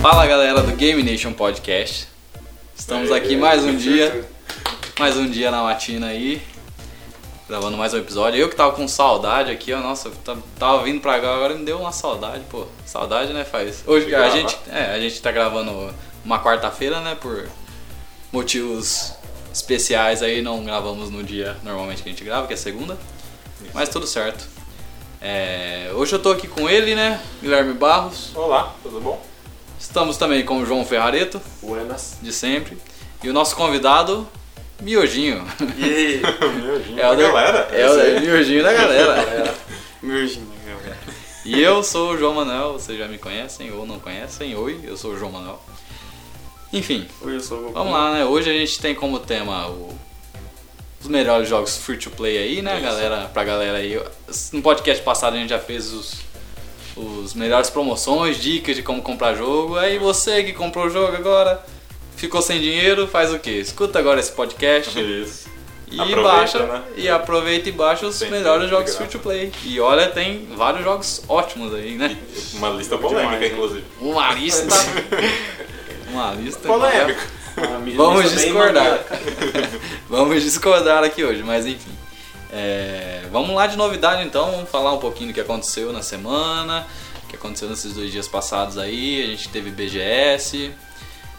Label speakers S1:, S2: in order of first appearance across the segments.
S1: Fala galera do Game Nation Podcast. Estamos aqui mais um dia, mais um dia na matina aí, gravando mais um episódio. Eu que tava com saudade aqui, ó, nossa, eu tava- tava vindo pra cá agora e me deu uma saudade, pô. Saudade, né, faz. Hoje
S2: De
S1: a
S2: gravar.
S1: gente, é, a gente tá gravando uma quarta-feira, né, por motivos especiais aí, não gravamos no dia normalmente que a gente grava, que é segunda. Mas tudo certo. É, hoje eu tô aqui com ele, né, Guilherme Barros.
S2: Olá, tudo bom?
S1: Estamos também com o João Ferrareto,
S3: Buenas.
S1: de sempre, e o nosso convidado, Miojinho.
S3: E aí,
S2: é a
S1: o da-
S2: galera.
S1: É o da- Miojinho da galera.
S3: galera? Virgínia, galera.
S1: E eu sou o João Manuel, vocês já me conhecem ou não conhecem, oi, eu sou o João Manuel. Enfim,
S3: Oi, eu sou o Goku.
S1: vamos lá, né? Hoje a gente tem como tema o- os melhores jogos free to play aí, né, galera? Pra galera aí. No podcast passado a gente já fez os, os melhores promoções, dicas de como comprar jogo. Aí você que comprou o jogo agora, ficou sem dinheiro, faz o quê? Escuta agora esse podcast.
S2: Isso.
S1: E
S2: Uhum. Aproveita,
S1: baixa,
S2: né?
S1: e aproveita e baixa os
S2: Tem
S1: melhores
S2: tudo de
S1: jogos free
S2: graça.
S1: to play. E olha, tem vários jogos ótimos aí, né?
S2: Uma lista
S3: Jogo
S2: polêmica,
S3: demais, hein?
S2: inclusive.
S1: Uma lista. uma lista.
S2: tá- Polêmica.
S3: Ah, me-
S1: Vamos
S3: me-
S1: discordar.
S3: bem maníaca.
S1: Vamos discordar aqui hoje, mas enfim. É, vamos lá de novidade então, vamos falar um pouquinho do que aconteceu na semana, o que aconteceu nesses dois dias passados aí, a gente teve BGS,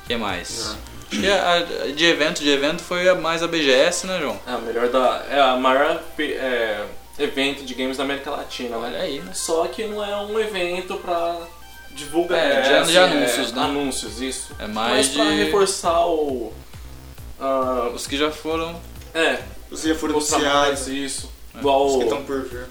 S1: o que
S3: Ah.
S1: mais? Acho que a- a- de evento, de evento foi a- mais a BGS, né João?
S3: É a melhor da. É a maior é, evento de games da América Latina,
S1: Olha
S3: né?
S1: aí, né?
S3: Só que não é um evento pra divulgar
S1: É, de- de anúncios, né?
S3: Anúncios, isso.
S1: É
S3: Mas
S1: mais
S3: pra
S1: de...
S3: reforçar o. ah,
S1: Os que já foram
S3: é,
S4: Os que já foram
S3: os trabalhos,
S4: anunciados,
S3: isso.
S1: É.
S3: Igual.
S4: os que estão por vir.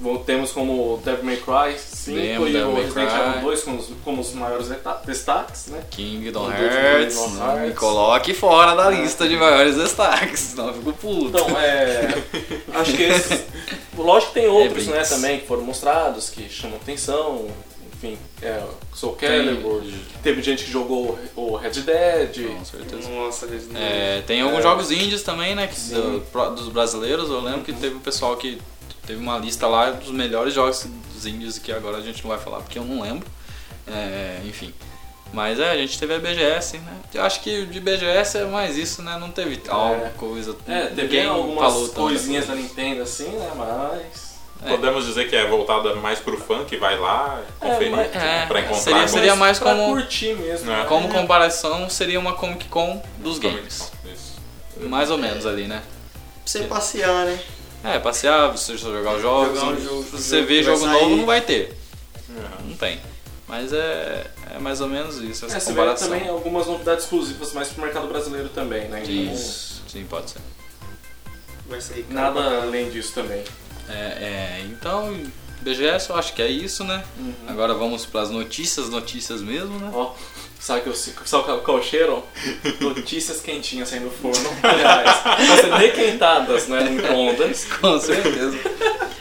S3: Bom, temos como o Devil May Cry 5
S1: Lembro,
S3: e
S1: Devil
S3: o
S1: May
S3: Resident
S1: Cry.
S3: Evil 2 como os, como os maiores desta- destaques, né?
S1: Kingdom
S3: Kingdom
S1: Hearts,
S3: Hearts.
S1: não né? me coloque fora da
S3: É.
S1: lista de maiores destaques, senão eu fico puto.
S3: Então, é. acho que esses. Lógico
S1: É
S3: que tem outros, né,
S1: Remix.
S3: também, que foram mostrados, que chamam atenção. Enfim, é, Soul Calibur. Teve gente que jogou o Red Dead.
S1: Com certeza.
S4: Nossa, Resident Evil.
S1: É, tem alguns
S3: É.
S1: jogos indies também, né? Que do-
S3: Sim.
S1: pro- dos brasileiros, eu lembro que teve o pessoal que teve uma lista lá dos melhores jogos dos indies que agora a gente não vai falar porque eu não lembro. É, enfim. Mas é, a gente teve a BGS, né? Eu acho que de BGS é mais isso, né? Não teve tal coisa.
S3: É, teve
S1: ninguém falou
S3: algumas
S1: tanta
S3: coisinhas da
S1: coisa.
S3: Nintendo assim, né? Mas.
S1: É.
S2: Podemos dizer que é voltada mais pro fã que vai lá conferir,
S3: mas-
S1: é,
S2: pra encontrar
S1: seria-
S2: alguns-
S1: seria mais
S3: pra
S1: como-
S3: curtir mesmo. né.
S2: É.
S1: Como comparação, seria uma Comic Con dos
S2: Comic
S1: games.
S2: Con, Isso.
S1: Mais ou menos ali, né?
S4: Pra você passear, né?
S1: É, passear, você jogar os jogos.
S4: Jogar um
S1: se
S4: jogo,
S1: você
S4: jogo
S1: vê
S4: que vai
S1: jogo
S4: sair.
S1: novo, não vai ter.
S2: É.
S1: Não tem. Mas é, é mais ou menos isso, essa
S3: É, você vê
S1: comparação.
S3: também algumas novidades exclusivas, mas pro mercado brasileiro também, né? Então,
S1: Isso. Sim, pode ser.
S4: Vai sair caro pra
S3: nada
S4: caralho.
S3: além disso também.
S1: É, é, então, BGS eu acho que é isso, né? Agora vamos pras notícias, notícias mesmo, né?
S3: Ó, sabe, que eu, sabe qual- qual o cheiro? Notícias quentinhas saindo do forno. Aliás, estão sendo requentadas, né? No micro-ondas.
S1: Com certeza.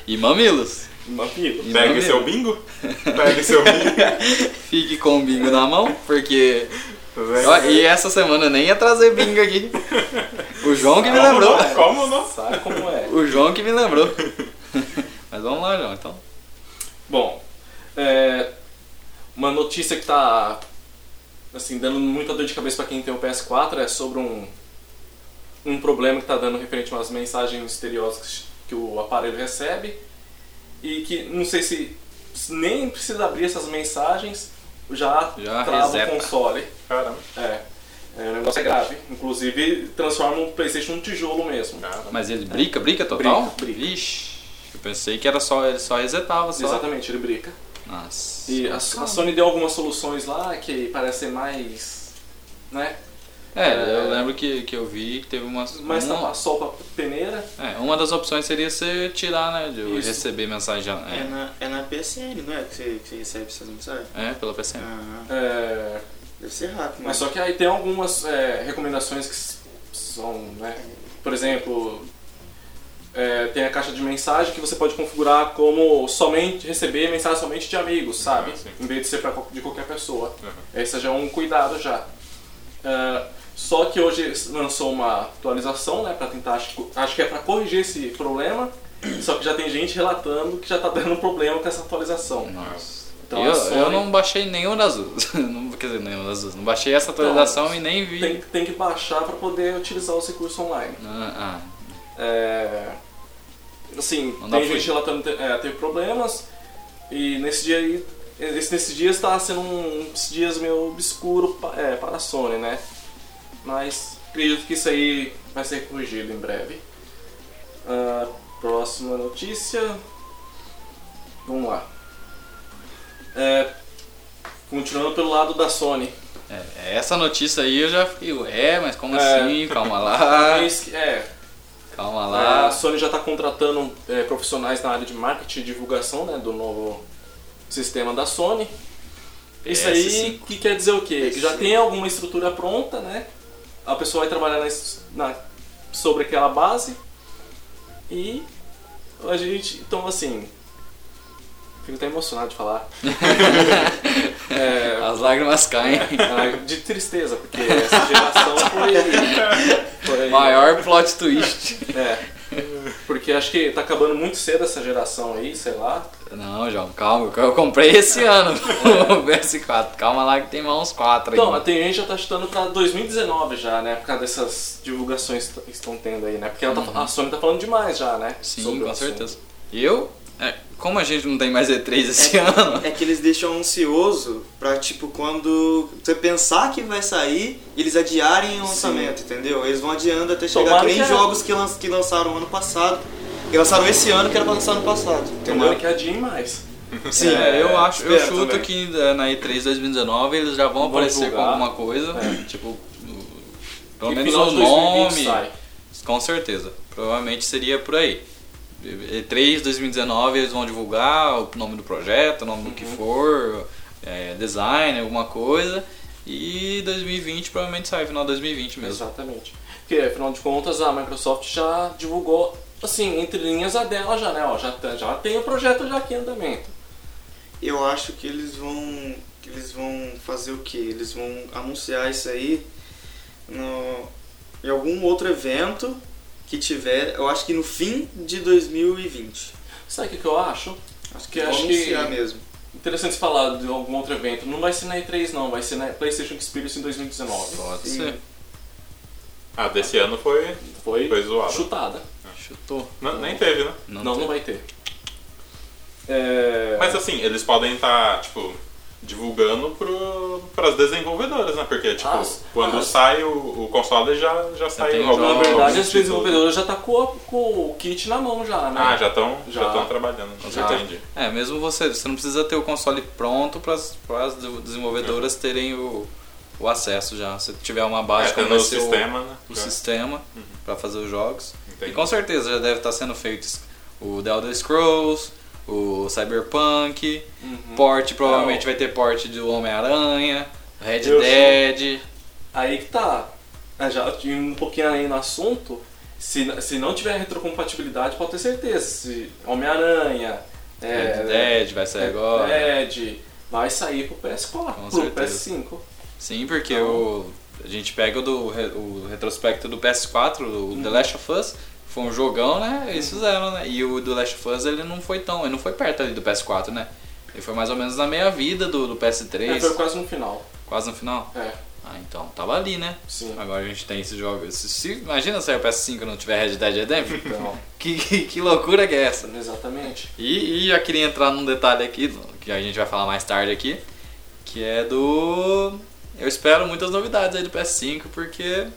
S1: E mamilos.
S3: Uma
S1: E
S2: Pegue
S1: mamilos.
S2: seu bingo. Pegue seu bingo.
S1: Fique com o bingo na mão, porque... Ó, E essa semana eu nem ia trazer bingo aqui. O João que me
S2: Como
S1: lembrou. né?
S2: não? Como não?
S3: Sabe como é?
S1: O João que me lembrou. Mas vamos lá, João, então.
S3: Bom, é, uma notícia que tá assim, dando muita dor de cabeça pra quem tem o PS4 é sobre um, um problema que tá dando referente a umas mensagens misteriosas que o aparelho recebe e que não sei se nem precisa abrir essas mensagens, já,
S1: Já
S3: trava
S1: reseta.
S3: o console.
S2: Caramba.
S3: É, é, o negócio é grave. Inclusive transforma o Playstation num tijolo mesmo.
S2: Caramba.
S1: Mas ele brica, brica total?
S3: Brica, brica.
S1: Vixe, eu pensei que era só, ele só resetava, só.
S3: Exatamente, ele brica.
S1: Nossa.
S3: E a, a Sony deu algumas soluções lá que parecem mais. né?
S1: É, eu lembro que, que eu vi que teve umas.
S3: Mais
S1: uma,
S3: tapa sol pra peneira.
S1: é, uma das opções seria você tirar, né? De
S3: Isso.
S1: receber mensagem.
S4: É
S1: É,
S4: na, é na PSN, não é? Que você, que você recebe essas mensagens?
S1: é, pela PCM.
S4: Ah,
S3: é,
S4: deve ser rápido.
S3: mas só que aí tem algumas é, recomendações que s- são, né? Por exemplo, é, tem a caixa de mensagem que você pode configurar como somente receber mensagem somente de amigos, sabe?
S2: Ah, sim.
S3: em vez de ser pra, qual- de qualquer pessoa.
S2: Uhum.
S3: Esse já é um cuidado já. Ah, só que hoje lançou uma atualização, né, para tentar acho, acho que é para corrigir esse problema. Só que já tem gente relatando um que já tá dando problema com essa atualização.
S1: Nossa.
S3: Então
S1: eu,
S3: a Sony-
S1: eu não baixei nenhuma das duas. Não- quer dizer, nenhuma das duas. Não baixei essa atualização
S3: Não,
S1: e nem vi.
S3: Então, Tem, tem que baixar para poder utilizar os recursos online.
S1: Ah, ah.
S3: É, assim,
S1: Não dá
S3: tem
S1: pra
S3: gente
S1: fugir.
S3: relatando ter, é, ter problemas e nesse dia aí, esse, nesse dia está sendo um- uns dias meio obscuro pa- é, para a Sony, né? Mas acredito que isso aí vai ser corrigido em breve. Ah, próxima notícia. Vamos lá. É, continuando pelo lado da Sony.
S1: É, essa notícia aí eu já fiquei, é, mas como
S3: É.
S1: assim? Calma lá,
S3: Eis que- É,
S1: calma
S3: A
S1: lá.
S3: Sony já está contratando é, profissionais na área de marketing e divulgação né, do novo sistema da Sony. Isso aí
S1: PS5.
S3: que quer dizer o quê? Que já
S4: PS5.
S3: tem alguma estrutura pronta, né? A pessoa vai trabalhar na es- na- sobre aquela base e a gente. Então assim. Fico até emocionado de falar. É,
S1: As lágrimas caem.
S3: ah, de tristeza, porque essa geração foi. foi
S1: Maior plot twist.
S3: é. Porque acho que tá acabando muito cedo essa geração aí, sei lá.
S1: Não, João, calma, que eu comprei esse ano o PS4. Calma lá que tem mais uns 4 aí.
S3: Então, tem gente que já tá chutando pra 2019 já, né? Por causa dessas divulgações que estão tendo aí, né? Porque ela tá- a Sony tá falando demais já, né?
S1: Uhum. Sim,
S3: Sobre o
S1: com
S3: assunto.
S1: certeza. E eu, é, como a gente não tem mais E3 esse ano,
S4: É que eles deixam ansioso pra, tipo, quando você pensar que vai sair, eles adiarem o lançamento, entendeu? Eles vão adiando até chegar
S3: Tomara
S4: que nem
S3: que é. era-
S4: jogos que, lan- que lançaram ano passado. Que lançaram esse ano que era pra lançar ano passado,
S3: Tomara
S4: entendeu?
S3: que adiem mais.
S4: Sim,
S1: É, eu acho, eu
S4: espero
S1: chuto
S4: também.
S1: que eh, na E3 2019 eles já vão,
S3: Vão
S1: aparecer com
S3: divulgar.
S1: alguma coisa, tipo, o- pelo
S3: É. E
S1: menos
S3: final
S1: o
S3: de 2020
S1: nome,
S3: sai.
S1: com certeza, provavelmente seria por aí. E3 2019 eles vão divulgar o nome do projeto, o nome do que for, eh, design, alguma coisa, e 2020 provavelmente sai, final de 2020 mesmo.
S3: Exatamente. Porque, afinal de contas, a Microsoft já divulgou, assim, entre linhas a dela já, né? Ó, já, tá- já tem o projeto já aqui em andamento.
S4: Eu acho que eles vão. Que eles vão fazer o quê? Eles vão anunciar isso aí no, em algum outro evento que tiver. Eu acho que no fim de 2020.
S3: Sabe o que, que eu acho?
S4: Acho que
S3: Que
S4: vão
S3: acho que-
S4: anunciar mesmo.
S3: Interessante você falar de algum outro evento. Não vai ser na E3 não, vai ser na PlayStation Experience em 2019.
S1: Pode
S4: Sim.
S1: ser.
S2: Ah, desse ano foi.
S3: Foi
S2: Foi zoado.
S3: chutada.
S1: Chutou.
S2: N- nem teve, né?
S3: Não, não,
S1: tem.
S3: vai ter. É...
S2: Mas assim, eles podem estar, tipo, divulgando pro, pras desenvolvedoras, né? Porque, tipo,
S3: Ah,
S2: quando
S3: ah.
S2: sai o, o console já, já sai
S1: tem os
S2: alguma
S3: na
S1: jogos.
S3: verdade,
S2: alguns
S3: as desenvolvedoras já tá com, a- com o kit na mão já, né?
S2: Ah, já estão já.
S3: Já.
S2: tão trabalhando.
S1: Com
S2: Já
S1: certeza.
S2: entendi.
S1: É, mesmo você, você não precisa ter o console pronto para as desenvolvedoras terem o, o acesso já. Se tiver uma base
S2: É,
S1: como
S2: tendo
S1: vai
S2: o
S1: ser o-
S2: sistema, né?
S1: o,
S2: Já.
S1: sistema para fazer os jogos.
S2: Entendi.
S1: E com certeza já deve estar sendo feitos o The Elder Scrolls, o Cyberpunk,
S3: Uhum.
S1: port, provavelmente
S3: É,
S1: vai ter port do Homem-Aranha, Red
S3: Eu
S1: Dead.
S3: Aí que tá. Ah, Já indo um pouquinho aí no assunto, se, se não tiver retrocompatibilidade, pode ter certeza. Se Homem-Aranha,
S1: Red
S3: é,
S1: Dead vai sair
S3: Red
S1: agora.
S3: Dead, vai sair pro PS4,
S1: Com
S3: pro
S1: certeza.
S3: PS5.
S1: Sim, porque
S3: Então-
S1: o, a gente pega o, do, re- o retrospecto do PS4, o
S3: Uhum.
S1: The Last of Us, foi um jogão, né? Eles fizeram, né? E o The Last of Us ele não foi tão, ele não foi perto ali do PS4, né? Ele foi mais ou menos na meia vida do, do PS3,
S3: É, foi quase no final.
S1: quase no final.
S3: É,
S1: Ah, então tava ali, né?
S3: sim.
S1: Agora a gente tem esse jogo. esse- se- imagina se o PS5 e não tiver Red Dead Redemption?
S3: Então,
S1: que, que, que loucura que é essa?
S3: exatamente.
S1: E, e já queria entrar num detalhe aqui, que a gente vai falar mais tarde aqui, que é do. Eu espero muitas novidades aí do PS5, porque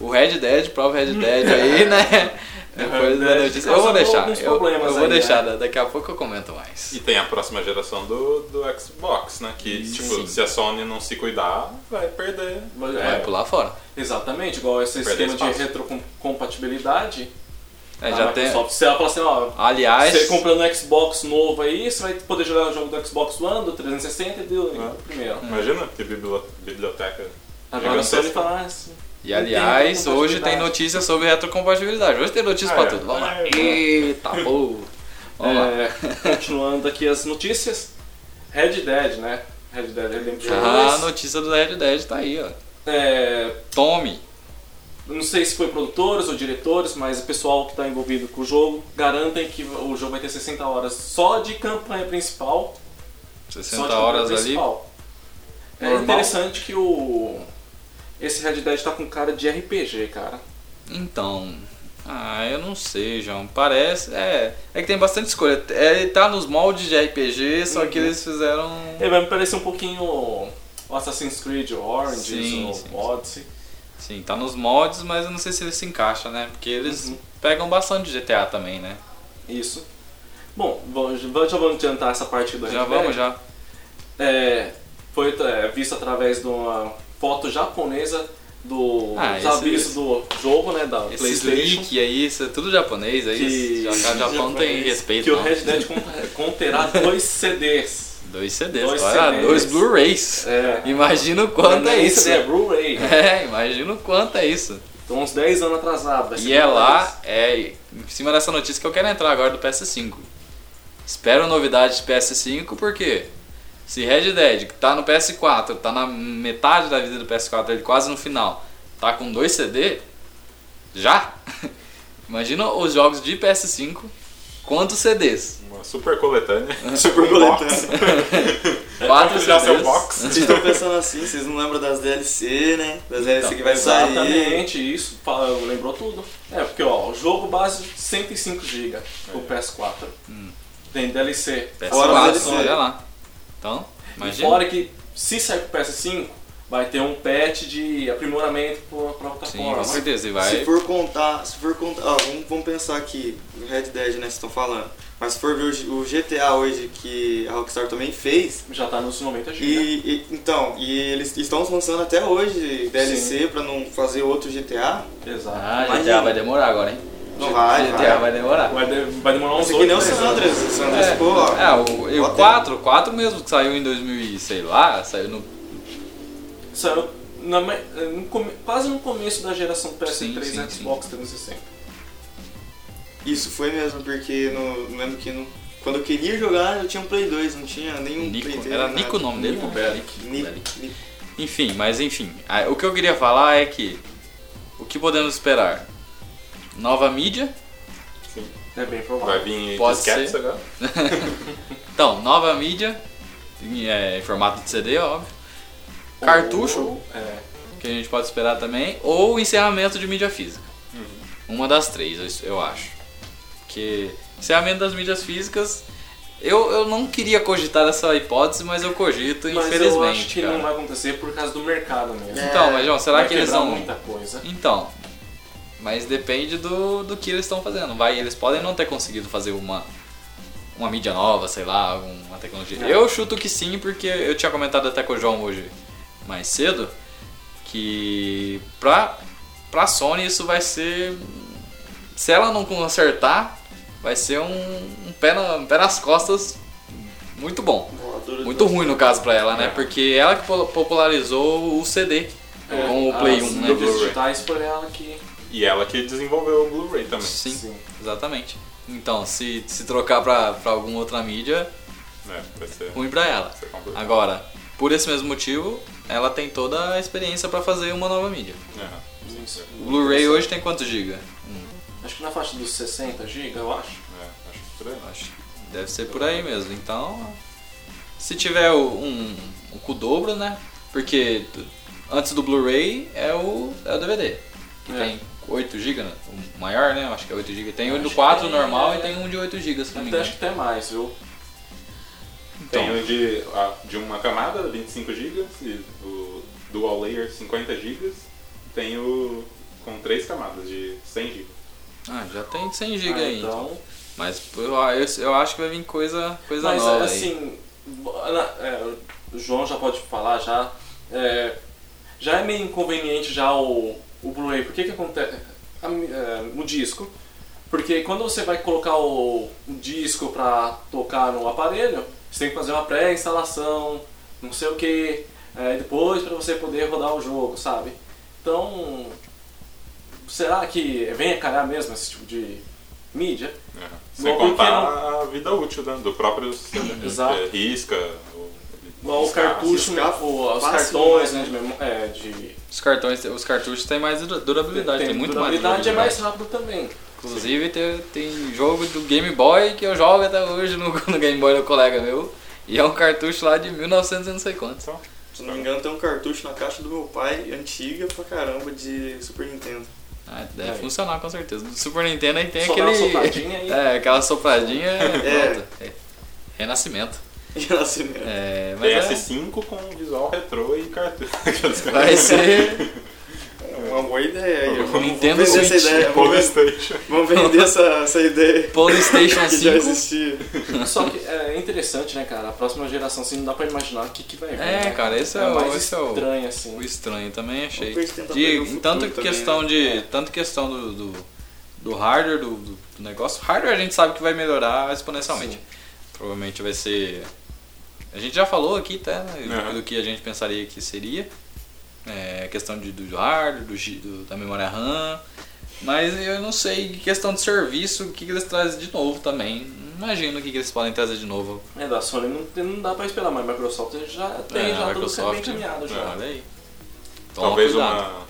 S1: o Red Dead, prova Red Dead aí, né?
S3: É,
S1: Depois da
S3: Dead
S1: notícia. Eu vou
S3: causando
S1: deixar.
S3: alguns
S1: Eu,
S3: problemas
S1: eu vou
S3: aí, né?
S1: deixar, da- daqui a pouco eu comento mais.
S2: E tem a próxima geração do, do Xbox, né? Que,
S1: Sim.
S2: tipo, se a Sony não se cuidar, vai perder.
S3: Mas,
S1: Vai
S3: é,
S1: pular fora.
S3: Exatamente, igual esse
S2: Perder
S3: esquema de
S2: espaço.
S3: retrocompatibilidade.
S1: É,
S3: da
S1: já tem.
S3: Microsoft. Se ela falar assim, ó,
S1: Aliás,
S3: Ah, você comprando um Xbox novo aí, você vai poder jogar o jogo do Xbox One, do 360 e do,
S2: Ah.
S3: do primeiro.
S2: Imagina que bibli- biblioteca.
S3: Agora a
S2: Gigantesco.
S3: Sony fala assim.
S1: e aliás,
S3: tem
S1: hoje tem
S3: compatibilidade.
S1: notícia sobre retrocompatibilidade. Hoje tem notícia
S2: Ah,
S1: pra
S2: é.
S1: tudo. Vamos lá.
S2: Ah, é.
S1: Eita, pô. Vamos lá.
S3: É, continuando aqui as notícias. Red Dead, né? Red Dead Redemption
S1: Já a
S3: 2.
S1: Ah, notícia do Red Dead tá aí, ó.
S3: É,
S1: Tome.
S3: não sei se foi produtores ou diretores, mas o pessoal que está envolvido com o jogo garantem que o jogo vai ter 60 horas só de campanha principal
S1: 60
S3: Só de
S1: horas
S3: campanha
S1: ali.
S3: principal. É
S1: Normal.
S3: interessante que o. Esse Red Dead tá com cara de RPG, cara.
S1: Então. Ah, eu não sei, João. Parece. É. É que tem bastante escolha. É, ele tá nos moldes de RPG, só que
S3: Uhum.
S1: eles fizeram.
S3: Ele vai me parecer um pouquinho o Assassin's Creed Oranges
S1: Sim,
S3: ou
S1: sim, sim.
S3: Odyssey.
S1: Sim, tá nos moldes, mas eu não sei se ele se encaixa, né? Porque eles
S3: Uhum.
S1: pegam bastante de GTA também, né?
S3: Isso. Bom, vamos- já vamos adiantar essa parte do
S1: já
S3: Red Dead.
S1: vamos, já.
S3: É, foi é, visto através de uma foto japonesa do
S1: Ah,
S3: dos
S1: esse-
S3: avisos do jogo, né, da
S1: Esses
S3: PlayStation.
S1: leak aí, isso é tudo japonês, aí
S3: Que-
S1: já, já- Japão tem
S4: japonês.
S1: respeito. né?
S3: Que o
S1: não.
S3: Red Dead cont- conterá dois CDs.
S1: Dois CDs,
S3: Dois
S1: olha,
S3: CDs.
S1: Ah, dois Blu-rays.
S3: É.
S1: Imagina o quanto
S3: Não
S1: é
S3: nem
S1: isso.
S3: CD, é Blu-ray.
S1: É, imagina o quanto é isso.
S3: Então uns 10 anos atrasado. vai ser
S1: E é
S3: Blu-ray.
S1: lá, é em cima dessa notícia que eu quero entrar agora do PS5. Espero novidades de PS5, porque se Red Dead, que tá no PS4, tá na metade da vida do PS4, ele quase no final, tá com dois CD, já? Imagina os jogos de PS5, quantos CDs?
S2: Uma super coletânea.
S4: Super coletânea.
S1: Quatro
S2: Vamos virar
S1: CDs.
S2: seu box.
S4: Vocês estão pensando assim, vocês não lembram das DLC, né? Das DLC que vai sair.
S3: Então, Exatamente, isso, fa- lembrou tudo. É, porque ó, o jogo base 105 GB, o PS4.
S1: Hum.
S3: Tem DLC.
S4: Fora o
S1: PS4,
S4: DLC.
S1: olha lá. Então, imagina.
S3: Fora que se sair pro PS5, vai ter um patch de aprimoramento pra, pra
S1: Sim,
S3: plataforma.
S1: com certeza, e vai.
S4: né? Se for contar, se for contar, ó, vamos, vamos pensar aqui, no Red Dead, né, vocês estão falando. Mas se for ver o G- o GTA hoje que a Rockstar também fez,
S3: Já tá nos 90 GB.
S4: e, e- então, e eles estão lançando até hoje DLC pra não fazer outro GTA.
S3: Exato.
S1: Ah,
S4: Imagina.
S1: GTA vai demorar agora, hein?
S4: Não vai,
S1: GTA
S4: vai.
S1: vai demorar.
S3: Vai, de- vai demorar uns
S4: Isso aqui
S3: 8
S4: nem o San Andreas, o San Andreas
S1: É,
S4: ficou, ó.
S1: é, o, e o
S4: Bota
S1: 4, o 4 mesmo que saiu em 2000 e sei lá, saiu no.
S3: Saiu na me- no come- quase no começo da geração PS3
S1: Sim, sim,
S3: e Xbox 360.
S4: Isso foi mesmo, porque no, não lembro que no, quando eu queria jogar eu tinha um Play 2, não tinha nenhum
S1: Nico,
S4: Play 3.
S1: era
S4: nada.
S1: Nico o nome dele?
S3: Nico
S1: né?
S3: Bellic.
S1: Nico
S4: Nico,
S1: Bellic.
S4: Nico.
S1: Enfim, mas enfim, a- o que eu queria falar é que. O que podemos esperar? Nova mídia?
S3: É bem provável.
S2: Vai vir
S1: Pode
S2: disquetes
S1: ser.
S2: agora.
S1: Então, nova mídia, em, é, em formato de CD, óbvio. Cartucho,
S3: Ou- é.
S1: que a gente pode esperar também, ou encerramento de mídia física.
S3: Uhum.
S1: Uma das três, eu- eu acho. Porque encerramento das mídias físicas, eu, eu não queria cogitar essa hipótese, mas eu cogito,
S3: Mas
S1: infelizmente.
S3: eu acho que
S1: cara.
S3: não vai acontecer por causa do mercado mesmo.
S4: É.
S1: Então, mas João, será
S3: Vai
S1: que eles
S3: quebrar
S1: vão.
S3: muita coisa.
S1: Então. Mas depende do, do que eles estão fazendo. Vai, eles podem não ter conseguido fazer uma uma mídia nova, sei lá, uma tecnologia.
S3: É.
S1: Eu chuto que sim, porque eu tinha comentado até com o João hoje mais cedo que pra, pra Sony isso vai ser se ela não consertar, vai ser um, um pé, na- um pé nas costas muito bom.
S4: Voadora
S1: Muito
S4: do-
S1: ruim no caso pra ela, né?
S3: É.
S1: Porque ela que po- popularizou o CD
S3: É.
S1: com o Play
S3: as
S1: 1, né?
S3: mídias
S2: Blu-ray.
S3: digitais por ela que...
S2: E ela que desenvolveu o Blu-ray também.
S1: Sim, exatamente. Então, se, se trocar pra, pra alguma outra mídia,
S2: É, vai ser, vai
S1: ruim pra ela.
S2: ser complicado.
S1: Agora, por esse mesmo motivo, ela tem toda a experiência pra fazer uma nova mídia.
S2: É,
S3: Isso.
S1: O Blu-ray hoje tem quantos giga?
S3: Acho que na faixa dos 60 GB, eu acho.
S2: é, acho que por aí.
S1: Eu Acho que deve ser por aí mesmo. Então, se tiver o- um, um com o dobro, né? Porque tu- antes do Blu-ray é o, é o DVD, que
S3: É.
S1: tem 8 GB, né? o maior, né? Eu Acho que é 8 GB. Tem um
S3: Acho
S1: do
S3: que
S1: 4
S3: tem,
S1: normal
S3: é.
S1: e tem um de 8 GB, se não me
S3: Até,
S1: engano.
S3: acho que até mais, viu?
S2: Tem o de, a- de uma camada, 25 GB, e o dual layer, 50 GB. Tem o com três camadas de 100 GB.
S1: Ah, já tem 100 GB
S3: Ah,
S1: aí.
S3: Então,
S1: Mas pô, eu, eu acho que vai vir coisa, coisa
S3: Mas
S1: nova aí.
S3: assim, na- é, o João já pode falar já. É, já é meio inconveniente já o, o Blu-ray. Por que que acontece? a mi- é, o disco. Porque quando você vai colocar o, o disco pra tocar no aparelho, você tem que fazer uma pré-instalação, não sei o que, depois pra você poder rodar o jogo, sabe? Então, será que é, vem a calhar mesmo esse tipo de mídia?
S2: É. Sem
S3: Bom,
S2: contar
S3: porque
S2: a vida útil né, do próprio CD. né,
S3: Exato.
S2: que é Risca. ou-
S3: Igual o
S2: riscar,
S3: cartucho,
S4: riscar
S3: né, o- os
S4: fácil
S3: cartões,
S4: demais,
S3: né?
S4: né?
S3: De memória. É, de.
S1: Os, cartões, os cartuchos têm mais dura- durabilidade, tem, muito mais né?
S3: durabilidade é mais
S1: durabilidade.
S3: rápido também.
S1: Inclusive tem, tem jogo do Game Boy que eu jogo até hoje no, no Game Boy do colega meu. E é um cartucho lá de 1900 e não sei quantos.
S2: Então,
S4: Se não me engano, tem um cartucho na caixa do meu pai, antiga pra caramba, de Super Nintendo.
S1: Ah, deve funcionar com certeza. Do Super Nintendo aí tem
S3: É. Só dá uma
S1: aquele.
S3: sopradinha aí.
S1: É, aquela sopradinha.
S4: É.
S1: pronto. É. Renascimento.
S4: Renascimento.
S2: né?
S1: É,
S4: né?
S1: mas é,
S2: PS5 com visual retrô e cartucho.
S1: vai ser.
S4: É uma boa ideia aí. Vamos-
S1: Nintendo
S4: vamos vender
S1: Switch.
S4: essa ideia. é Vamos, ver-
S2: Polystation.
S4: vamos vender essa, essa ideia
S1: PlayStation
S4: que já
S1: 5.
S4: existia.
S3: Só que é interessante, né, cara? A próxima geração, assim, não dá pra imaginar o que, que vai vir.
S1: É,
S3: né?
S1: cara, esse é,
S3: é
S1: o.
S3: mais
S1: Esse é o...
S3: estranho,
S1: O
S3: assim.
S1: estranho também achei.
S4: Vamos tentar
S1: De,
S4: prever o
S1: em
S4: futuro
S1: tanto
S4: também,
S1: questão
S4: né?
S1: de.
S3: É.
S1: Tanto questão do, do, do hardware, do, do negócio. Hardware a gente sabe que vai melhorar exponencialmente. Provavelmente vai ser. A gente já falou aqui, tá? né, do-
S2: Aham.
S1: Do que a gente pensaria que seria. É, questão de, do hardware, do, gi- do- da memória RAM. Mas eu não sei, em questão de serviço, o que, que eles trazem de novo também. Não Imagino o que, que eles podem trazer de novo.
S3: É, da Sony não, não dá pra esperar, mas Microsoft já tem,
S1: É,
S3: já tá
S1: a
S3: tudo bem
S1: Microsoft. ah,
S3: caminhado já.
S1: Olha aí. Toma
S2: Talvez
S1: cuidado.
S2: uma,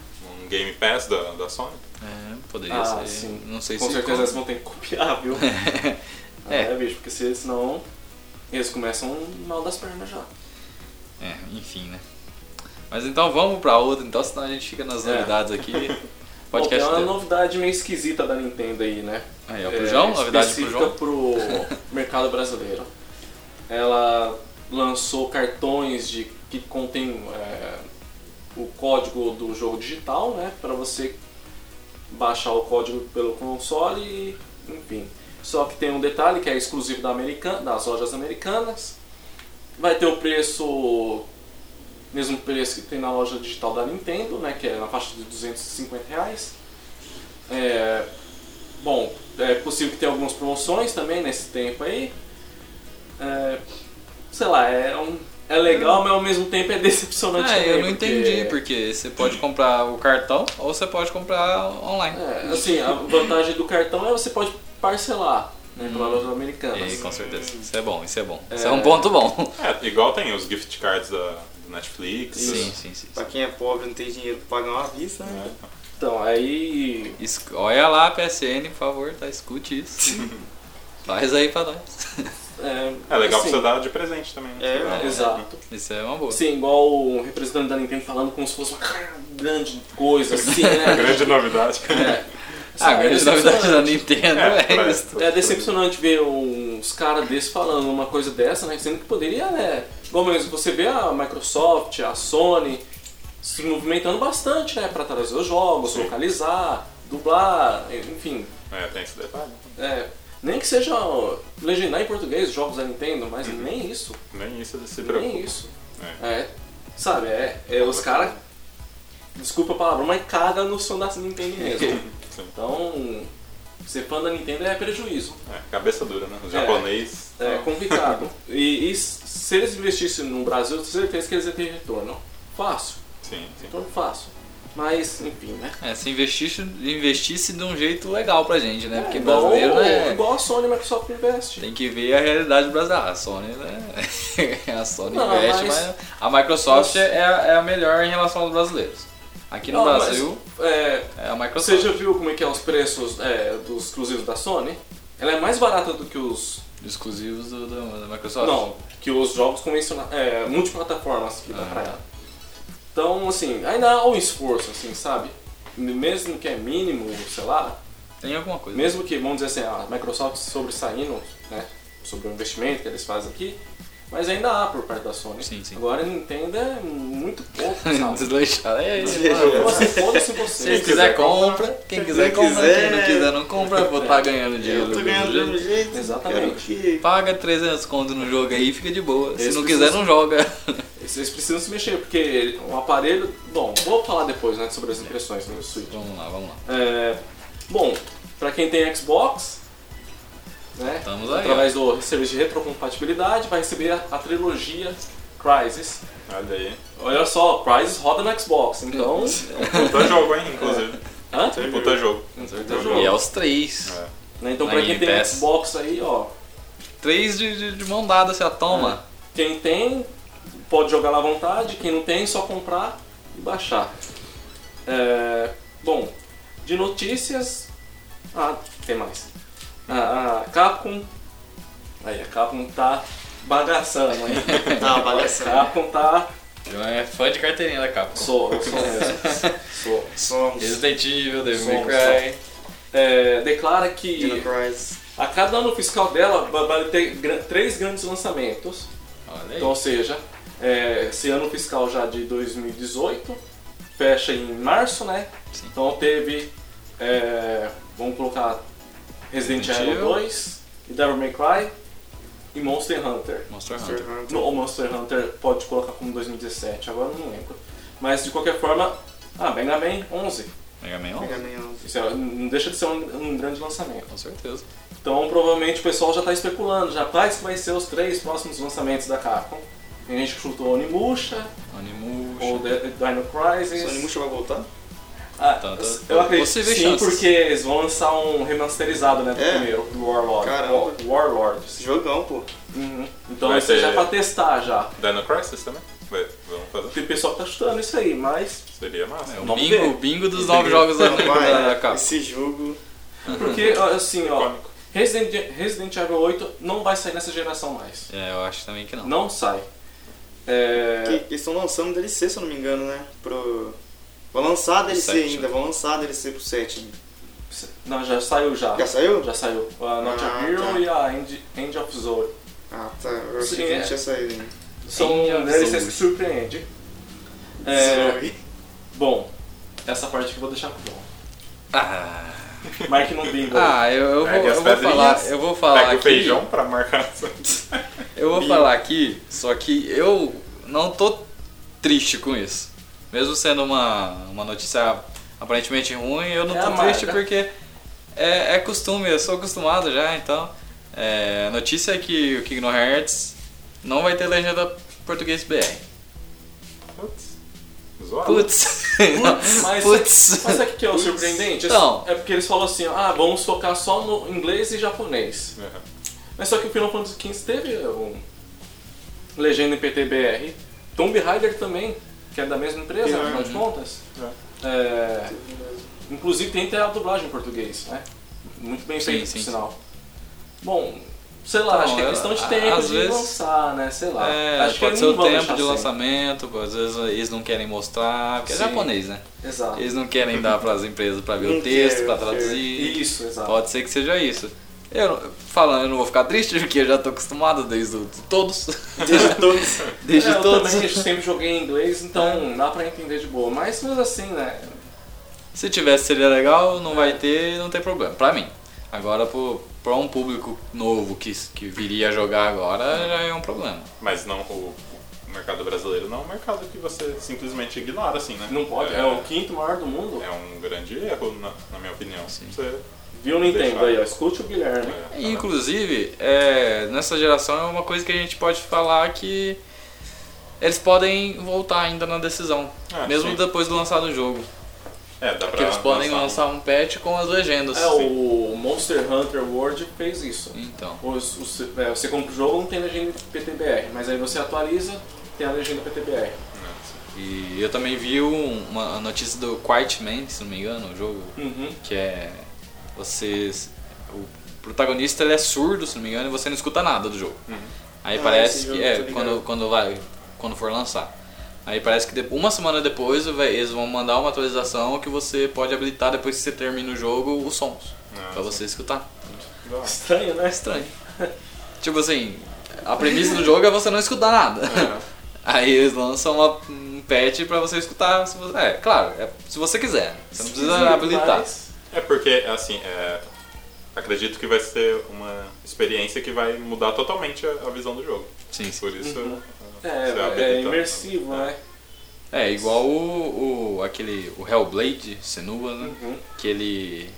S2: um Game Pass da, da Sony.
S1: É, poderia
S3: Ah,
S1: ser.
S3: sim.
S1: Não sei
S3: Com
S1: se.
S3: certeza eles vão ter que copiar, viu?
S1: É.
S3: é, bicho, porque se- senão eles começam mal das pernas já.
S1: É, enfim, né? Mas então vamos pra outra, então, senão a gente fica nas
S3: É.
S1: novidades aqui.
S3: Bom, tem
S1: Podcast.
S3: uma
S1: dele.
S3: novidade meio esquisita da Nintendo aí, né?
S1: Aí, ó, pro João, novidade pro
S3: É, específica
S1: João.
S3: pro mercado brasileiro. Ela lançou cartões de que contém é, o código do jogo digital, né? Para você baixar o código pelo console e enfim. Só que tem um detalhe que é exclusivo da americana, das lojas americanas. Vai ter o preço mesmo preço que tem na loja digital da Nintendo, né? Que é na faixa de 250 reais. É, Bom, é possível que tenha algumas promoções também nesse tempo aí. É, sei lá, é, um- é legal, mas ao mesmo tempo é decepcionante
S1: É,
S3: também.
S1: eu não entendi, porque você pode comprar o cartão ou você pode comprar online.
S3: É, assim, a vantagem do cartão é você pode parcelar, né,
S1: Hum.
S3: pela loja americana.
S1: E, com certeza. Isso é bom, isso é bom. Isso é
S3: É.
S1: um ponto bom.
S2: É, igual tem os gift cards da do Netflix.
S1: Sim, sim, sim.
S4: Pra quem é pobre não tem dinheiro pra pagar uma vista, né?
S2: né?
S3: Então, aí...
S1: Es- Olha lá a PSN, por favor, tá? Escute isso. Faz aí pra nós.
S3: É,
S2: É legal
S3: assim,
S2: pra você dar de presente também. né?
S4: É,
S2: Sei lá.
S4: dar-
S3: Exato.
S1: Isso é uma boa.
S3: Sim, igual o representante da Nintendo falando como se fosse uma grande coisa, assim, né?
S2: Grande novidade.
S3: É.
S1: Ah, a
S3: Sabe, é
S1: grande novidade da
S3: decepcionante.
S1: Nintendo
S2: É,
S1: é
S2: pra-
S1: isso.
S3: É decepcionante ver uns caras desses falando uma coisa dessa, né? Sendo que poderia, né? Igual mesmo, você vê a Microsoft, a Sony se movimentando bastante, né? Pra trazer os jogos,
S2: Sim.
S3: localizar, dublar, enfim.
S2: É, tem esse detalhe.
S3: É, nem que seja ó, legendar em português os jogos da Nintendo, mas nem isso.
S2: Nem isso eles se Uhum. preocupa.
S3: Nem isso. É. Sabe, é, é os caras. Desculpa a palavra, mas caga no som da Nintendo mesmo.
S2: Sim.
S3: Então, ser fã da Nintendo é prejuízo.
S2: É, cabeça dura, né? Os
S3: É.
S2: japonês.
S3: É complicado. e, e se eles investissem no Brasil, eu tenho certeza que eles iam ter retorno. Fácil,
S2: Sim, sim.
S3: retorno fácil. Mas, enfim, né?
S1: É, se investisse, investisse de um jeito legal pra gente, né? Porque
S3: É igual,
S1: brasileiro né,
S3: igual a Sony e a Microsoft investe.
S1: tem que ver a realidade brasileira. A Sony, né? A Sony
S3: Não,
S1: investe, mas...
S3: mas-
S1: a Microsoft
S3: Nossa.
S1: é, é a melhor em relação aos brasileiros. Aqui no
S3: Não, mas,
S1: Brasil
S3: é,
S1: é a Microsoft.
S3: você já viu como é que é os preços é, dos exclusivos da Sony? Ela é mais barata do que os.
S1: Exclusivos do, do- da Mionsoft.
S3: Não, que os jogos convencionais. É, multiplataformas que dá
S1: Ah.
S3: pra ela. Então, assim, ainda há um esforço, assim, sabe? Mesmo que é mínimo, sei lá,
S1: Tem alguma coisa.
S3: Mesmo que, vamos dizer assim, a Microsoft sobressaindo né, sobre o investimento que eles fazem aqui, mas ainda há por parte da Sony.
S1: Sim, sim.
S3: Agora a Nintendo é muito pouco, sabe?
S1: Deslanchar. É isso, mano.
S3: Nossa, foda-se
S1: Se quem
S3: vocês.
S1: quiser
S2: quiser
S1: compra, quem quiser
S4: quiser,
S1: compra, quem não
S4: é.
S1: quiser não compra, vou tá ganhando dinheiro.
S4: Eu
S1: do
S4: tô
S1: mesmo
S4: ganhando do
S1: jeito.
S4: mesmo jeito.
S3: Exatamente.
S4: Quero que-
S1: Paga 300 conto no jogo aí e fica de boa. Se
S3: Eles
S1: não quiser,
S3: precisam-
S1: não joga.
S3: Vocês precisam se mexer, porque o aparelho. Bom, vou falar depois né, sobre as impressões do Switch.
S1: vamos lá, vamos lá.
S3: É, bom, pra quem tem Xbox, né,
S1: Estamos Tá aí,
S3: através do serviço de retrocompatibilidade, vai receber a, a trilogia Crysis.
S2: Olha aí.
S3: Olha só, Crysis roda no Xbox, então.
S2: Puta jogo, hein, inclusive.
S3: Hã?
S2: Puta jogo.
S1: E é os três.
S2: É.
S3: Então, Né, Então,
S1: Na
S3: pra quem tem
S1: NPS.
S3: Xbox aí, ó,
S1: Três de, de, de mão dada, você a toma.
S3: quem tem pode jogar lá à vontade, quem não tem, só comprar e baixar. É, bom, de notícias. Ah, tem mais. Ah, A, a Capcom. Aí, a Capcom tá bagaçando, hein?
S4: Tá,
S3: a
S4: bagaçando.
S3: Capcom tá
S1: João é fã de carteirinha da Capcom.
S3: Sou, eu sou mesmo. sou.
S4: Somos.
S1: Resident Evil, Devil May
S3: Som,
S1: Cry.
S3: É, declara
S4: Dino
S3: que
S4: Crisis.
S3: a cada ano fiscal dela va- vai ter gran- três grandes lançamentos.
S1: Olha aí.
S3: Então, ou seja, é, esse ano fiscal já de 2018 fecha em março, né?
S1: Sim.
S3: Então teve, é, vamos colocar Resident
S1: Resident
S3: Evil
S1: Evil.
S3: 2, e Devil May Cry e Monster Hunter.
S1: Monster
S4: Monster
S1: Hunter.
S4: Hunter.
S3: No, ou Monster Hunter pode colocar como 2017, agora eu não lembro. Mas de qualquer forma, ah, Mega Man 11.
S1: Mega Man 11.
S4: Mega Man 11.
S3: Isso é- não deixa de ser um- um grande lançamento.
S1: Com certeza.
S3: Então provavelmente o pessoal já está especulando, já quais que vai ser os três próximos lançamentos da Capcom. Tem gente que chutou Onimusha, ou
S1: Animus.
S3: The- Dino Crisis.
S4: Sony Musha vai voltar?
S3: Ah,
S1: Tá, tá.
S3: eu acredito que
S1: Possíveis
S3: sim,
S1: chances.
S3: porque eles vão lançar um remasterizado, né, do
S4: É.
S3: primeiro, do Warlord.
S4: Caramba.
S3: War- Warlord.
S4: Esse jogão, pô.
S3: Uhum. Então
S2: Vai
S3: isso aí já é
S2: ser-
S3: pra testar já.
S2: Dino Crisis também? Vai- Vamos fazer?
S3: Tem pessoal que tá chutando isso aí, mas...
S2: Seria massa.
S1: É, o
S3: Vamos
S1: bingo,
S3: ver.
S1: o bingo dos
S3: Esse
S1: nove
S3: aí.
S1: jogos da, da, da
S4: Então, Vai, é.
S1: Capcom.
S4: esse jogo.
S1: Uhum.
S3: Porque, ó, assim, ó,
S2: Cômico.
S3: Resident, Resident Evil 8 não vai sair nessa geração mais.
S1: É, eu acho também que não.
S3: Não sai. É...
S4: Que, eles estão lançando um DLC, se eu não me engano, né? Pro. Vão lançar DLC
S1: Sete, né?
S4: ainda, vão lançar DLC pro 7.
S3: Não, já saiu já.
S4: Já saiu?
S3: Já saiu. A Not
S4: Ah,
S3: a Hero
S4: tá.
S3: e a End, End of Zoe.
S4: Ah, tá. Eu achei
S3: Sim,
S4: que
S3: é.
S4: não tinha saído ainda.
S3: São
S1: End of
S3: DLCs
S1: Zoe.
S3: que surpreendem. É,
S4: Sorry.
S3: bom, essa parte aqui eu vou deixar pro bom.
S1: Ah,
S3: Marque no bingo.
S1: ah, eu, eu vou,
S2: Pegue
S1: eu
S2: as
S1: vou falar,
S2: pedrinhas,
S1: eu vou falar
S2: Pega o
S1: aqui.
S2: feijão pra marcar.
S1: Eu vou
S4: Bingo.
S1: falar aqui, só que eu não tô triste com isso. Mesmo sendo uma, uma notícia aparentemente ruim, eu não
S3: É
S1: tô
S3: amarga.
S1: triste porque é, é costume, eu sou acostumado já, então. É, a notícia é que o Kingdom Hearts não vai ter legenda português BR.
S2: Putz. Zoado.
S1: Putz! Não,
S3: Mas,
S1: Putz! Então,
S3: mas sabe o que que é o surpreendente?
S1: Não.
S3: É porque eles falam assim, ó, ah, vamos focar só no inglês e japonês.
S2: Aham.
S3: Mas só que o Final Fantasy XV teve um legenda em PTBR. Tomb Raider também, que é da mesma empresa,
S4: Uhum.
S3: afinal de contas.
S2: É.
S3: É, inclusive tem até a dublagem em português, né? Muito bem
S1: Sim,
S3: feito,
S1: sim,
S3: por
S1: sim.
S3: sinal. Bom, sei lá,
S1: Então,
S3: acho que é
S1: eu-
S3: questão de
S1: a-
S3: tempo
S1: às
S3: de
S1: vezes-
S3: lançar, né? Sei lá.
S1: É,
S3: acho que
S1: pode
S3: eles
S1: ser
S3: não
S1: o
S3: vão
S1: tempo
S3: deixar assim.
S1: de
S3: sem.
S1: lançamento, pô, às vezes eles não querem mostrar, porque
S3: Sim.
S1: é japonês, né?
S3: Exato.
S1: Eles não querem dar para as empresas para ver o
S4: Não
S1: texto,
S4: quero,
S1: para
S4: quero.
S1: traduzir.
S3: Isso, exato.
S1: Pode ser que seja isso. Eu, não- falando, eu não vou ficar triste porque eu já tô acostumado desde o- de todos.
S4: Desde todos.
S1: Desde
S3: é, eu
S1: todos.
S3: também sempre joguei em inglês, então dá pra entender de boa. Mas mesmo assim, né?
S1: Se tivesse seria legal, não vai ter, não tem problema. Pra mim. Agora, para um público novo que, que viria jogar agora, já é um problema.
S2: Mas não, o, o mercado brasileiro não é um mercado que você simplesmente ignora, assim, né?
S3: Não pode. É, o quinto maior do mundo.
S2: É um grande erro, na, na minha opinião.
S1: Sim.
S2: Você-
S3: Viu, Nintendo?
S2: Deixa-
S3: Aí, ó. Escute o Guilherme.
S2: é,
S1: E, Inclusive, é, nessa geração é uma coisa que a gente pode falar que eles podem voltar ainda na decisão,
S2: Ah,
S1: mesmo
S2: sim.
S1: depois do lançado do jogo.
S2: É, dá pra
S1: Porque eles podem lançar
S2: um-
S1: um patch com as legendas.
S3: É, o Monster Hunter World fez isso.
S1: Então,
S3: Os- os- é, você compra o jogo, não tem legenda PTBR, mas aí você atualiza, tem a legenda PTBR.
S2: É, sim.
S1: e eu também vi um- uma notícia do Quiet Man, se não me engano, o jogo
S3: Uhum.
S1: que é você o protagonista ele é surdo, se não me engano, e você não escuta nada do jogo.
S2: Uhum.
S1: Aí
S4: Ah,
S1: parece
S4: esse
S1: que
S4: jogo
S1: é
S4: eu tô ligado.
S1: quando quando vai quando for lançar. Aí parece que de- uma semana depois vai- eles vão mandar uma atualização que você pode habilitar depois que você termina o jogo os sons
S2: Ah,
S1: Pra você escutar.
S2: Da hora.
S3: Estranho, né?
S1: É estranho. tipo assim, a premissa do jogo é você não escutar nada.
S2: É.
S1: Aí eles lançam uma- um patch pra você escutar, se você- é claro, é se você quiser. Você não precisa habilitar.
S3: Mas-
S2: É porque, assim, é, acredito que vai ser uma experiência que vai mudar totalmente a, a visão do jogo.
S1: Sim, sim.
S2: Por isso.
S3: Uhum.
S2: é, você
S3: É, é
S2: habilita-
S3: imersivo, né?
S1: É, igual o, o- aquele o Hellblade, Senua, né?
S3: Uhum.
S1: Que ele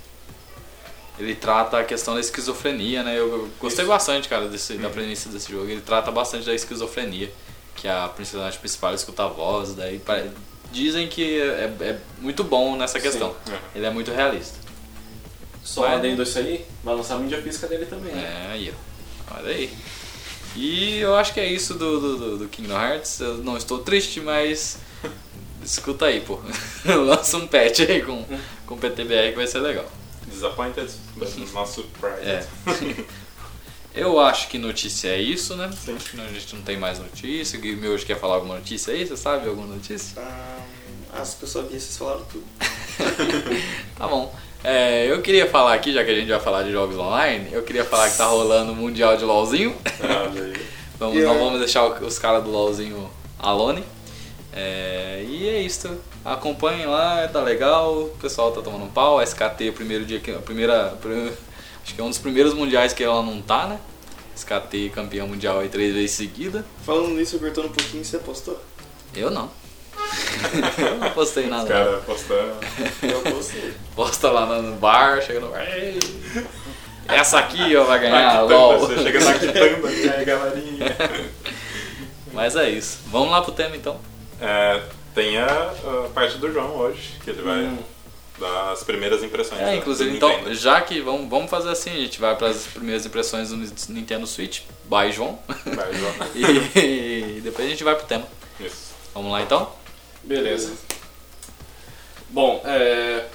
S1: ele trata a questão da esquizofrenia, né? Eu, eu gostei
S3: Isso.
S1: bastante, cara, desse, da premissa desse jogo. Ele trata bastante da esquizofrenia, que é a personagem principal escuta a voz, daí pare- dizem que é, é muito bom nessa questão.
S2: Uhum.
S1: Ele é muito realista.
S3: Só
S1: Vai.
S3: adendo isso aí, vai lançar a mídia física dele também. né?
S1: É, aí, ó. Olha aí. E eu acho que é isso do, do, do- do Kingdom Hearts. Eu não estou triste, mas. Escuta aí, pô. Lança um patch aí com, com PTBR que vai ser legal.
S2: Disappointed, but not surprised.
S1: É. Eu acho que notícia é isso, né? Acho que A gente não tem mais notícia. O Guilherme hoje quer falar alguma notícia aí? Você sabe alguma notícia?
S4: Ah, as pessoas vi, vocês falaram tudo.
S1: Tá bom. É, eu queria falar aqui, já que a gente vai falar de jogos online, eu queria falar que tá rolando o Mundial de LOLzinho.
S2: Ah, daí-
S1: Vamos,
S4: Yeah.
S1: Não vamos deixar o- os caras do LOLzinho alone. É, e é isso. Acompanhem lá, tá legal. O pessoal tá tomando um pau. A SKT, o primeiro dia que. A primeira, prim- acho que é um dos primeiros mundiais que ela não tá, né? SKT campeão mundial aí três vezes seguida.
S4: Falando nisso, cortando um pouquinho, você apostou?
S1: Eu não. eu não postei
S2: Os
S1: nada.
S2: caras postando.
S4: Eu apostei.
S1: Posta lá no no bar, chega no bar. "Ei, Essa aqui ó, vai ganhar,
S2: Na
S1: LOL.
S2: quitanda, você chega na quitanda, e aí, galerinha.
S1: Mas é isso. Vamos lá pro tema então.
S2: É, tem a, a parte do João hoje, que ele vai
S3: Hum.
S2: dar as primeiras impressões.
S1: É,
S2: da-
S1: inclusive,
S2: do
S1: então,
S2: Nintendo.
S1: já que vamos, vamos fazer assim, a gente vai para as primeiras impressões do Nintendo Switch, by João,
S2: Vai, João.
S1: e, depois a gente vai pro tema.
S2: Isso.
S1: Vamos lá então?
S3: Beleza. Bom, é.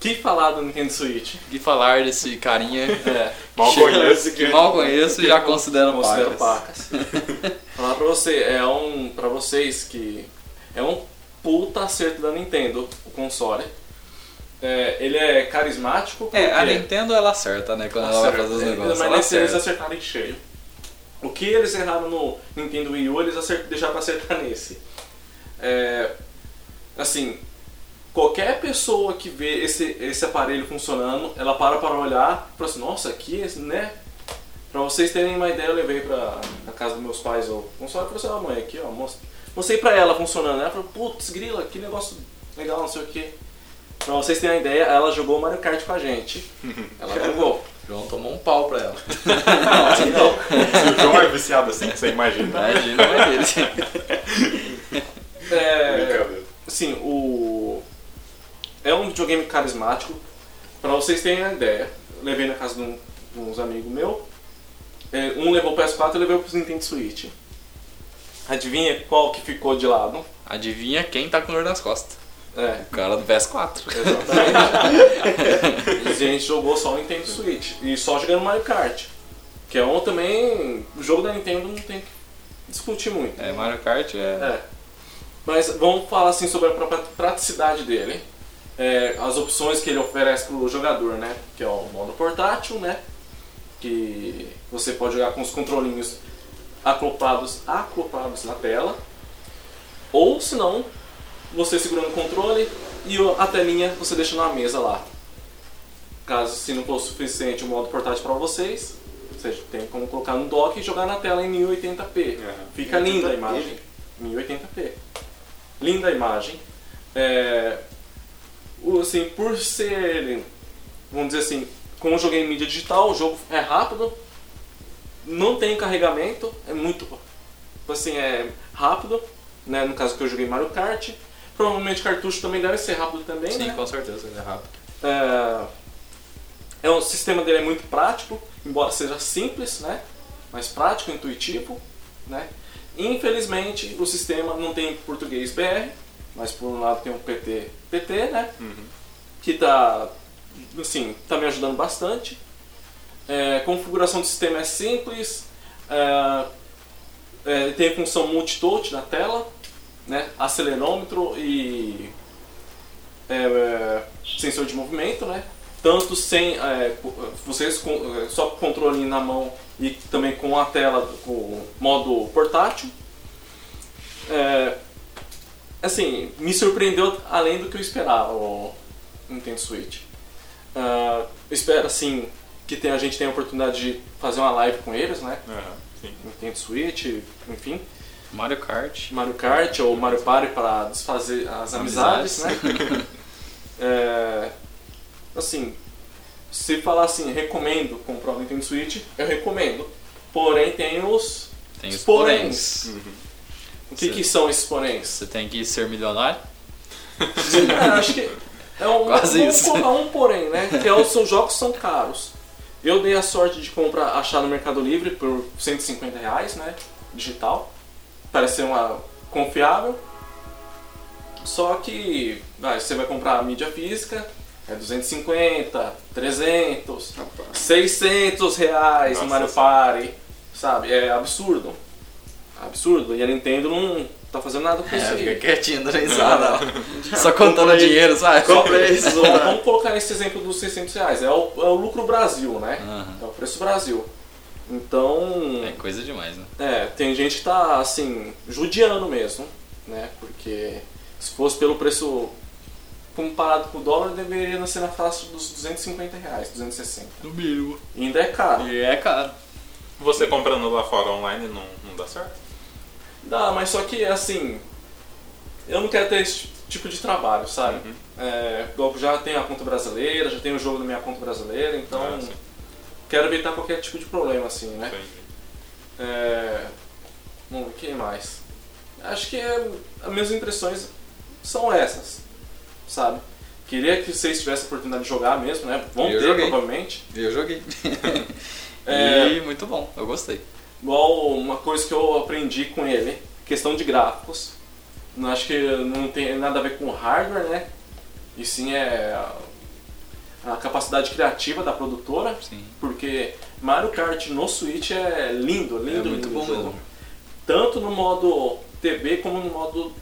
S3: Que falar do Nintendo Switch?
S1: E falar desse carinha
S3: É,
S2: Mal conheço.
S1: que mal conheço e já considero um
S3: considero
S1: pacas.
S3: pacas. falar pra você, é um. pra vocês que. É um puta acerto da Nintendo, o console. É, ele é carismático. porque-
S1: É, a Nintendo ela acerta, né, quando ela vai
S3: Acerta.
S1: fazer os
S3: É,
S1: negócios. tá
S3: Mas
S1: Ela
S3: nesse eles
S1: acerta.
S3: acertaram em cheio. O que eles erraram no Nintendo Wii U, eles acer- deixaram pra acertar nesse. É, assim, qualquer pessoa que vê esse, esse aparelho funcionando, ela para para olhar e fala assim, nossa, aqui, né? Pra vocês terem uma ideia, eu levei pra na casa dos meus pais o console e falei assim, ó mãe, aqui ó, mostra. mostrei pra ela funcionando. Ela falou, putz, grila, que negócio legal, não sei o que. Pra vocês terem uma ideia, ela jogou Mario Kart com a gente. Ela jogou.
S1: João tomou um pau pra ela.
S3: Aí não.
S2: Se o João é viciado assim, você imagina.
S1: Imagina, mas ele.
S3: É,
S2: Brincadeira.
S3: assim, o. É um videogame carismático. Pra vocês terem uma ideia, eu levei na casa de, um- de uns amigos meu. É, Um levou o PS4 e levou pro Nintendo Switch. Adivinha qual que ficou de lado?
S1: Adivinha quem tá com dor nas costas?
S3: É,
S1: O cara do PS4.
S3: exatamente. a gente jogou só o Nintendo Switch. E só jogando Mario Kart. Que é um também. O jogo da Nintendo não tem que discutir muito.
S1: É, Mario Kart é.
S3: É. Mas vamos falar assim sobre a própria praticidade dele. É, as opções que ele oferece pro jogador, né? Que é o modo portátil, né? Que você pode jogar com os controlinhos acoplados, acoplados na tela. Ou se não, você segurando o controle e o- a telinha você deixa na mesa lá. Caso se não for suficiente o modo portátil para vocês, você tem como colocar no dock e jogar na tela em 1080p.
S2: Aham.
S3: Fica linda a
S4: 1080p.
S3: imagem. 1080p. Linda a imagem. É, o- assim, por ser, vamos dizer assim, como eu joguei em mídia digital, o jogo é rápido, não tem carregamento, é muito tipo assim, é rápido, né? No caso que eu joguei Mario Kart. Provavelmente cartucho também deve ser rápido também,
S1: Sim,
S3: né?
S1: com certeza, ele é rápido.
S3: É, é um o sistema dele é muito prático, embora seja simples, né? Mas prático, intuitivo, né? Infelizmente, o sistema não tem português BR, mas por um lado tem um PT, PT, né? Que tá, assim, tá me ajudando bastante. É, configuração do sistema é simples, é, é, tem função multitouch na tela, né? Acelerômetro e é, é, sensor de movimento, né? Tanto sem é, co- vocês com, é, só com o controle na mão e também com a tela com o modo portátil. É, assim, me surpreendeu além do que eu esperava o Nintendo Switch. Ah, espero assim que tenha- a gente tenha a oportunidade de fazer uma live com eles, né?
S2: Aham, sim.
S3: Nintendo Switch, enfim.
S1: Mario Kart.
S3: Mario Kart ou Mario Party para desfazer as amizades, né? É, assim, se falar assim, recomendo comprar o Nintendo Switch, eu recomendo. Porém, tem os.
S1: Tem os
S3: Poréns.
S1: poréns.
S3: O que, que são esses poréns?
S1: Você tem que ser milionário?
S3: É, acho que é um,
S1: Quase
S3: vamos
S1: isso.
S3: colocar um porém, né? Que é os seus jogos são caros. Eu dei a sorte de comprar, achar no Mercado Livre por 150 reais, né? Digital. Parece ser uma confiável. Só que vai, você vai comprar a mídia física, É 250, 300,
S4: Rapaz.
S3: 600 reais
S2: Nossa
S3: no Mario Party, sabe? É absurdo. Absurdo. E a Nintendo não tá fazendo nada com isso
S1: É, fica
S3: aí.
S1: quietinho, não tem nada. Ah, Só contando
S4: Comprei.
S1: dinheiro, sabe?
S4: Compra esse
S3: Vamos-
S4: celular.
S3: Vamos colocar esse exemplo dos 600 reais. É o, é o lucro Brasil, né?
S1: Aham.
S3: É o preço Brasil. Então,
S1: É coisa demais, né?
S3: é, tem gente que tá, assim, judiando mesmo, né? Porque se fosse pelo preço comparado com o dólar, deveria ser na faixa dos 250 reais, 260.
S1: No mínimo.
S3: E ainda é caro.
S1: E é caro.
S2: Você comprando lá fora online não, não dá certo?
S3: Dá, mas só que, assim, eu não quero ter esse tipo de trabalho, sabe?
S2: Uhum.
S3: É, eu já tenho a conta brasileira, já tenho o jogo na minha conta brasileira, então
S2: Ah, sim.
S3: quero evitar qualquer tipo de problema, assim, né?
S2: Entendi.
S3: É... Bom, o que mais? Acho que é... as minhas impressões são essas, sabe? Queria que vocês tivessem a oportunidade de jogar mesmo, né? Vão
S1: Eu
S3: ter,
S1: joguei.
S3: provavelmente.
S1: Eu joguei.
S3: É.
S1: E muito bom, eu gostei.
S3: Igual uma coisa que eu aprendi com ele, questão de gráficos. Não acho que não tem nada a ver com hardware, né? E sim é a- a capacidade criativa da produtora,
S1: Sim.
S3: porque Mario Kart no Switch é lindo, lindo,
S1: É muito
S3: lindo
S1: bom
S3: o jogo.
S1: mesmo.
S3: tanto no modo TV como no modo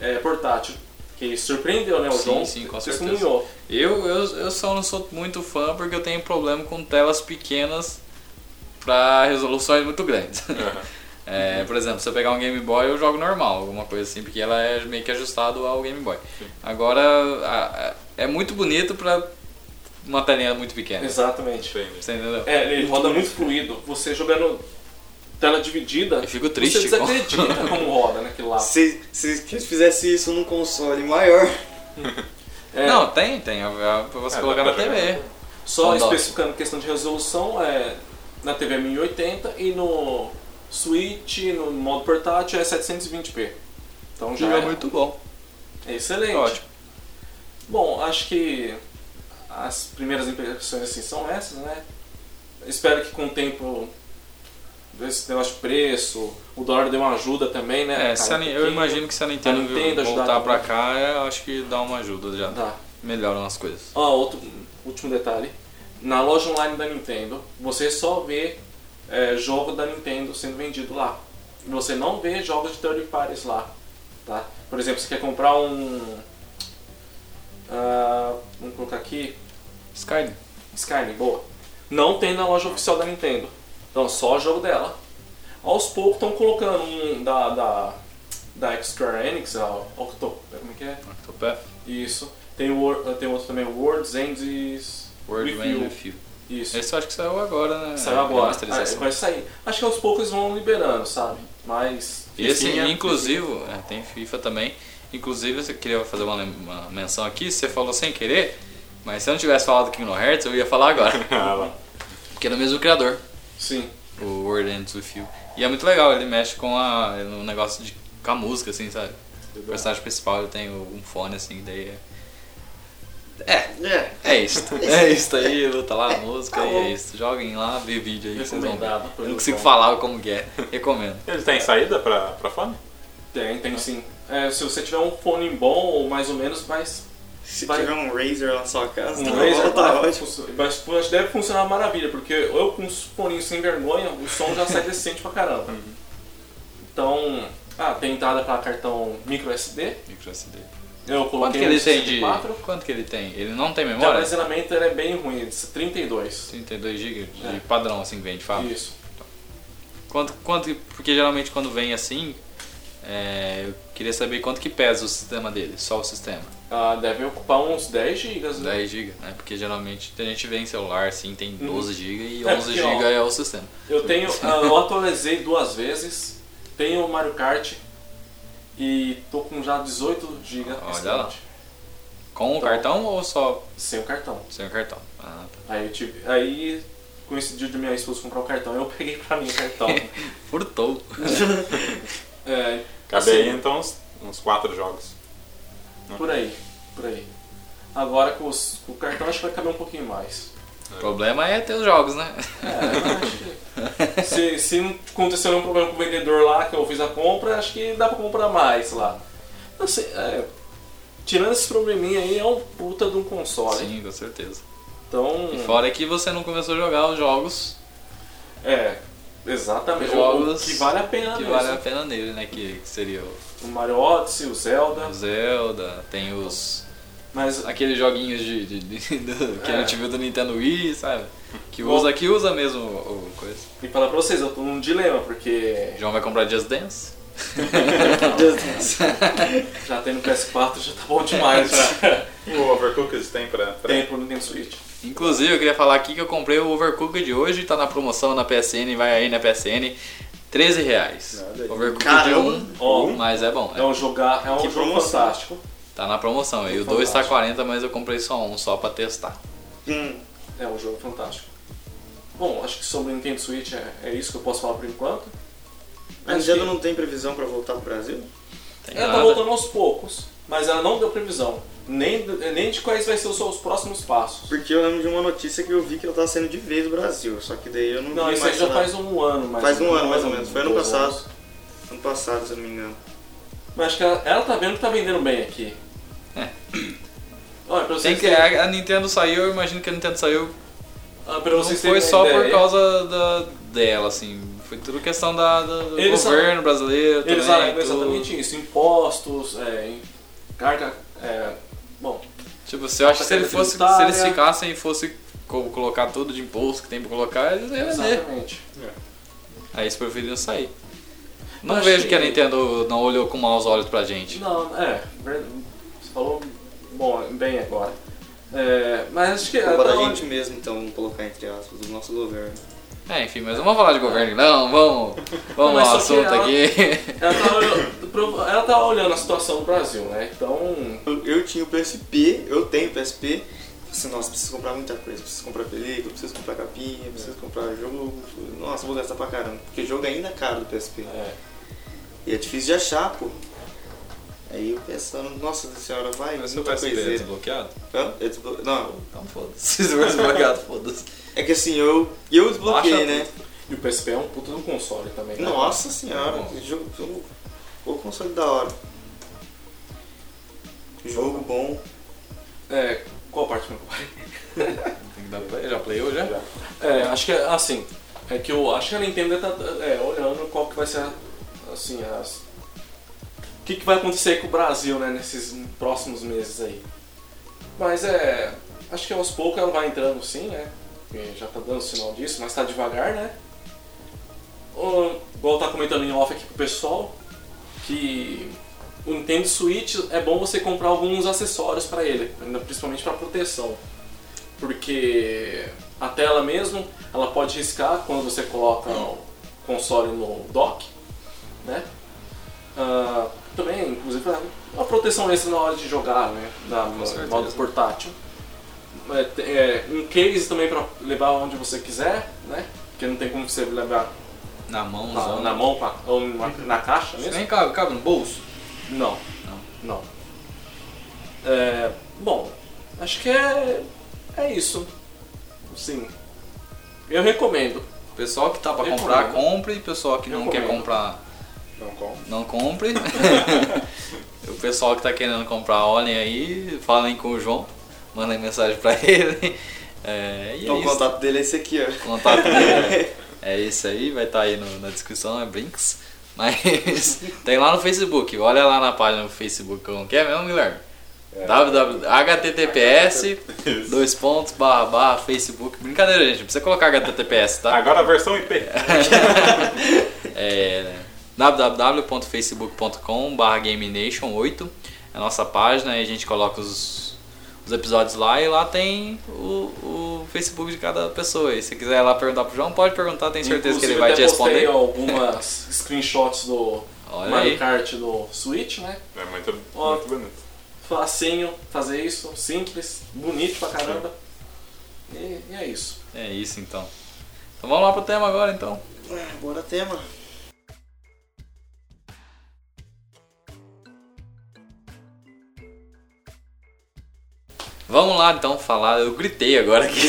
S3: é, portátil. Que surpreendeu, né? O
S1: Sim,
S3: João
S1: sim, com
S3: testemunhou.
S1: Eu, eu, eu só não sou muito fã porque eu tenho problema com telas pequenas pra resoluções muito grandes.
S2: Aham.
S1: É, por exemplo, se eu pegar um Game Boy, eu jogo normal, alguma coisa assim, porque ela é meio que ajustado ao Game Boy. Agora, a- a- é muito bonito pra uma telinha muito pequena.
S3: Exatamente.
S2: Entendi.
S1: Você entendeu?
S3: É, ele roda muito fluido. Você jogando tela dividida,
S1: Eu fico triste
S3: você
S1: com-
S3: desacredita como roda naquilo lá.
S4: Se, se que eles fizessem isso num console maior,
S3: É,
S1: Não, tem, tem. Pra você
S2: É,
S1: colocar
S2: dá
S1: na
S2: pra jogar.
S1: TV.
S3: só
S1: não dá.
S3: especificando questão de resolução, é, na TV é 1080 e no Switch, no modo portátil, é 720p. Então já
S1: Já é
S3: é
S1: muito bom.
S3: É excelente.
S1: Ótimo.
S3: Bom, acho que as primeiras impressões assim são essas, né? Espero que com o tempo esse negócio de preço, o dólar deu uma ajuda também, né?
S1: É,
S3: Caiu
S1: se a
S3: um
S1: Ni- eu
S3: pouquinho.
S1: imagino que se a Nintendo,
S3: A Nintendo ajudar
S1: voltar pra
S3: também.
S1: cá, eu acho que dá uma ajuda já.
S3: Dá.
S1: Melhoram as coisas.
S3: Ó, outro último detalhe. Na loja online da Nintendo, você só vê é, jogo da Nintendo sendo vendido lá. Você não vê jogos de third parties lá, tá? Por exemplo, você quer comprar um... ah, vamos colocar aqui...
S1: Skyrim.
S3: Skyrim, boa. Não tem na loja oficial da Nintendo. Então, só jogo dela. Aos poucos estão colocando um da, da, da Square Enix, a Octo... Como é que é?
S1: Octopath.
S3: Isso. Tem, o, Wor- tem outro também, World's Ends
S1: World
S3: Review.
S1: With Review.
S3: Isso.
S1: Esse eu acho que saiu agora, né?
S3: Saiu agora. Ah,
S1: Remasterização.
S3: vai sair. Acho que aos poucos eles vão liberando, sabe? Mas...
S1: Esse,
S3: fifinha-
S1: assim, inclusive, é, tem FIFA também. Inclusive, eu queria fazer uma, lem- uma menção aqui. Você falou sem querer, mas se eu não tivesse falado Kingdom Hearts, eu ia falar agora.
S2: Ah, lá.
S1: Porque é do mesmo criador,
S3: Sim.
S1: o World Ends With You. E é muito legal, ele mexe com a, no negócio de, com a música, assim, sabe? O personagem principal ele tem um fone, assim, daí é... É,
S4: é.
S1: é isso. É isso aí, luta lá a música,
S4: Tá
S1: e
S4: bom.
S1: é isso. Joguem lá, vê vídeo aí que vocês vão ver.
S3: Recomendado.
S1: Eu não consigo falar como que é, recomendo.
S2: Ele tem saída pra, pra fone?
S3: Tem, tem sim. É, se você tiver um fone bom ou mais ou menos, mas
S4: Se
S3: Vai.
S4: tiver um Razer na sua casa,
S3: Um
S4: tá,
S3: laser
S4: bom, tá
S3: vai
S4: ótimo.
S3: funcionar- vai fun- acho que deve funcionar maravilha, porque eu com os foninhos sem vergonha, o som já sai decente pra caramba.
S2: Uhum.
S3: Então, ah, tem entrada pra cartão micro SD.
S1: Micro SD.
S3: Eu
S1: Quanto
S3: coloquei
S1: que ele
S3: um
S1: tem de...
S3: 64.
S1: Quanto que ele tem? Ele não tem
S3: O
S1: memória?
S3: armazenamento ele é bem ruim, ele diz 32.
S1: 32 GB de
S3: É.
S1: padrão, assim, que vem de fábrica.
S3: Isso.
S1: Quanto, quanto, porque geralmente quando vem assim, é, eu queria saber quanto que pesa o sistema dele, só o sistema.
S3: Ah, deve ocupar uns 10 GB, né?
S1: 10 GB, né? Porque geralmente a gente vê em celular, assim, tem
S3: Uhum.
S1: 12 GB e
S3: É,
S1: 11
S3: porque, ó,
S1: GB é o sistema.
S3: Eu tenho. ah, eu atualizei duas vezes. Tenho o Mario Kart. E tô com já 18 GB
S1: Olha lá. Com o
S3: então-
S1: cartão ou só
S3: Sem o cartão.
S1: sem o cartão? Ah, tá.
S3: Aí eu tive. Aí coincidiu de minha esposa comprar o cartão, eu peguei pra mim o cartão.
S1: Furtou.
S3: é,
S2: Cabe
S3: Sim.
S2: aí então uns, uns quatro jogos.
S3: por aí, por aí. Agora com, os- com o cartão acho que vai caber um pouquinho mais.
S1: O problema é ter os jogos, né?
S3: É, eu acho que. Se, se não acontecer nenhum problema com o vendedor lá, que eu fiz a compra, acho que dá pra comprar mais lá. Assim, é, tirando esse probleminha aí, é um puta de um console.
S1: Sim, com certeza.
S3: Então.
S1: E fora que você não começou a jogar os jogos
S3: É, exatamente. O-
S1: Jogos
S3: o que vale a pena
S1: que
S3: mesmo.
S1: vale a pena nele, né? Que seria o
S3: O Mario Odyssey, o Zelda.
S1: Zelda, tem os.
S3: Mas
S1: aqueles joguinhos de, de- de- do- que
S3: É.
S1: a gente viu do Nintendo Wii, sabe? Que
S3: Bom.
S1: usa, que usa mesmo o, o coisa.
S3: e falar pra vocês, eu tô num dilema, porque
S1: João vai comprar Just Dance?
S3: já tem no PS4 já tá bom demais.
S4: É,
S3: já.
S2: O Um Overcooked tem pra. pra...
S3: tem pro Nintendo Switch.
S1: Inclusive, eu queria falar aqui que eu comprei o Overcooked de hoje, tá na promoção na PSN, vai aí na PSN, 13 reais.
S2: Nada aí.
S1: Overcooked
S4: Caramba.
S1: 1,
S3: Ó,
S1: mas é bom,
S3: é
S1: é.
S3: um jogar, é um
S4: Hum? Que
S3: jogo
S4: promoção.
S3: fantástico.
S1: tá na promoção. E o 2 tá 40, mas eu comprei só um, só pra testar.
S4: Hum.
S3: É um jogo fantástico. Bom, acho que sobre o Nintendo Switch é, é isso que eu posso falar por enquanto.
S4: A Nintendo não tem previsão pra voltar pro Brasil?
S1: Tem
S3: Ela tá
S1: nada.
S3: voltando aos poucos, mas ela não deu previsão. Nem, nem de quais vai ser os seus próximos passos.
S4: Porque eu lembro de uma notícia que eu vi que ela tá saindo de vez do Brasil, só que daí eu não,
S3: Não,
S4: vi
S3: isso aí
S4: mais
S3: já
S4: nada.
S3: faz um ano mais
S4: Faz um ano, mais ou menos. Foi ano
S3: dois
S4: passado.
S3: anos. um
S4: Ano passado, se eu não me engano.
S3: Mas acho que ela, ela tá vendo que tá vendendo bem aqui.
S4: É.
S3: Olha, pra
S1: Tem
S3: vocês
S1: que,
S3: terem-
S1: a a Nintendo saiu, eu imagino que a Nintendo saiu
S3: ah, pra
S1: Não
S3: vocês
S1: foi
S3: terem
S1: só
S3: uma
S1: por
S3: ideia,
S1: causa da, dela, assim. Foi tudo questão da, da- do
S3: Eles
S1: governo brasileiro
S3: Eles
S1: também.
S3: alegam
S1: tudo.
S3: exatamente isso. Impostos, é, em- carga... é, bom,
S1: Tipo, se eu acho que se, ele
S3: Taxa
S1: fosse, se
S3: tributária.
S1: eles ficassem e fossem colocar tudo de imposto que tem pra colocar, eles iam vender.
S3: exatamente.
S1: Aí eles preferiram sair. Não
S3: Mas
S1: vejo
S3: que-
S1: que a Nintendo não olhou com maus olhos pra gente.
S3: Não, é. ver- Você falou bom, bem agora. É, mas acho que.
S4: Culpa da
S3: até
S4: gente mesmo, então, vamos colocar entre aspas, do nosso governo.
S1: É, enfim, mas não vamos falar de governo, então. não. Vamos,
S3: Não,
S1: vamos
S3: mas
S1: ao
S3: só que
S1: assunto
S3: ela-
S1: aqui.
S3: Ela tá, olhando, pro- ela tá olhando a situação do Brasil, né? Então.
S4: Eu, eu tinha o PSP, eu tenho o PSP. Falei Assim, nossa, preciso comprar muita coisa. Preciso comprar película, preciso comprar capinha, preciso comprar jogo. Nossa, vou gastar pra caramba. Porque o jogo ainda é caro do PSP.
S3: É,
S4: E é difícil de achar, pô. Aí eu pensando, nossa senhora, vai,
S1: Mas
S4: muita coiseira.
S1: é desbloqueado?
S4: Hã? Eu desblo- Não,
S1: Então foda-se. Se for desbloqueado, foda-se.
S4: é que assim, eu, eu
S1: Baixa
S4: desbloqueei, né?
S3: e o PSP é um puta do console também. Né?
S4: Nossa senhora,
S1: Bom.
S4: que jogo, jogo, o console da hora. Jogo bom.
S3: É, qual parte que eu parei?
S1: Tem que dar play. Já playou já?
S3: É, acho que é assim. É que eu acho que a Nintendo tá é, olhando qual que vai ser a- assim as. O que, que vai acontecer com o Brasil, né, nesses próximos meses aí. Mas é. Acho que aos poucos ela vai entrando sim, né? Porque já tá dando sinal disso, mas tá devagar, né? O- Igual tá comentando em off aqui pro pessoal, que o Nintendo Switch é bom você comprar alguns acessórios pra ele, ainda principalmente pra proteção porque a tela mesmo ela pode riscar quando você coloca o console no dock, né? Ah, também, inclusive, é uma proteção extra na hora de jogar, né? Na no
S1: certeza.
S3: modo portátil. É, te- é, um case também para levar onde você quiser, né? Porque não tem como você levar
S1: Na mão,
S3: Ah, na, na mão com a- ou na, na caixa mesmo.
S1: Nem cabe, cabe no bolso.
S3: Não. Não. É, bom, acho que é, é isso. Sim. Eu recomendo.
S1: Pessoal que tá pra
S3: Recomendo.
S1: comprar, compre. Pessoal que não quer
S3: Recomendo.
S1: comprar,
S2: Não compra.
S1: não compre. o pessoal que tá querendo comprar, olhem aí, falem com o João, mandem mensagem pra ele. É, e é
S4: Então o
S1: isso.
S4: contato dele é esse aqui, ó.
S1: Contato dele. É isso aí, vai estar aí no- na descrição, é Brinks. Mas tem lá no Facebook, olha lá na página do Facebook, como que é mesmo, Guilherme?
S2: É.
S1: www https
S2: Isso.
S1: dois pontos barra barra Facebook brincadeira gente não precisa colocar https tá
S2: Agora a versão IP.
S1: é www.facebook.com gamenation 8 é a nossa página e a gente coloca os, os episódios lá e lá tem o, o Facebook de cada pessoa e se quiser ir lá perguntar pro João pode perguntar tenho certeza que ele
S3: Inclusive,
S1: vai
S3: até
S1: te responder
S3: postei algumas screenshots do
S1: olha
S3: Mario
S1: aí
S3: Kart do Switch, né?
S2: É muito,
S3: Ó.
S2: muito bonito.
S3: Facinho fazer isso, simples, bonito pra caramba. E, e é isso.
S1: é isso então então vamos lá pro tema agora então
S4: Ah, bora tema.
S1: Vamos lá então falar. Eu gritei agora aqui.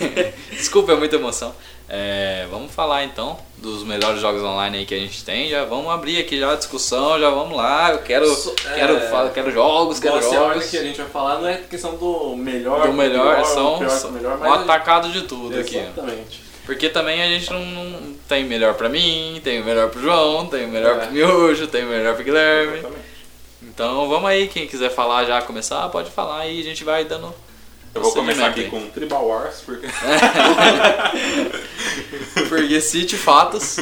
S1: Desculpa, é muita emoção. É, vamos falar então dos melhores jogos online aí que a gente tem. Já vamos abrir aqui já a discussão, já vamos lá. Eu quero,
S3: So-
S1: quero,
S3: é,
S1: fa- quero jogos, quero
S3: Nossa, a ordem
S1: jogos.
S3: que a gente vai falar não é questão do melhor,
S1: Do melhor,
S3: pior,
S1: são,
S3: do pior,
S1: são
S3: do melhor,
S1: um
S3: mas
S1: atacado de tudo aqui. ó.
S3: Exatamente.
S1: Porque também a gente não, não tem melhor pra mim, tem o melhor pro João, tem o melhor
S3: É.
S1: pro Miojo, tem o melhor pro Guilherme.
S2: Exatamente.
S1: Então vamos aí, quem quiser falar já, começar, pode falar aí, a gente vai dando.
S2: Eu vou
S1: Você
S2: começar
S1: que
S2: aqui com Tribal Wars, porque.
S1: Porque cite fatos,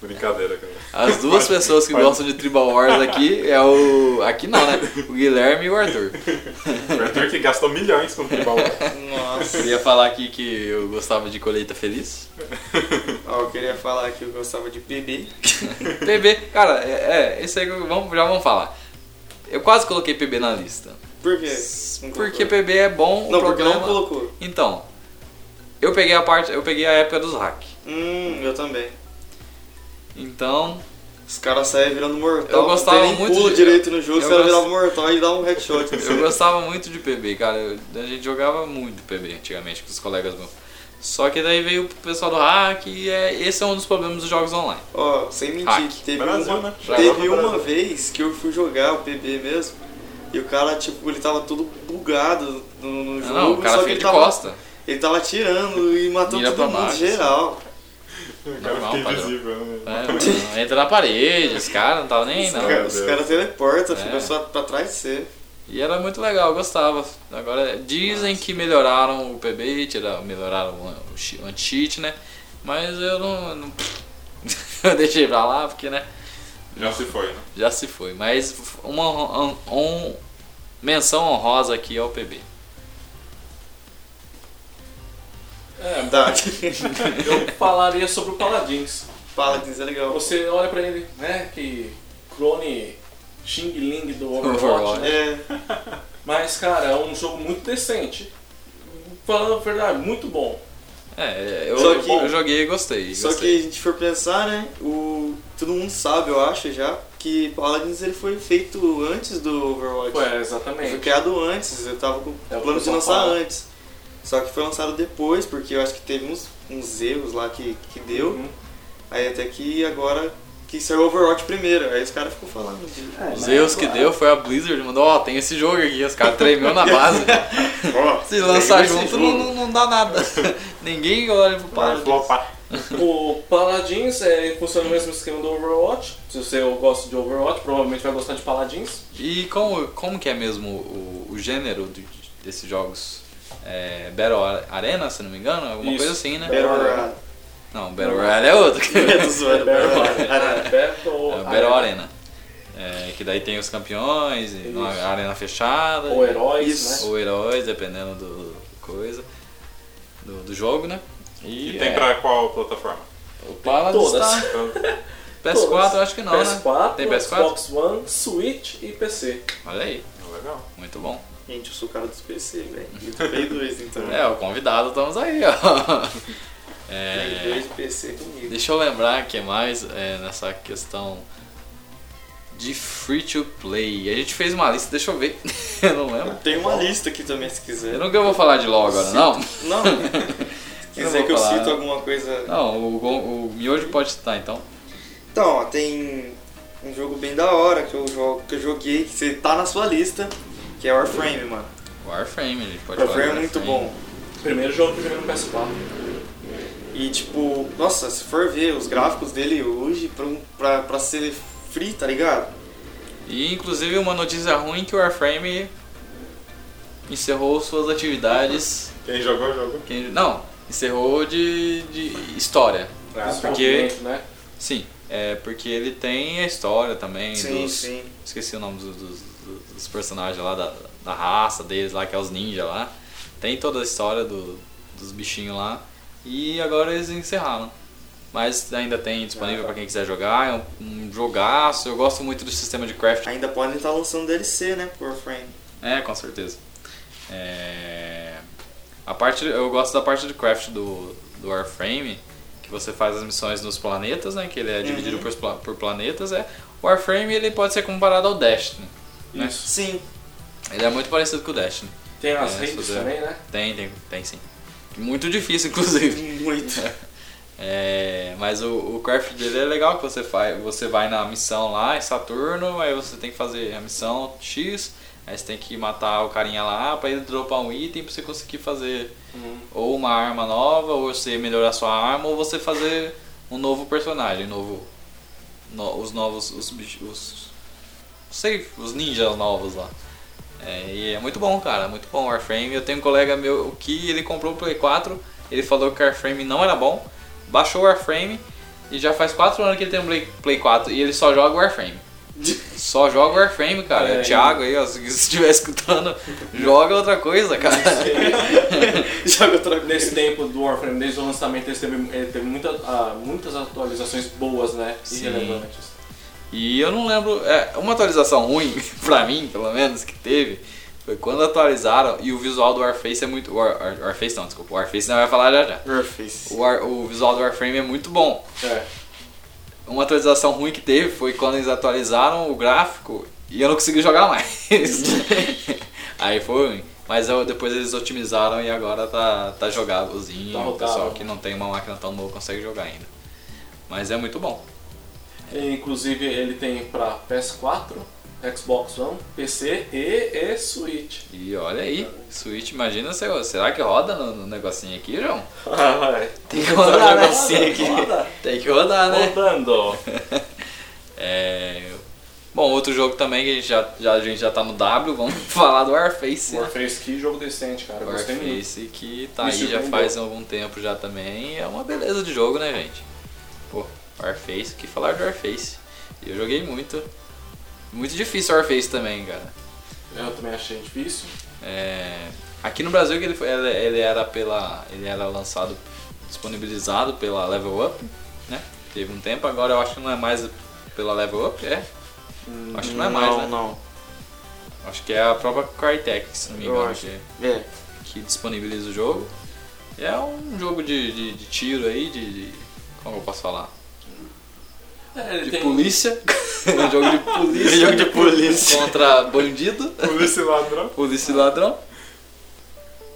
S2: Brincadeira, cara.
S1: as duas pessoas que
S2: Pode.
S1: gostam de Tribal Wars aqui é o. Aqui não, né? O Guilherme e o Arthur.
S2: O Arthur que gastou milhões com Tribal Wars.
S4: Nossa.
S1: Queria falar aqui que eu gostava de colheita feliz.
S4: Ó, eu queria falar que eu gostava de PB.
S1: PB, cara, é, é isso aí que eu- vamos, já vamos falar. Eu quase coloquei PB na lista.
S4: Por quê?
S1: Porque PB é bom,
S4: Não,
S1: o
S4: porque
S1: problema...
S4: não colocou.
S1: Então, eu peguei a parte, eu peguei a época dos hack.
S4: Hum, eu também.
S1: Então,
S4: Os caras saem virando mortal.
S1: Eu gostava
S4: não tem nem
S1: muito
S4: pulo
S1: de-
S4: direito no jogo,
S1: eu
S4: os caras
S1: gost-
S4: viravam mortal e davam um headshot.
S1: eu gostava muito de PB, cara. Eu- a gente jogava muito PB antigamente com os colegas meus. Só que daí veio o pessoal do hack e é, esse é um dos problemas dos jogos online.
S4: Ó, sem mentir,
S1: Hack.
S4: teve
S2: Brasil,
S4: uma,
S2: né?
S4: teve
S2: Brasil.
S4: uma vez que eu fui jogar o PB mesmo. E o cara, tipo, ele tava todo bugado no, no jogo.
S1: Não, o cara
S4: só
S1: fica
S4: que ele
S1: de
S4: tava,
S1: costa. né?
S4: Ele tava atirando e matando
S1: Mira pra
S4: todo mundo
S1: baixo. assim.
S4: geral.
S2: O cara
S1: Normal,
S2: fica
S1: padrão.
S2: invisível, né?
S1: né? Mano, Entra na parede, os caras não tava nem aí,
S4: Os
S1: não.
S4: caras- Os
S2: Deus.
S4: caras teleportam,
S1: É.
S4: ficam só pra trás de você.
S1: E era muito legal, eu gostava. Agora, dizem que melhoraram o PB, tiraram, melhoraram o, chi- o anti-cheat, né? Mas eu não. não- eu deixei pra lá, porque, né?
S2: Já se foi, né?
S1: Já se foi. Mas uma hon- hon- hon- menção honrosa aqui ao PB.
S3: É,
S4: Tá.
S3: eu falaria sobre o Paladins.
S4: Paladins é legal.
S3: Você olha pra ele, né, que clone Xing Ling do Overwatch,
S1: Overwatch.
S3: né?
S4: É,
S3: Mas, cara, é um jogo muito decente. Falando a verdade, muito bom.
S1: É, eu,
S4: Só que-
S1: eu joguei e gostei.
S4: só que
S1: gostei.
S4: a gente for pensar, né? O, todo mundo sabe, eu acho já, que Paladins ele foi feito antes do Overwatch.
S1: É,
S3: Ué,
S4: Ele Foi
S3: exatamente.
S4: criado antes, eu tava com o
S3: É o que
S4: plano
S3: o
S4: de
S3: pessoal
S4: lançar
S3: fala.
S4: antes. Só que foi lançado depois, porque eu acho que teve uns, uns erros lá que, que deu.
S3: Uhum.
S4: Aí até que agora que saiu Overwatch primeiro. Aí os caras ficam falando. de-
S1: Os erros que deu foi a Blizzard, mandou, ó, tem esse jogo aqui, os caras tremeu na base.
S4: Ó,
S1: Se lançar
S4: tem esse
S1: junto não,
S4: jogo.
S1: não- não dá nada. Ninguém olha pro
S2: Vai
S1: Paladins.
S2: flopar.
S3: O Paladins é, funciona no mesmo esquema do Overwatch. Se você gosta de Overwatch, provavelmente vai gostar de Paladins.
S1: E como, como que é mesmo o, o gênero do- desses jogos? É, Battle Ar- Arena, se não me engano? Alguma
S3: Isso.
S1: coisa assim, né?
S4: Battle Royale.
S1: Não, Battle Royale é outro.
S4: Eu tô zoando, Battle Royale.
S3: Arena. Battle
S1: É, Battle Arena. É, que daí tem os campeões, e uma
S3: Isso.
S1: arena fechada.
S3: Ou Heróis,
S4: Isso.
S3: né?
S1: ou heróis, dependendo do coisa, do, do jogo, né?
S2: E
S1: é,
S2: tem pra qual plataforma? Então,
S1: o Paladins
S3: todas.
S1: tá... PS4 eu acho que não, né?
S3: PS4,
S1: Tem PS4?
S3: Xbox One, Switch e PC.
S1: Olha aí,
S2: Legal.
S1: muito bom.
S4: Gente, eu sou o cara dos PC, velho. E do Play 2, então.
S1: É, o convidado, estamos aí, ó.
S4: Play
S1: É,
S4: 2 e PC comigo.
S1: deixa eu lembrar que mais é, nessa questão de free to play. A gente fez uma lista, deixa eu ver. eu não lembro.
S4: Tem uma lista aqui também, se
S1: Eu
S4: quiser.
S1: nunca vou falar de LOL agora, não.
S4: Não, se quiser
S1: vou
S4: que eu
S1: falar.
S4: cito alguma coisa...
S1: Não, o, Gon- o Miojo pode estar então.
S4: Então, ó, tem um jogo bem da hora que eu, jogo, que eu joguei, que você tá na sua lista, que é Warframe, mano.
S1: Warframe, a gente pode falar.
S4: Warframe é
S1: de
S4: muito bom.
S3: Primeiro jogo que eu joguei no PS4.
S4: E tipo, nossa, se for ver os gráficos dele hoje pra, um- pra, pra ser free, tá ligado?
S1: E inclusive uma notícia ruim que o Warframe encerrou suas atividades.
S2: Quem jogou, jogou.
S1: Quem- Não, encerrou de, de história.
S2: Ah,
S1: Isso.
S2: tá.
S3: Desenvolvimento, né?
S1: Sim, é porque ele tem a história também
S4: Sim,
S1: dos.
S4: sim.
S1: Esqueci o nome dos, dos- dos personagens lá, da, da raça deles lá, que é os ninjas lá. Tem toda a história do- dos bichinhos lá. E agora eles encerraram. Mas ainda tem
S4: Ah, tá.
S1: disponível pra quem quiser jogar, é um, um jogaço. Eu gosto muito do sistema de crafting
S4: Ainda podem estar lançando DLC, né, pro Warframe.
S1: É, com certeza. É, A parte, eu gosto da parte de craft do, do Warframe, que você faz as missões nos planetas, né? Que ele é dividido
S4: Uhum.
S1: por, pla- por planetas. É. O Warframe ele pode ser comparado ao Destiny. Né?
S3: Isso.
S4: Sim.
S1: Ele é muito parecido com o Destiny.
S3: Tem as
S1: É,
S3: redes
S1: isso, é.
S3: também, né?
S1: Tem, tem, tem sim. Muito difícil, inclusive.
S4: muito.
S1: É, mas o, o craft dele é legal que você faz. Você vai na missão lá em Saturno, aí você tem que fazer a missão X, aí você tem que matar o carinha lá pra ele dropar um item pra você conseguir fazer
S3: Uhum.
S1: ou uma arma nova, ou você melhorar sua arma, ou você fazer um novo personagem, novo. no- os novos. os bichos. Os, não sei, os ninjas novos lá. É, e é muito bom, cara, muito bom o Warframe. Eu tenho um colega meu que ele comprou o Play 4, ele falou que o Warframe não era bom, baixou o Warframe e já faz 4 anos que ele tem um Play- Play 4 e ele só joga o Warframe. Só joga o Warframe, cara.
S3: É,
S1: o Thiago aí, ó, se se estiver escutando, joga outra coisa, cara.
S4: Joga outra coisa.
S3: Nesse tempo do Warframe, desde o lançamento, ele teve, ele teve muita- ah, muitas atualizações boas, né? E
S1: Sim.
S3: relevantes.
S1: E eu não lembro. é, uma atualização ruim, pra mim, pelo menos, que teve, foi quando atualizaram. E o visual do Warface é muito. War, War- Warface não, desculpa. O Warface não vai falar já já.
S4: Warface.
S1: O, War- o visual do Warframe é muito bom.
S3: É.
S1: Uma atualização ruim que teve foi quando eles atualizaram o gráfico e eu não consegui jogar mais. Aí foi ruim. Mas eu- depois eles otimizaram e agora tá, tá jogávelzinho.
S3: Tá
S1: o pessoal
S3: rodável.
S1: que não tem uma máquina tão boa consegue jogar ainda. Mas é muito bom.
S3: E, Inclusive, ele tem pra PS4, Xbox One, PC e, e Switch.
S1: E olha aí, Switch, imagina, se eu- será que roda no, no negocinho aqui, João? Tem que rodar, né?
S3: Roda, roda.
S1: Tem que rodar, né?
S3: Rodando.
S1: É... Bom, outro jogo também que a gente já, já, a gente já tá no W, vamos falar do Warface. né?
S3: Warface, que jogo decente, cara. Eu Gostei muito.
S1: Warface que tá
S3: Me
S1: aí já
S3: surpreendeu.
S1: faz algum tempo já também. É uma beleza de jogo, né, gente? Pô, Warface, o que falar de Warface? Eu joguei muito. Muito difícil o Warface também, cara.
S3: Eu também achei difícil.
S1: É, aqui no Brasil que ele, foi- ele, ele era pela ele era lançado disponibilizado pela Level Up, né? Teve um tempo, agora eu acho que não é mais pela Level Up, é? Acho que não é mais, né?
S4: não.
S1: Acho que é a própria Crytek, se não me
S4: Eu
S1: engano,
S4: acho.
S1: que,
S4: É.
S1: que disponibiliza o jogo. É um jogo de, de, de tiro aí, de, de- como eu posso falar?
S3: É, ele
S1: De
S3: tem-
S1: polícia. É um jogo de polícia.
S4: Jogo de polícia.
S1: Contra bandido.
S2: Polícia e ladrão.
S1: Polícia e ladrão.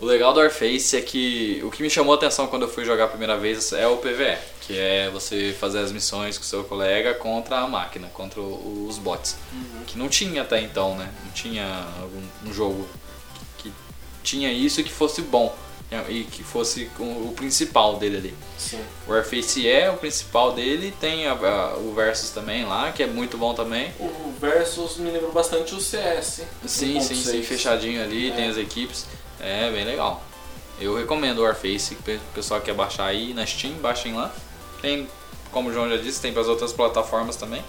S1: O legal do Warface é que o que me chamou a atenção quando eu fui jogar a primeira vez é o PvE, que é você fazer as missões com seu colega contra a máquina, contra o- os bots. Que não tinha até então, né? Não tinha algum um jogo que, que tinha isso e que fosse bom. né? E que fosse com o principal dele ali.
S3: Sim.
S1: O Warface é o principal dele, tem a- a- o Versus também lá, que é muito bom também.
S3: O Versus me lembrou bastante o um CS.
S1: Sim, sim, sim,
S3: 1.6.
S1: fechadinho ali,
S3: É.
S1: tem as equipes. É bem legal. Eu recomendo o Warface, que o pessoal quer baixar aí na Steam, baixem lá. Tem, como o João já disse, tem para as outras plataformas também.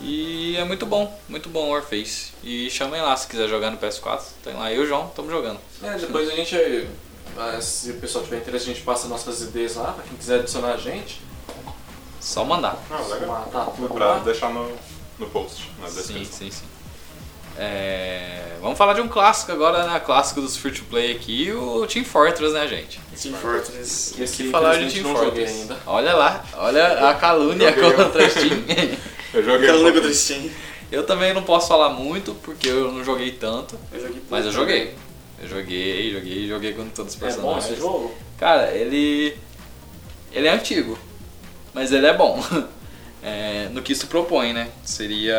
S1: E é muito bom, muito bom o Warface. E chamem lá se quiser jogar no PS4, tem lá. Eu e o João estamos jogando.
S3: É, depois a gente, ah, se o pessoal tiver interesse, a gente passa nossas ideias lá, pra quem quiser adicionar a gente.
S1: Só mandar.
S2: Ah, legal.
S3: Matar tudo
S2: Pra
S3: lá.
S2: deixar no, no post, na
S1: Sim,
S2: descrição.
S1: sim, sim. É, vamos falar de um clássico agora, né? Clássico dos free to play aqui, o Team Fortress, né, gente?
S4: Team Fortress.
S3: E esse,
S1: Que falar de
S3: infelizmente,
S1: Team
S3: não joguei
S1: Fortress.
S3: ainda.
S1: Olha lá, olha a calúnia
S2: Joguei, ó.
S1: contra a Steam.
S2: Eu joguei.
S4: Calma
S2: um
S4: contra
S2: pouquinho.
S4: Steam.
S1: Eu também não posso falar muito, porque eu não joguei tanto,
S4: Eu joguei
S1: mas eu joguei. Eu joguei, joguei, joguei com todos os
S3: É bom esse
S1: personagens.
S3: jogo?
S1: Cara, ele. Ele é antigo, mas ele é bom. É, no que se propõe, né? Seria.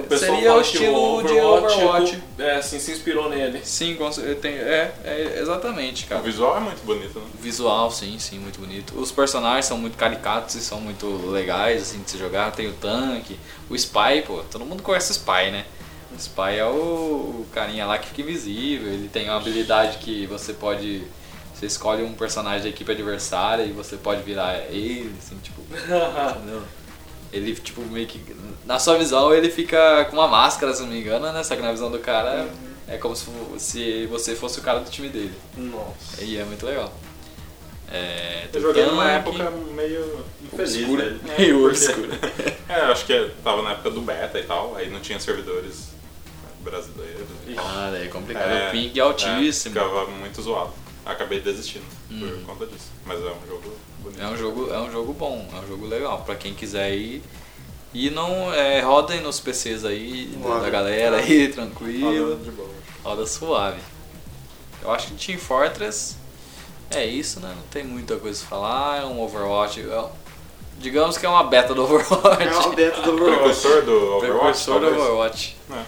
S3: O pessoal
S1: É, seria o
S3: fala que
S1: estilo de
S3: Overwatch,
S1: Overwatch.
S3: É, assim, se inspirou nele.
S1: Sim, com cer- tem, é, é, exatamente,
S2: O
S1: cara.
S2: visual é muito bonito, né?
S1: Visual, sim, sim, muito bonito. Os personagens são muito caricatos e são muito legais, assim, de se jogar. Tem o tanque, o Spy, pô, todo mundo conhece o Spy, né? O Spy é o, o carinha lá que fica invisível, ele tem uma habilidade que você pode. Você escolhe um personagem da equipe adversária e você pode virar ele, assim, tipo. Entendeu? Ele, tipo, meio que. Na sua visão, ele fica com uma máscara, se não me engano, né? Só que na visão do cara é como se, fo- se você fosse o cara do time dele.
S3: Nossa.
S1: E é muito legal. É, tem
S2: Eu joguei
S1: tanque,
S2: numa época meio infeliz.
S1: Obscura.
S2: né?
S1: Meio
S2: porque-
S1: obscura.
S2: É, eu acho que tava na época do beta e tal, aí não tinha servidores brasileiros e tal.
S1: Ah, daí é complicado.
S2: É,
S1: o ping é altíssimo.
S2: É, ficava muito zoado. Acabei desistindo
S1: Hum.
S2: por conta disso. Mas é um jogo bonito.
S1: É um jogo, é um jogo bom, é um jogo legal pra quem quiser ir. E não é, rodem nos PCs aí da- da,
S4: Roda.
S1: galera aí,
S2: Falando
S1: tranquilo,
S2: de boa.
S1: roda suave. Eu acho que Team Fortress É isso, né? Não tem muita coisa a falar. É um Overwatch. é um- digamos que é uma beta do Overwatch.
S4: É uma beta do Overwatch.
S2: Precursor do Overwatch?
S1: Precursor do
S2: talvez?
S1: Overwatch.
S2: É.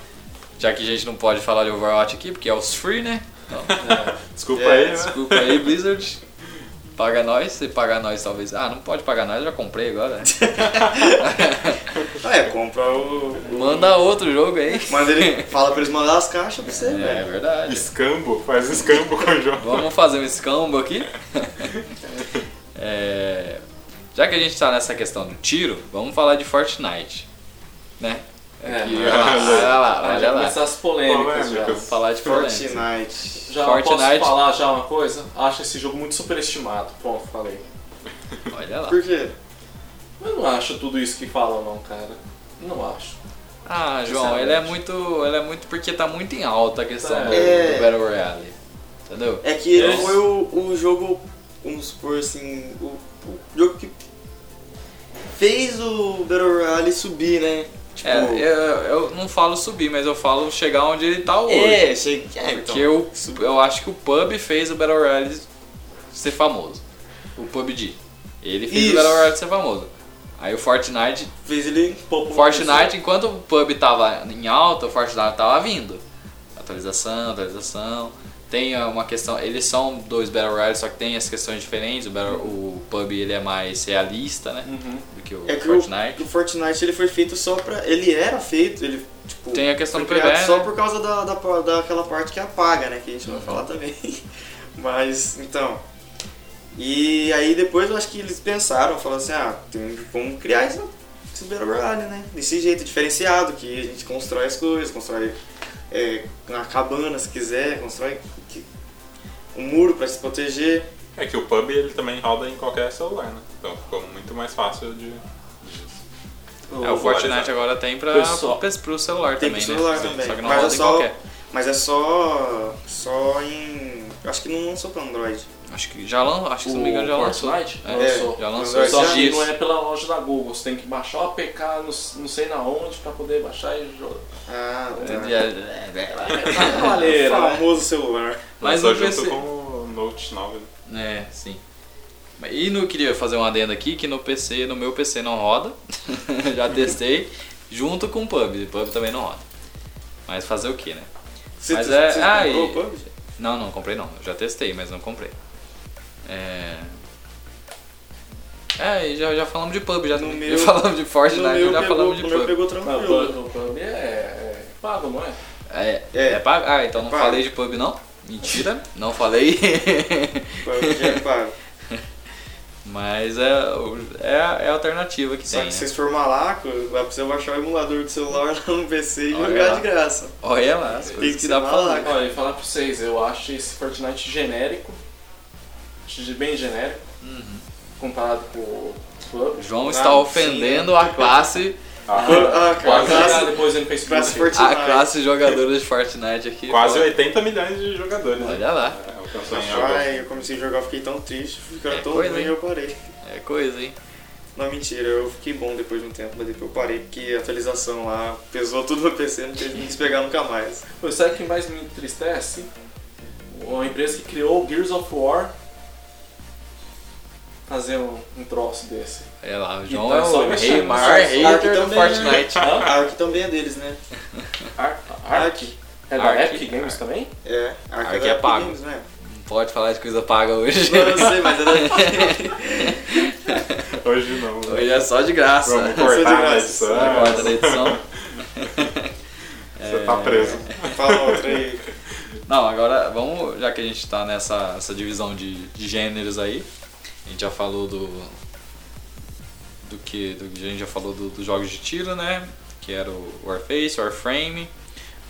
S1: Já que a gente não pode falar de Overwatch aqui, porque é os free, né? Então,
S2: Desculpa
S4: É,
S2: aí, né?
S1: desculpa aí, Blizzard. Paga nós, se pagar nós talvez. Ah, não pode pagar nós, eu já comprei agora.
S4: Ah, é, compra o.
S1: Manda outro jogo aí.
S4: Manda ele. Fala pra eles mandar as caixas pra você,
S1: É
S4: velho.
S1: verdade.
S2: Escambo, faz escambo com o jogo.
S1: Vamos fazer um escambo aqui. É, já que a gente tá nessa questão do tiro, vamos falar de Fortnite. Né?
S3: É,
S1: Que-
S3: mas-
S1: olha lá, olha lá,
S3: Vai
S1: olha
S3: já
S1: lá.
S3: começar as polêmicas já.
S2: Polêmicas.
S1: Falar de Fortnite.
S4: Fortnite.
S3: Já
S1: Fortnite.
S3: posso falar já uma coisa? Acho esse jogo muito superestimado. Pronto, falei.
S1: Olha lá.
S4: Por quê?
S3: Eu não acho tudo isso que falam não, cara. Não acho.
S1: Ah, João,
S3: Sinceramente.
S1: ele é muito. Ele é muito. Porque tá muito em alta a questão do,
S4: É.
S1: do Battle Royale. Entendeu?
S4: É que ele
S3: Yes.
S4: foi o, o jogo, vamos supor assim, o, o jogo que fez o Battle Royale subir, né? Tipo,
S1: É, eu, eu não falo subir, mas eu falo chegar onde ele tá hoje.
S4: é, sei- é, então.
S1: Porque eu, eu acho que o Pub fez o Battle Royale ser famoso. O PUBG. Ele fez
S4: Isso.
S1: o Battle Royale ser famoso. Aí o Fortnite.
S4: Fez ele popular. assim.
S1: Fortnite, enquanto o Pub tava em alta, o Fortnite tava vindo. Atualização, atualização. Tem ah, uma questão. Eles são dois Battle Royales, só que tem as questões diferentes. O, Battle- o Pub ele é mais realista, né? Do que o
S4: É que o-
S1: Fortnite.
S4: O Fortnite ele foi feito só pra. Ele era feito, ele tipo.
S1: Tem a questão
S4: foi
S1: do PvE,
S4: criado só
S1: né? Uhum.
S4: por causa da, da, pa- daquela parte que apaga, né? Que a gente vai falar também. Mas, então. E aí depois eu acho que eles pensaram, falaram assim, ah, tem como criar esse, esse Battle Royale, né? Desse jeito diferenciado, que a gente constrói as coisas, constrói é, uma cabana se quiser, constrói que- um muro pra se proteger.
S2: É que o pub ele também roda em qualquer celular, né? Então ficou muito mais fácil de. de-
S1: É, o Fortnite agora tem pra,
S3: Pessoal.
S1: pro, pro celular
S4: Tem pro
S1: também,
S4: celular
S1: né?
S4: também.
S1: Só que não
S4: Mas é
S1: roda em
S4: só-
S1: qualquer.
S4: Mas é só. só em. Acho que não lançou pra Android.
S1: Acho que já lançou, acho que se não me engano já
S3: O
S1: lançou.
S3: Fortnite?
S1: É,
S3: Lançou.
S1: Já
S4: Não,
S1: lançou
S4: já
S3: Só
S1: esses
S3: que
S1: dias.
S3: não é pela loja da Google, você tem que baixar o APK, não, não sei na onde, pra poder baixar e jogar.
S4: Ah,
S1: É,
S4: tá.
S3: Valeu, né?
S4: famoso celular.
S1: Mas
S2: Lançou
S1: no
S2: junto
S1: PC.
S2: com o Note 9. né?
S1: É, sim. E não queria fazer um adendo aqui que no PC, no meu PC não roda. já testei. junto com o Pub. O Pub também não roda. Mas fazer o que, né?
S4: Você,
S1: Mas é-
S4: você
S1: ah, e-
S4: comprou o PUBG?
S1: Não, não comprei não. Eu já testei, mas não comprei. É. É, e já, já falamos de pub, já,
S4: No
S1: já
S4: meu-
S1: falamos de
S4: No
S1: Fortnite, né?
S4: meu
S1: já
S4: pegou-
S1: falamos de
S4: no meu
S1: pub.
S4: pegou
S3: Mas o
S4: tranquilo.
S3: Pub- o Pub é, é pago, não é?
S1: É,
S4: É.
S1: é pago? Ah, então não
S4: pago.
S1: falei de pub não? Mentira, não falei.
S4: PUBG é pago.
S1: Mas é, o- é, a- é a alternativa que
S4: Só
S1: tem.
S4: que se
S1: né?
S4: vocês for malaco, vai precisar baixar o emulador do celular no PC e
S1: Olha
S4: jogar
S1: lá.
S4: de graça.
S1: Olha lá, as
S4: Tem
S1: coisas
S4: que
S1: que
S4: ser
S1: dá pra falar.
S4: malaco.
S3: Olha, eu ia falar pra vocês, eu acho esse Fortnite genérico, acho de bem genérico, comparado com o Pub.
S1: João
S4: Ah,
S1: está
S4: sim, é
S1: ofendendo a classe,
S2: Ah,
S4: Ah, cara,
S3: Pode jogar Ah,
S4: graça,
S3: depois no
S4: graça
S3: Facebook.
S1: a
S4: Fortnite.
S1: classe jogadora de Fortnite aqui.
S2: quase
S1: Olha,
S2: 80 milhões de jogadores. né?
S1: Olha lá,
S2: É, alcançou em agosto.
S4: Ai, eu comecei a jogar, eu fiquei tão triste, ficaram
S1: É
S4: tão
S1: coisa,
S4: ruim
S1: hein?
S4: eu parei.
S1: é coisa, hein?
S4: Não, mentira, eu fiquei bom depois de um tempo, mas depois eu parei porque a atualização lá pesou tudo no PC, não teve que despegar nunca mais.
S3: Pô, sabe o que mais me entristece? Uma empresa que criou o Gears of War fazer um, um troço desse.
S1: Olha lá, o João
S3: Então,
S1: é
S3: só
S1: o
S3: mexendo
S1: rei,
S3: no
S1: maior
S4: celular que
S1: hater do
S4: também, né?
S1: Fortnite.
S3: Hã?
S4: A Ark também é deles, né?
S3: Ar- Ark?
S4: Ark.
S3: É da
S1: Ark.
S3: Epic Games também?
S4: É, a
S1: Ark
S4: Ark,
S1: é
S4: é da Epic
S1: pago.
S4: Games, né?
S1: Não pode falar de coisa paga hoje.
S4: Não, eu sei, mas é da
S2: Hoje não. né?
S1: Hoje é só de graça.
S2: Vamos
S4: Sou de
S2: cortar na
S4: graça.
S2: edição.
S1: Na quarta da edição. É.
S2: Você tá preso.
S4: Fala outra aí.
S1: Não, agora vamos, já que a gente tá nessa essa divisão de, de gêneros aí, a gente já falou do. do que. do- a gente já falou do- dos jogos de tiro, né? Que era o Warface, Warframe,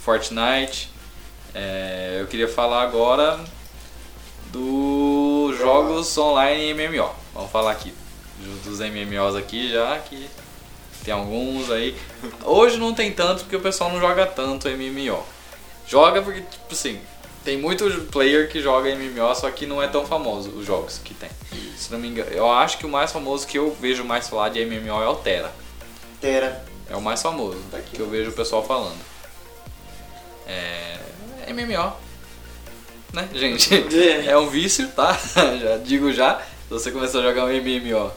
S1: Fortnite. É, eu queria falar agora dos jogos online e MMO. Vamos falar aqui. Dos MMOs aqui já que tem alguns aí. Hoje não tem tanto porque o pessoal não joga tanto MMO. Joga porque, tipo assim, tem muito player que joga MMO, só que não é tão famoso os jogos que tem. Se não me engano, eu acho que o mais famoso que eu vejo mais falar de MMO é o Terra.
S4: Tera.
S1: É o mais famoso
S4: Tá aqui.
S1: que eu vejo o pessoal falando. É. MMO. né, gente?
S4: É.
S1: É um vício, tá? Já digo já, se você começar a jogar um MMO,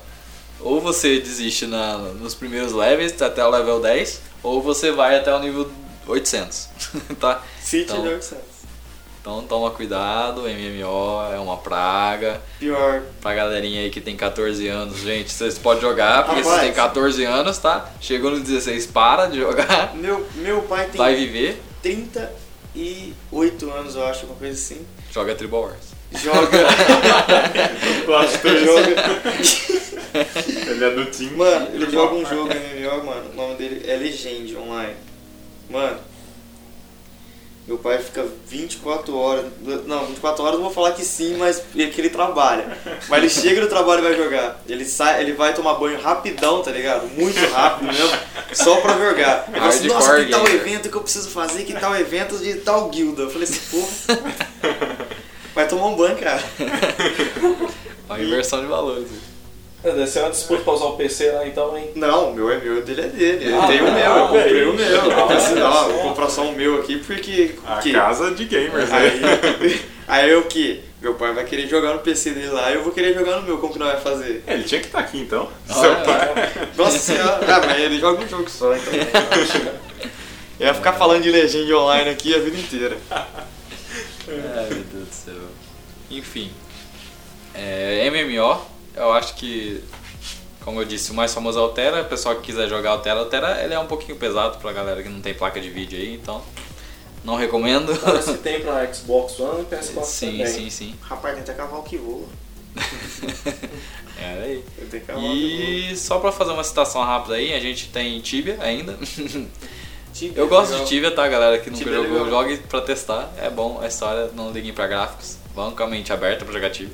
S1: ou você desiste na, nos primeiros levels, até o level 10, ou você vai até o nível 800, tá?
S4: City
S1: Então-
S4: Dark Souls.
S1: Então toma cuidado, MMO é uma praga.
S4: Pior.
S1: Pra galerinha aí que tem 14 anos, gente, vocês podem jogar, porque vocês
S4: Rapaz.
S1: têm 14 anos, tá? Chegou nos 16, para de jogar,
S4: Meu, meu pai tem
S1: vai viver,
S4: 38 anos, eu acho, alguma coisa assim.
S1: joga Tribal Wars.
S4: Joga.
S2: Eu acho que
S4: ele joga.
S2: ele é do time.
S4: Mano, ele joga um jogo MMO, mano. O nome dele é Legend Online. Mano. Meu pai fica 24 horas. Não, 24 horas eu vou falar que sim, mas é que ele trabalha. Mas ele chega do trabalho e vai jogar. Ele sai, ele vai tomar banho rapidão, tá ligado? Muito rápido mesmo. Só pra jogar. Ele fala
S1: Hardcore
S4: assim, nossa, que tal
S1: gamer."
S4: evento que eu preciso fazer, que tal evento de tal guilda. Eu falei assim, porra. Vai tomar um banho, cara.
S1: É uma inversão de valores.
S3: É, deve ser uma disputa pra usar o PC lá então, hein?
S4: Não, o meu é meu, o dele é dele. Ele tem o
S3: não,
S4: meu, eu comprei o
S2: isso.
S4: meu. Eu
S2: Ah,
S4: falei assim,
S3: olha
S4: não,
S3: só.
S4: vou comprar só Ah, o meu aqui porque.
S2: A
S4: que-
S2: casa de gamers,
S4: Aí,
S2: né?
S4: aí eu que? Meu pai vai querer jogar no PC dele lá eu vou querer jogar no meu, como que nós vai fazer?
S2: Ele tinha que estar aqui então.
S1: Olha,
S2: Seu pai.
S4: Nossa senhora, ah, mas ele joga um jogo só, então.
S3: É.
S4: Eu ia ficar falando de Legend Online aqui a vida inteira.
S1: Ai, meu Deus do céu. Enfim, é, MMO, eu acho que, como eu disse, o mais famoso é o Altera. O pessoal que quiser jogar Altera, Altera ele é um pouquinho pesado pra galera que não tem placa de vídeo aí, então não recomendo.
S3: Parece que Ah, tem pra Xbox One e PS4
S1: sim,
S3: também.
S1: sim, sim.
S4: Rapaz, tem até cavalo que voa.
S1: É aí.
S4: Eu tenho cavalo que
S1: E só pra fazer uma citação rápida aí, a gente tem Tibia ainda.
S4: voa. Tibia,
S1: Eu gosto de
S4: legal.
S1: Tibia, tá, galera que nunca
S4: Tibia é
S1: jogou,
S4: legal.
S1: jogue pra testar. É bom a história, não liguem pra gráficos. Vão com a mente aberta pra jogar Tibia.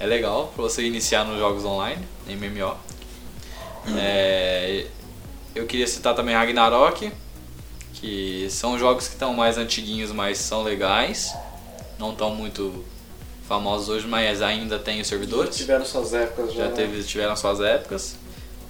S1: É legal pra você iniciar nos jogos online, MMO. É, eu queria citar também Ragnarok, que são jogos que estão mais antiguinhos, mas são legais. Não estão muito famosos hoje, mas ainda tem os
S3: Já
S1: servidores.
S3: tiveram suas épocas já.
S1: Já
S3: né?
S1: teve, tiveram suas épocas.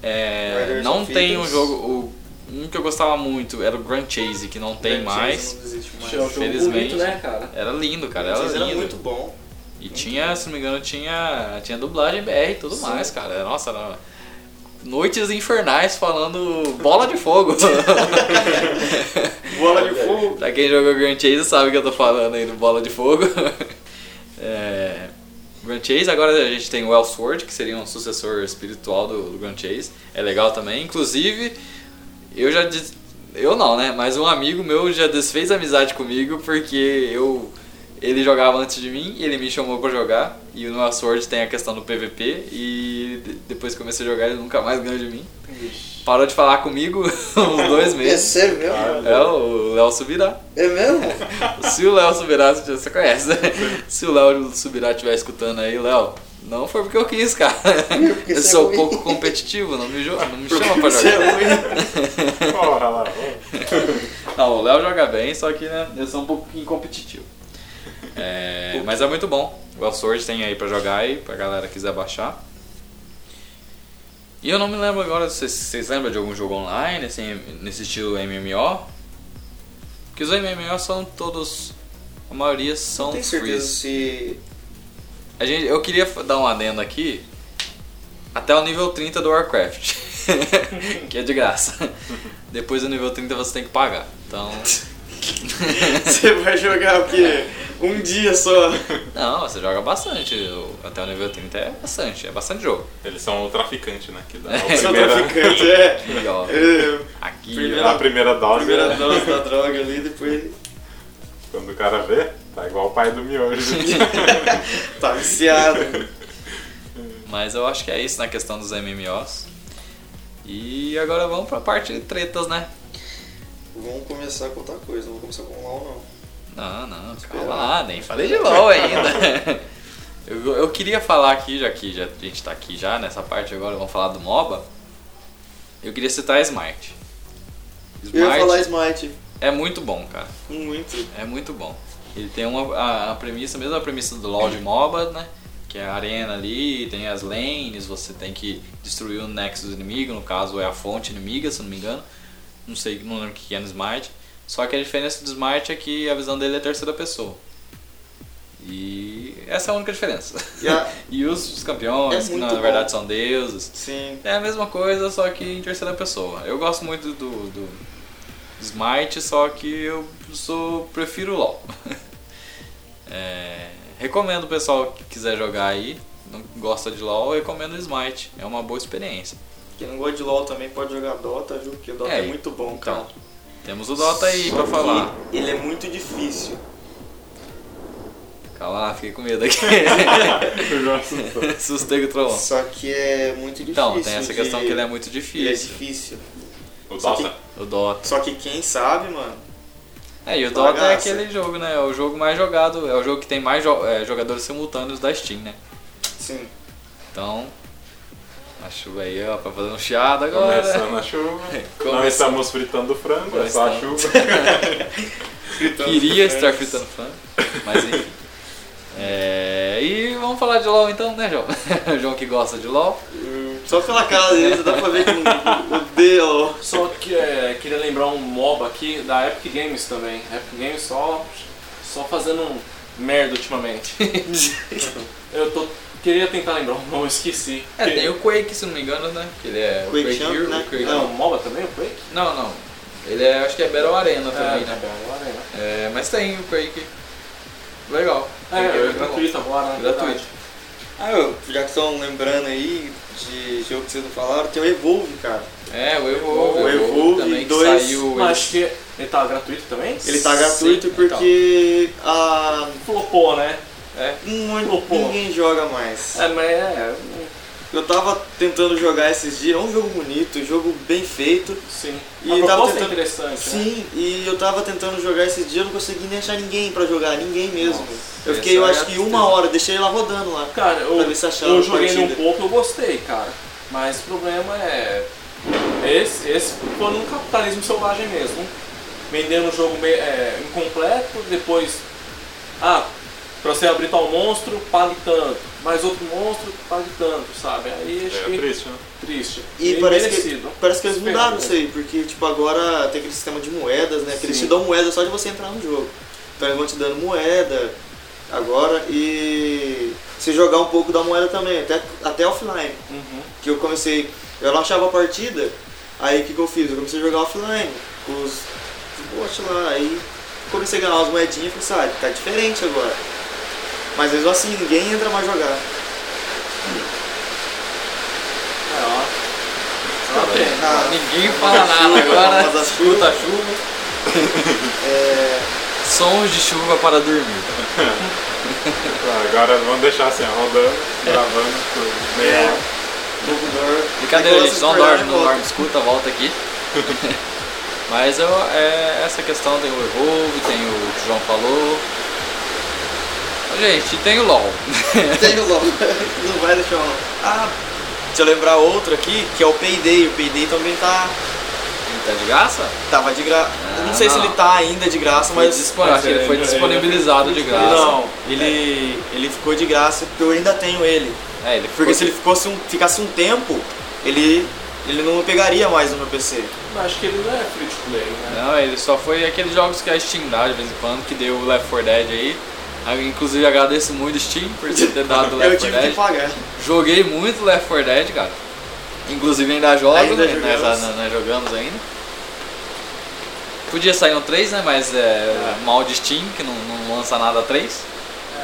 S1: É,
S4: Riders
S1: não
S4: of
S1: tem um
S4: Phoenix.
S1: jogo. o- um que eu gostava muito era o Grand Chase, que não tem
S4: Grand Chase
S1: mais.
S4: Não existe mais.
S3: Tinha um jogo
S1: Infelizmente.
S3: bonito, né, cara?
S1: Era lindo, cara.
S4: Grand
S1: Era
S4: Chase
S1: lindo.
S4: era muito bom.
S1: E tinha, se não me engano, tinha, tinha dublagem BR e tudo
S3: Sim.
S1: mais, cara. Nossa, era noites infernais falando bola de fogo.
S4: Bola de fogo.
S1: pra quem jogou Grand Chase sabe o que eu tô falando aí do bola de fogo. É, Grand Chase, agora a gente tem o Elsword, que seria um sucessor espiritual do, do Grand Chase. É legal também. Inclusive, eu já. des- Eu não, né? Mas um amigo meu já desfez amizade comigo porque eu. Ele jogava antes de mim, ele me chamou pra jogar. E no Elsword tem a questão do PVP. E de- depois que comecei a jogar, ele nunca mais ganhou de mim. Parou de falar comigo uns dois
S4: É
S1: meses.
S4: sério mesmo?
S1: É, o Léo subirá.
S4: É mesmo?
S1: Se o Léo Subirá, você já conhece, né? Se o Léo Subirá estiver escutando aí, Léo, não foi porque eu quis, cara.
S4: porque
S1: Eu
S4: você é
S1: sou
S4: ruim.
S1: pouco competitivo, não me, jo- não me chama pra jogar.
S4: é
S2: Porra lá. ó.
S1: Não, o Léo joga bem, só que né, eu sou um pouco incompetitivo. É, mas é muito bom. O Elsword tem aí pra jogar aí, pra galera que quiser baixar. E eu não me lembro agora, vocês, vocês lembram de algum jogo online assim, nesse estilo MMO? Porque os MMO são todos. A maioria são
S4: Não tenho
S1: free.
S4: certeza se.
S1: A gente, eu queria f- dar um adendo aqui. Até o nível 30 do Warcraft. que é de graça. Depois do nível 30 você tem que pagar. Então.
S4: Você vai jogar o quê? Um dia só.
S1: Não, você joga bastante. O- Até o nível 30 é bastante. É bastante jogo.
S2: Eles são o traficante, né? Que dá
S1: É,
S2: a
S1: são
S4: Só
S2: primeira,
S4: traficante, é.
S1: Aqui, ó.
S4: É,
S1: Aqui,
S4: Primeiro-
S1: ó.
S2: dá a primeira dose.
S4: Primeira
S2: né?
S4: dose da droga ali, depois ele
S2: Quando o cara vê, tá igual o pai do miojo.
S4: tá viciado.
S1: Mas eu acho que é isso na questão dos MMOs. E agora vamos pra parte de tretas, né?
S4: Vamos começar com outra coisa, não vou começar com LOL
S1: Não,
S4: não.
S1: não, calma lá, nem falei de LOL ainda. eu, eu queria falar aqui, já que já, a gente tá aqui já nessa parte agora, vamos falar do MOBA. Eu queria citar Smite. Smite
S4: Eu ia falar Smite,
S1: é muito bom, cara.
S4: muito.
S1: É muito bom. Ele tem uma, a, a premissa, mesmo a premissa do LoL de MOBA, né? Que é a arena ali, tem as lanes, você tem que destruir o nexo do inimigo, no caso é a fonte inimiga, se não me engano. Não sei, não lembro o que é no Smite. Só que a diferença do Smite é que a visão dele é terceira pessoa. E essa é a única diferença.
S4: E a-
S1: E os, os campeões,
S4: É
S1: que na
S4: muito
S1: verdade
S4: bom.
S1: são deuses.
S4: Sim.
S1: É a mesma coisa, só que em terceira pessoa. Eu gosto muito do, do Smite, só que eu sou, prefiro o LoL. É, recomendo o pessoal que quiser jogar aí, não gosta de LoL, eu recomendo o Smite. É uma boa experiência.
S4: Quem não gosta de LoL também pode jogar Dota, viu? Porque o Dota
S1: É,
S4: é, muito bom,
S1: então,
S4: cara.
S1: Temos o Dota aí
S4: Só
S1: pra
S4: que
S1: falar.
S4: Ele é muito difícil.
S1: Calma lá, fiquei com medo aqui.
S2: Eu gosto disso.
S1: Assustei com o trollão.
S4: Só que é muito difícil.
S1: Então, tem essa
S4: de-
S1: questão que ele é muito
S4: Ele é
S1: difícil.
S4: difícil.
S2: O
S4: Só que-
S2: Dota?
S1: O Dota.
S4: Só que quem sabe, mano.
S1: É, e o
S4: Tá
S1: Dota é
S4: bagaça.
S1: aquele jogo, né? É o jogo mais jogado, é o jogo que tem mais jo- é, jogadores simultâneos da Steam, né?
S4: Sim.
S1: Então, a chuva aí, ó, pra fazer um chiado agora.
S2: Começando a chuva. Não
S1: Começando.
S2: estamos fritando frango, é só a
S1: Começando.
S2: chuva.
S1: Queria estar fritando fã, mas enfim. É, e vamos falar de LoL então, né, João? o João que gosta de LoL.
S4: Hum, Só pela cara dele, já dá pra ver que odeia LoL.
S3: Só que é, queria lembrar um mob aqui da Epic Games também. Epic Games só, só fazendo um merda ultimamente. eu tô, queria tentar lembrar um nome, eu esqueci.
S1: É, tem o Quake, se não me engano, né? Que ele é o
S4: Quake
S1: Quake
S4: Champ,
S1: Hero,
S4: né?
S1: o Quake-
S3: Não, um MOBA também, o Quake?
S1: Não, não. Ele é, acho que é Battle Arena também, né?
S3: agora é.
S1: É, mas tem o Quake. Legal. Tem tá
S3: É,
S1: Quake,
S3: é gratuito agora, né?
S1: Gratuito.
S3: Verdade.
S4: Ah, eu, já que estão lembrando aí de jogo que vocês não falaram, tem o Evolve, cara.
S1: É, o Evolve.
S4: O Evolve
S1: também que
S4: dois.
S1: saiu.
S3: Mas acho que ele tá gratuito também?
S4: Ele tá
S1: Sim,
S4: gratuito
S1: então.
S4: porque ah,
S3: flopou, né?
S1: É,
S4: muito,
S3: Flopou.
S4: ninguém joga mais.
S3: É, mas é.
S4: Eu tava tentando jogar esses dias, é um jogo bonito, um jogo bem feito.
S3: Sim.
S4: E
S3: a
S4: tava
S3: proposta é
S4: tentando-
S3: interessante, né?
S4: Sim, e eu tava tentando jogar esses dias, eu não consegui nem achar ninguém pra jogar, ninguém mesmo.
S1: Nossa,
S4: eu fiquei, eu
S1: essa é
S4: acho
S1: a
S4: que
S1: tristeza.
S4: uma hora, deixei lá rodando lá.
S3: Cara, eu,
S4: Pra ver se achava
S3: eu joguei
S4: partida.
S3: num pouco eu gostei, cara. Mas o problema é. Esse, esse foi num capitalismo selvagem mesmo. Vendendo um jogo meio, é, incompleto, depois. Ah, pra você abrir tal monstro, pague tanto. Mais outro monstro, pague tanto, sabe? Aí acho
S2: É
S3: que
S2: triste, né?
S3: triste.
S4: E parece que,
S3: merecido.
S4: parece que eles mudaram isso
S3: Esperado.
S4: aí, porque tipo, agora tem aquele sistema de moedas, né? Que eles
S3: Sim.
S4: te dão moeda só de você entrar no jogo. Então eles vão te dando moeda agora e se jogar um pouco da moeda também, até, até offline.
S3: Uhum.
S4: Que eu comecei, eu não achava a partida, aí o que, que eu fiz? Eu comecei a jogar offline, com os bots lá, aí comecei a ganhar umas moedinhas e falei, ah, tá diferente agora. Mas mesmo assim ninguém entra mais jogar.
S3: É, ó.
S1: tá
S3: bem.
S1: bem.
S4: Ah,
S1: Ninguém fala nada agora.
S4: Mas a
S1: Escuta
S4: chuva-
S1: a chuva.
S4: É,
S1: Sons de chuva para dormir.
S2: Tá, Agora vamos deixar assim, ó, rodando, gravando por meia
S4: É.
S2: hora.
S1: Brincadeira,
S4: Nicolas
S1: gente, não
S4: Fernandes
S1: dorme, não
S4: volta.
S1: dorme, escuta, volta aqui. Mas eu, é, essa questão tem o Evolve, tem o que o João falou. Gente, tem o LOL.
S4: Tem o LOL. Não vai deixar o LOL. Ah, deixa eu lembrar outro aqui, que é o Payday. O Payday também tá.
S1: Ele tá de graça?
S4: Tava de graça.
S1: Ah,
S4: não sei se
S1: não.
S4: ele tá ainda de graça,
S1: Foi
S4: mas. é,
S1: disponível, acho que ele foi
S2: ele-
S1: disponibilizado de graça.
S4: Não, ele. ele ficou de graça porque eu ainda tenho ele.
S1: É, ele ficou
S4: Porque se ele ficasse um, ficasse um tempo, ele. ele não pegaria mais no meu PC.
S3: Mas acho que ele não é free to play, né?
S1: Não, ele só foi aqueles jogos que a Steam dá de vez em quando, que deu o Left 4 Dead aí. Ah, Inclusive agradeço muito Steam por ter dado o
S4: Eu
S1: Left 4
S4: tive que
S1: Dead.
S4: pagar.
S1: Joguei muito Left 4 Dead, cara. Inclusive ainda jogo,
S4: Ainda
S1: né? nós,
S4: jogamos.
S1: nós- nós jogamos ainda. Podia sair no 3, né? Mas é,
S4: Ah.
S1: mal de Steam, que não, não lança nada 3.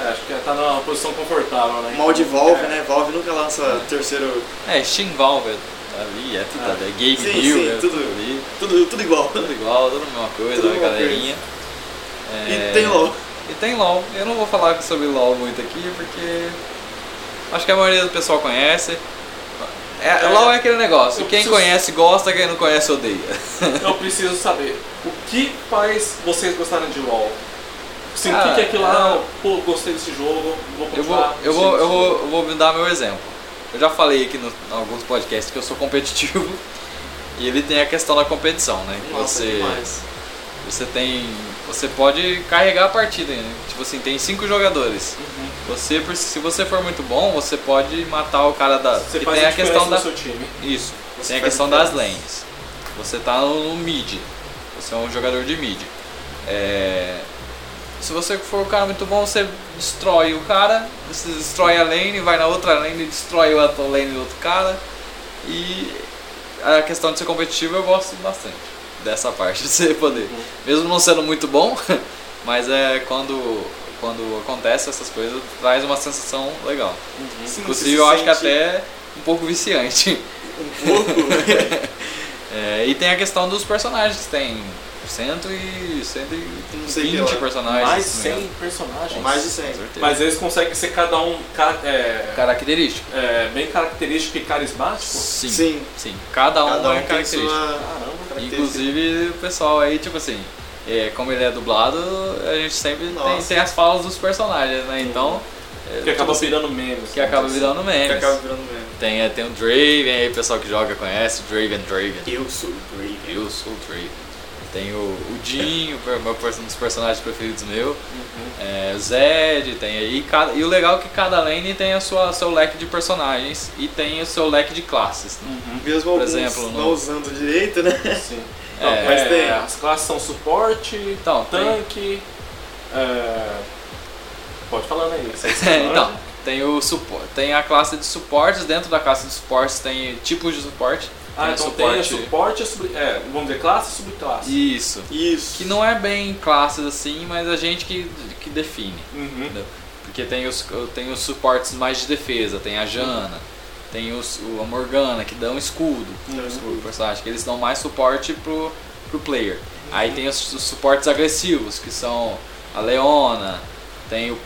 S3: É, acho que tá numa posição confortável, né?
S4: Mal de Valve,
S3: É.
S4: né? Valve nunca lança terceiro.
S1: É, Steam Valve é ali, é tudo, é Game
S4: Ah. Sim,
S1: Hill,
S4: sim,
S1: é
S4: tudo.
S1: ali.
S4: Tudo, tudo igual.
S1: Tudo igual, tudo a mesma coisa,
S4: Tudo
S1: a
S4: mesma
S1: galerinha. É,
S4: E tem LOL.
S1: E tem LOL. Eu não vou falar sobre LOL muito aqui, porque acho que a maioria do pessoal conhece. É,
S3: É.
S1: LOL é aquele negócio,
S3: Eu
S1: quem
S3: preciso-
S1: conhece gosta, quem não conhece odeia.
S3: Eu preciso saber o que faz vocês gostarem de LoL. Sim, o
S1: Ah,
S3: que, que é aquilo lá?
S1: não.
S3: Pô, gostei desse jogo, vou
S1: Eu vou,
S3: continuar.
S1: eu vou, eu
S3: assistindo.
S1: vou, eu vou me dar meu exemplo. Eu já falei aqui no- em alguns podcasts que eu sou competitivo e ele tem a questão da competição, né? Que
S4: Nossa,
S1: você,
S4: demais.
S1: você tem, você pode carregar a partida, né? tipo assim, tem cinco jogadores.
S3: Uhum.
S1: Você, por- se você for muito bom, você pode matar o cara da.
S3: Você
S1: que
S3: faz
S1: tem
S3: a,
S1: a questão da
S3: no seu time.
S1: Isso.
S4: Você
S1: tem a
S4: faz
S1: questão das
S4: diferença.
S1: lanes. Você tá no, no mid. Você é um jogador de mid. É, Se você for um cara muito bom, você destrói o cara, você destrói a lane, vai na outra lane e destrói a outra lane do outro cara. E a questão de ser competitivo eu gosto bastante dessa parte, de você poder.
S4: Uhum.
S1: Mesmo não sendo muito bom, mas é quando, quando acontece essas coisas, traz uma sensação legal.
S4: Sim,
S1: Inclusive,
S4: você
S1: eu
S4: se
S1: acho que
S4: sente
S1: até um pouco viciante.
S4: Um pouco.
S1: É, e tem a questão dos personagens, tem cento e, cento e
S4: Não sei que
S1: vinte
S4: lá.
S1: personagens.
S3: Mais
S1: se não me
S3: 100 personagens.
S4: Mais de
S1: engano.
S4: 100.
S1: Com certeza.
S3: Mas eles conseguem ser cada um ca- é,
S1: Característico?
S3: é, bem característico e carismático.
S1: Sim.
S4: Sim.
S1: Sim. Cada um
S4: Cada um
S1: é
S4: tem
S1: característico.
S4: sua
S3: Caramba,
S4: característica.
S1: Inclusive, o pessoal aí, tipo assim, é, como ele é dublado, a gente sempre tem,
S4: Nossa.
S1: tem as falas dos personagens, né? Então, é,
S3: que
S1: tipo
S3: acaba
S1: assim,
S3: virando né? memes.
S1: que acaba
S3: vamos dizer
S1: virando memes.
S4: Que acaba virando mesmo.
S1: Tem, é, tem o Draven aí, o pessoal que joga conhece, o Draven Draven.
S4: Eu sou o Brave.
S1: Eu sou o Draven. Tem o, o Jin, o per- meu per- um dos personagens preferidos meu.
S3: assim. Uhum.
S1: É, o Zed, tem aí. cada- E o legal é que cada lane tem a sua seu leque de personagens e tem o seu leque de classes. né?
S3: Uhum.
S4: Mesmo alguns
S1: exemplo,
S4: não
S1: no-
S4: usando direito, né?
S3: Sim.
S1: É,
S3: Não,
S4: mas
S3: é,
S4: tem-
S3: As classes são suporte,
S1: Então, tem-
S3: tanque. é, Pode falar né? aí. vocês
S1: É,
S3: falam.
S1: então, tem, o supo- tem a classe de suportes, dentro da classe de suportes tem tipos de suporte.
S3: Ah,
S1: tem
S3: então tem a
S1: suporte.
S3: suporte e sub... é, vamos dizer, classe e subclasse.
S1: Isso.
S4: Isso.
S1: Que não é bem classes assim, mas a gente que, que define.
S3: Uhum.
S1: Porque tem os, tem os suportes mais de defesa, tem a Jana, tem os, o- a Morgana, que dão escudo.
S4: Não, isso-
S1: pro personagem, que eles dão mais suporte pro, pro player. Aí tem os, os suportes agressivos, que são a Leona, tem o Pike,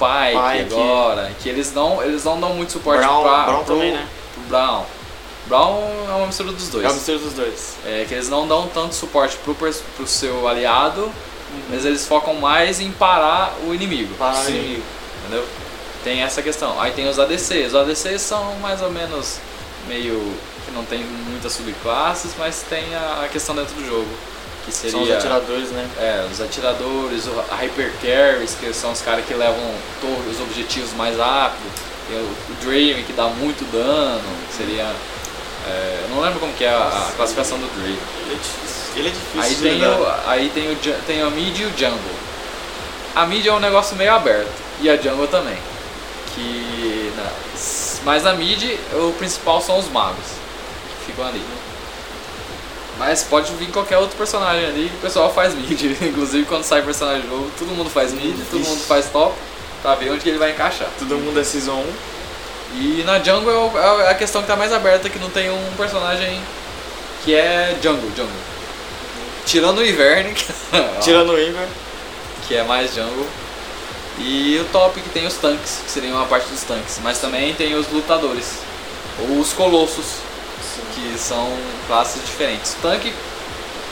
S4: Pike.
S1: agora, que eles não, eles não dão muito suporte
S4: Brown-
S1: pra,
S4: Brown
S1: pro,
S4: também, né?
S1: pro Brown. Brown é uma mistura dos dois.
S4: É o mistério dos dois.
S1: É, que eles não dão tanto suporte pro, pers- pro seu aliado, mas eles focam mais em parar o inimigo.
S4: Uhum. Parar o
S1: Sim.
S4: inimigo.
S1: Entendeu? Tem essa questão. Aí tem os ADCs. Os ADCs são mais ou menos meio que não tem muitas subclasses, mas tem a a questão dentro do jogo. Que seria
S4: São os atiradores, né?
S1: é, os atiradores, o Hyper Carries, que são os caras que levam torre- os objetivos mais rápido. Tem o, o Draven, que dá muito dano, que seria. é, eu não lembro como que é a, a classificação do Draven.
S4: Ele é difícil. Ele é difícil
S1: Aí
S4: de
S1: tem,
S4: lidar.
S1: o, aí tem o, ju- tem a mid e o jungle. A mid é um negócio meio aberto e a jungle também. Que na- s- mas a mid o principal são os magos que ficam ali. Mas pode vir qualquer outro personagem ali que o pessoal faz mid. Inclusive quando sai personagem do jogo, todo mundo faz mid, todo mundo faz top pra ver onde que ele vai encaixar.
S4: Todo mundo é Season 1.
S1: E na jungle é o- é a questão que tá mais aberta, que não tem um personagem que é jungle, jungle. Tirando o Ivern, que,
S4: Tirando o Inver.
S1: que é mais jungle. E o top que tem os tanques, que seriam uma parte dos tanques. Mas também tem os lutadores. Ou os colossos, que são classes diferentes. O tanque,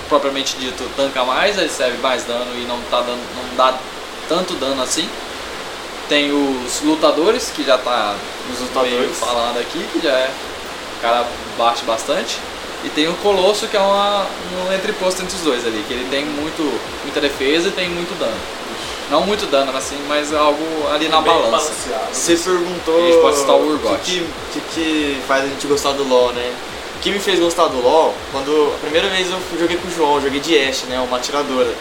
S1: propriamente dito, tanca mais, ele serve mais dano e não, tá dando, não dá tanto dano assim. Tem os lutadores, que já tá
S4: Os
S1: meio
S4: lutadores.
S1: falado aqui, que já é. O cara bate bastante. E tem o Colosso, que é uma, um entreposto entre os dois ali, que ele tem muito, muita defesa e tem muito dano. Não muito dano assim, mas algo ali na
S3: Bem
S1: balança.
S3: balanceado.
S4: Você perguntou
S1: A gente pode citar o
S4: que
S1: Urgot.
S4: que, que que faz a gente gostar do LoL, né? O que me fez gostar do LoL, quando a primeira vez eu joguei com o João, eu joguei de Ashe, né, uma atiradora.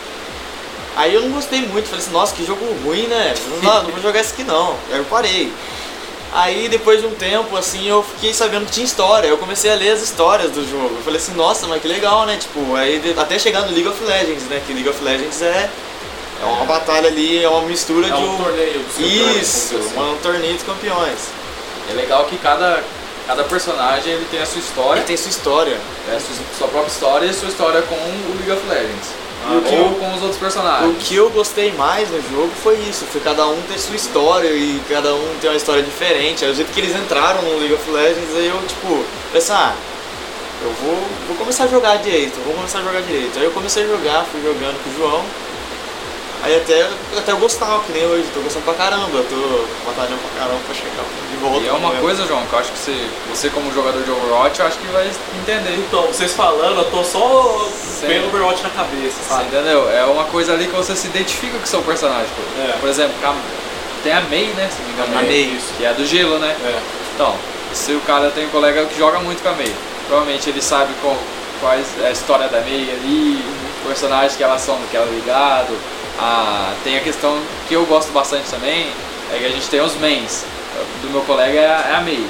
S4: Aí eu não gostei muito, falei assim, nossa, que jogo ruim, né? Não, não vou jogar isso aqui não. Aí eu parei. Aí depois de um tempo, assim, eu fiquei sabendo que tinha história. Eu comecei a ler as histórias do jogo. Eu falei assim, nossa, mas que legal, né? Tipo, aí de- até chegar no League of Legends, né? Que League of Legends é, é uma batalha ali, é uma mistura
S3: É
S4: de
S3: um torneio do seu torneio,
S4: isso,
S3: vamos dizer assim.
S4: um torneio dos campeões.
S1: É legal que cada, cada personagem ele tem a sua história,
S4: Ele tem sua história.
S1: é, a sua, sua própria história e a sua história com o League of Legends.
S3: Ah,
S4: E o que
S1: ou
S4: eu-
S1: com os outros
S4: O
S1: personagens.
S4: que eu gostei mais no jogo foi isso, foi cada um ter sua história e cada um tem uma história diferente. Aí o jeito que eles entraram no League of Legends, aí eu tipo, pensei, ah, eu vou, vou começar a jogar direito, vou começar a jogar direito. Aí eu comecei a jogar, fui jogando com o João. Aí até, até eu gostava, que nem hoje, tô gostando pra caramba, eu tô batalhando pra caramba pra chegar de volta.
S1: E é uma
S4: no-
S1: coisa, João, que eu acho que você, você como jogador de Overwatch, eu acho que vai entender.
S3: Então, vocês falando, eu tô só
S1: Sim.
S3: vendo o Overwatch na cabeça,
S1: Você
S3: sabe?
S1: entendeu? É uma coisa ali que você se identifica com o seu personagem. pô.
S3: É.
S1: Por exemplo, com a- tem a Mei, né? Se não me engano.
S4: A
S1: Mei,
S4: Mei.
S3: Isso.
S1: Que é a do gelo, né?
S3: É.
S1: Então, se o cara tem um colega que joga muito com a Mei, provavelmente ele sabe qual, quais é a história da Mei ali, personagens que elas são, do que ela é ligado, Ah, tem a questão que eu gosto bastante também, é que a gente tem os mains. Do meu colega é a- é a Mei.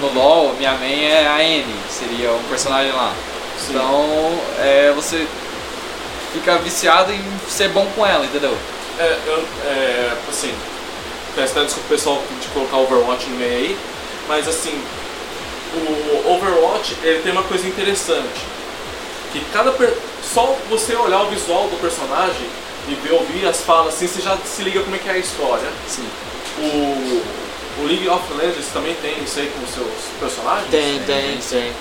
S1: No LoL, minha main é a N, seria um personagem lá.
S3: Sim.
S1: Então, é, você fica viciado em ser bom com ela, entendeu?
S3: É, eu, é, assim, peço até desculpa pessoal de colocar Overwatch no meio aí, mas assim, o Overwatch ele tem uma coisa interessante, que cada per- só você olhar o visual do personagem e ver, ouvir as falas assim, você já se liga como é que é a história.
S1: Sim.
S3: O, o League of Legends também tem isso aí com os seus personagens?
S1: Tem,
S4: Tem, tem, tem.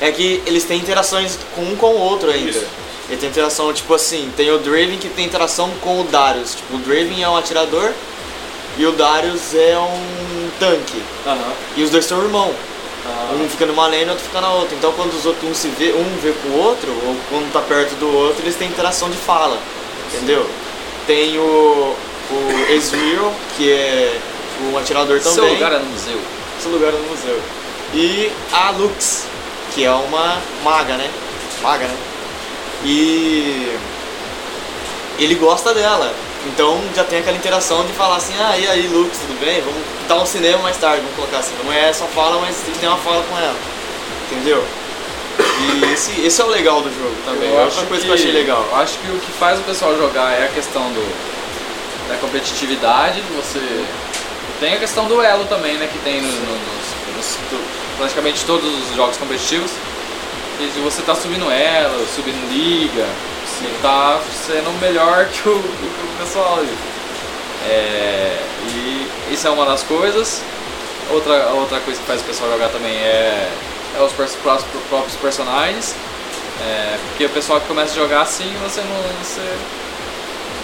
S4: É que eles têm interações com um com o outro ainda.
S3: Isso.
S4: Ele tem interação, tipo assim, tem o Draven que tem interação com o Darius. Tipo, o Draven é um atirador e o Darius é um tanque.
S3: Aham.
S4: E os dois são irmão.
S3: Ah,
S4: Um fica numa lane e o outro fica na outra. Então quando os outros um se vê, um vê com o outro, ou quando tá perto do outro, eles têm interação de fala. Entendeu? Tem o. o Ezreal, que é um atirador também.
S1: Seu lugar é no museu.
S4: Esse lugar no museu. E a Lux, que é uma maga, né? Maga, né? E ele gosta dela. Então já tem aquela interação de falar assim, ah, e aí Lux, tudo bem? Vamos dar um cinema mais tarde, vamos colocar assim. Não é só fala, mas ele tem uma fala com ela. Entendeu? E esse, esse é o legal do jogo também. é outra coisa que eu achei legal.
S1: eu acho que o que faz o pessoal jogar é a questão do, da competitividade, de você. Tem a questão do elo também, né? Que tem no- no- nos, nos- tu- praticamente todos os jogos competitivos. E de você tá subindo elo, subindo liga, e tá sendo melhor que o, que o pessoal ali. É, e isso é uma das coisas. Outra, outra coisa que faz o pessoal jogar também é, é os pers- prós- próprios personagens. É, porque o pessoal que começa a jogar assim, você não. Você,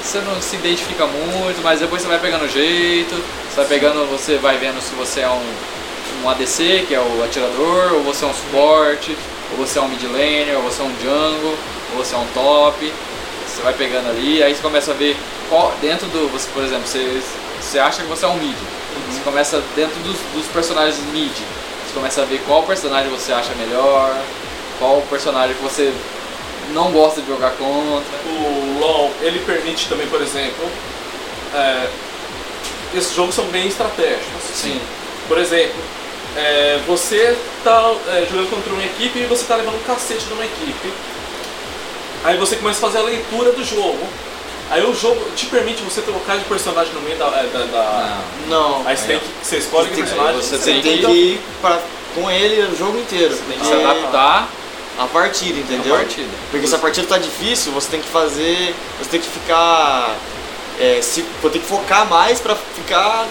S1: você não se identifica muito, mas depois você vai pegando o jeito, você vai pegando, você vai vendo se você é um, um ADC, que é o atirador, ou você é um suporte, ou você é um mid laner, ou você é um jungle, ou você é um top. Você vai pegando ali, aí você começa a ver qual dentro do. Você, por exemplo, você, você acha que você é um mid. Você começa dentro dos, dos personagens mid. Você começa a ver qual personagem você acha melhor, qual personagem que você não gosta de jogar contra.
S3: O LoL, ele permite também, por exemplo, é, esses jogos são bem estratégicos.
S1: Sim.
S3: Por exemplo, é, você tá é, jogando contra uma equipe e você tá levando um cacete de uma equipe. Aí você começa a fazer a leitura do jogo. Aí o jogo te permite você trocar de personagem no meio da. é, da, da-
S1: Não.
S4: Não.
S3: Aí você tem que. Você escolhe que
S4: Tem-
S3: personagem
S1: Ah, você
S4: Você
S1: tem
S4: tem que ir pra, com ele o jogo inteiro.
S1: Tem que
S4: porque-
S1: se adaptar
S4: A partida, entendeu?
S1: à partida.
S4: Porque se a partida tá difícil, você tem que fazer. Você tem que ficar. É, se, vou ter que focar mais pra ficar.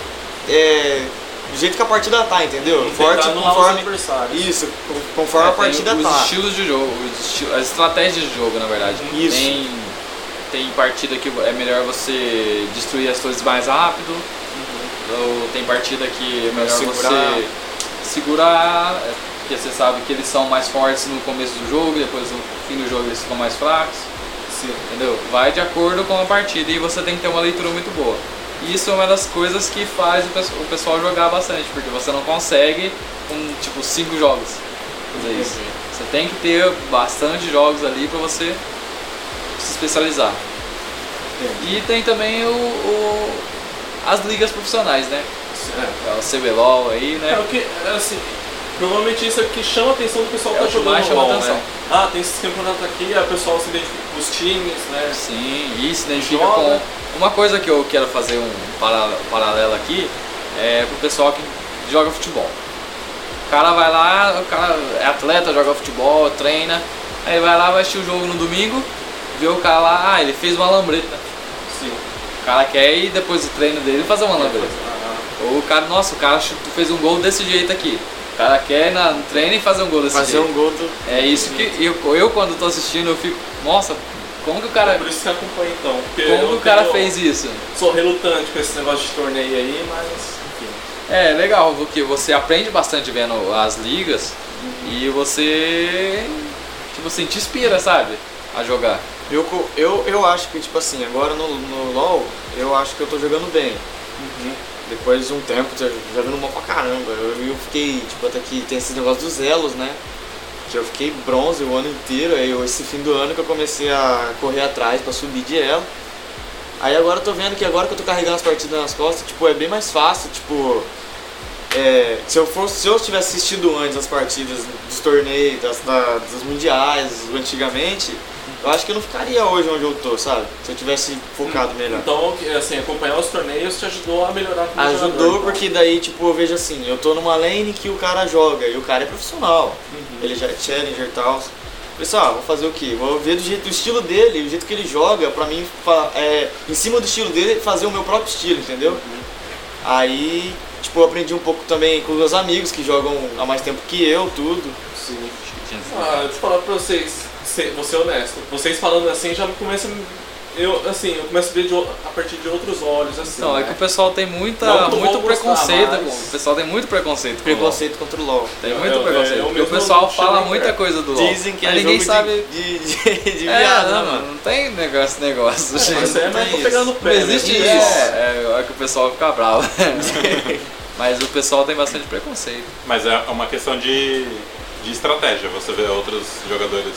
S4: É, do jeito que a partida tá,
S1: um
S4: entendeu? Forte
S3: tentar anular os
S4: conforme.
S3: adversários.
S4: Isso, con- conforme a
S1: É, tem
S4: partida
S1: os
S4: tá.
S1: estilos de jogo, os esti- as estratégias de jogo, na verdade.
S4: Isso.
S1: Tem, tem partida que é melhor você destruir as torres mais rápido, ou tem partida que é melhor
S4: Uhum. Segurar.
S1: você segurar, é, porque você sabe que eles são mais fortes no começo do jogo, depois no fim do jogo eles ficam mais fracos,
S3: Sim.
S1: entendeu? Vai de acordo com a partida e você tem que ter uma leitura muito boa. Isso é uma das coisas que faz o pes- o pessoal jogar bastante, porque você não consegue com tipo cinco jogos fazer isso. Você tem que ter bastante jogos ali pra você se especializar. E tem também o, o- as ligas profissionais, né?
S3: É.
S1: É O CBLOL aí,
S3: É, o
S1: né?
S3: que, é, assim, provavelmente isso é o que chama a atenção do pessoal
S1: É
S3: que
S1: o
S3: tá
S1: que
S3: jogando
S1: mais chama
S3: LoL,
S1: atenção.
S3: né? Ah, tem esses campeonatos aqui, aí o pessoal se identifica com os times, né?
S1: Sim, e se identifica
S3: Joga.
S1: com. Uma coisa que eu quero fazer um para- paralelo aqui é pro pessoal que joga futebol. O cara vai lá, o cara é atleta, joga futebol, treina, aí vai lá, vai assistir o jogo no domingo, vê o cara lá, ah, ele fez uma lambreta.
S3: Sim.
S1: O cara quer ir depois do treino dele fazer uma lambreta.
S3: Ah,
S1: Ou o cara, nossa, o cara chutou- fez um gol desse jeito aqui. O cara quer ir na, no treino e fazer um gol desse
S4: Fazer
S1: jeito.
S4: um gol do.
S1: É isso que eu, eu quando tô assistindo, eu fico, nossa, como que o cara.
S3: Por isso que acompanha então. porque eu
S1: Como que o cara
S3: tenho-
S1: fez isso?
S3: Sou relutante com esse negócio de torneio aí, mas enfim.
S1: É legal, porque você aprende bastante vendo as ligas e você. Tipo assim, te inspira, sabe? A jogar.
S4: Eu, co- eu, eu acho que, tipo assim, agora no, no LoL, eu acho que eu tô jogando bem. Depois de um tempo, tô jogando mal pra caramba. Eu, eu fiquei, tipo, até que tem esse negócio dos elos, né? Que eu fiquei bronze o ano inteiro. Aí eu- esse fim do ano que eu comecei a correr atrás pra subir de elo. Aí agora eu tô vendo que agora que eu tô carregando as partidas nas costas, tipo, é bem mais fácil, tipo. é, se, eu fosse, se eu tivesse assistido antes as partidas dos torneios, das, da- dos mundiais, antigamente, eu acho que eu não ficaria hoje onde eu tô, sabe? Se eu tivesse focado melhor.
S3: Então, assim, acompanhar os torneios te ajudou a melhorar como jogador,
S4: Ajudou
S3: então.
S4: porque daí, tipo, eu vejo assim, eu tô numa lane que o cara joga e o cara é profissional.
S3: Uhum.
S4: Ele já é challenger e tal. Pessoal, "Ah, vou fazer o quê? Vou ver do jeito do estilo dele, o jeito que ele joga, pra mim, fa- é, em cima do estilo dele, fazer o meu próprio estilo, entendeu? Aí, tipo, eu aprendi um pouco também com os meus amigos que jogam há mais tempo que eu, tudo.
S3: Sim.
S1: Tinha-
S3: Ah, deixa eu falar pra vocês, ser, vou ser honesto. Vocês falando assim já começa. Eu, assim, eu começo a ver de o- a partir de outros olhos, assim.
S1: Não, é
S3: né?
S1: que o pessoal tem muita,
S3: Não que eu
S1: muito
S3: vou gostar,
S1: preconceito.
S3: mas-
S1: O pessoal tem muito preconceito. com o LOL.
S4: Preconceito contra o LoL.
S1: Tem
S3: Eu-
S1: muito
S3: eu-
S1: preconceito.
S3: eu- eu
S1: porque o
S3: mesmo
S1: pessoal
S3: não
S1: fala
S3: chego
S1: muita
S3: perto.
S1: coisa do LoL.
S4: Dizem que é
S1: Mas ninguém
S4: jogo de-
S1: sabe.
S4: de, de, de,
S1: É,
S4: viado, né,
S1: não, mano, não tem negócio, negócio, gente.
S3: Mas é,
S4: não
S3: mas
S4: tem
S3: tô
S4: isso.
S3: pegando o
S1: Não
S3: pé.
S1: existe
S3: né?
S1: isso. É, é, é que o pessoal fica bravo. Mas o pessoal tem bastante preconceito.
S2: Mas é uma questão de, de estratégia, você vê outros jogadores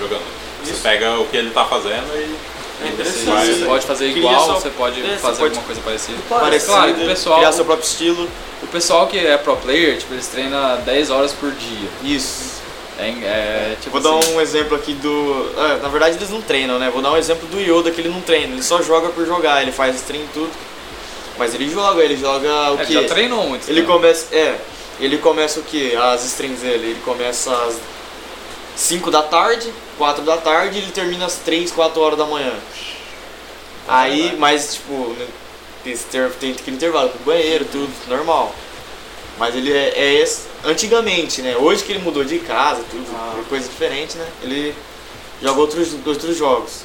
S2: jogando. Você
S3: Isso.
S2: pega o que ele tá fazendo e.
S3: É
S1: Você,
S3: interessante.
S2: Mas-
S1: você pode fazer
S4: Queria
S1: igual,
S4: só-
S1: você pode
S4: é, você
S1: fazer
S4: pode-
S1: alguma coisa parecida.
S4: Parecido,
S1: Claro, o pessoal-
S4: criar seu próprio estilo.
S1: O pessoal que é pro player, tipo, eles treinam 10 horas por dia.
S4: Isso.
S1: É, é, tipo
S4: Vou dar
S1: assim,
S4: um exemplo aqui do. ah, na verdade eles não treinam, né? Vou dar um exemplo do Yoda que ele não treina, ele só joga por jogar, ele faz stream e tudo. Mas ele joga, ele joga o
S1: é,
S4: quê?
S1: já treinou muito.
S4: um Ele
S1: né?
S4: começa. É, ele começa o quê? As streams dele. Ele começa às 5 da tarde, 4 da tarde e ele termina às 3, 4 horas da manhã. Aí, mas tipo, né, tem, esse ter- tem aquele intervalo pro banheiro, tudo, normal. Mas ele é, é esse- antigamente, né? Hoje que ele mudou de casa, tudo,
S3: Ah.
S4: coisa diferente, né? Ele joga outros, outros jogos.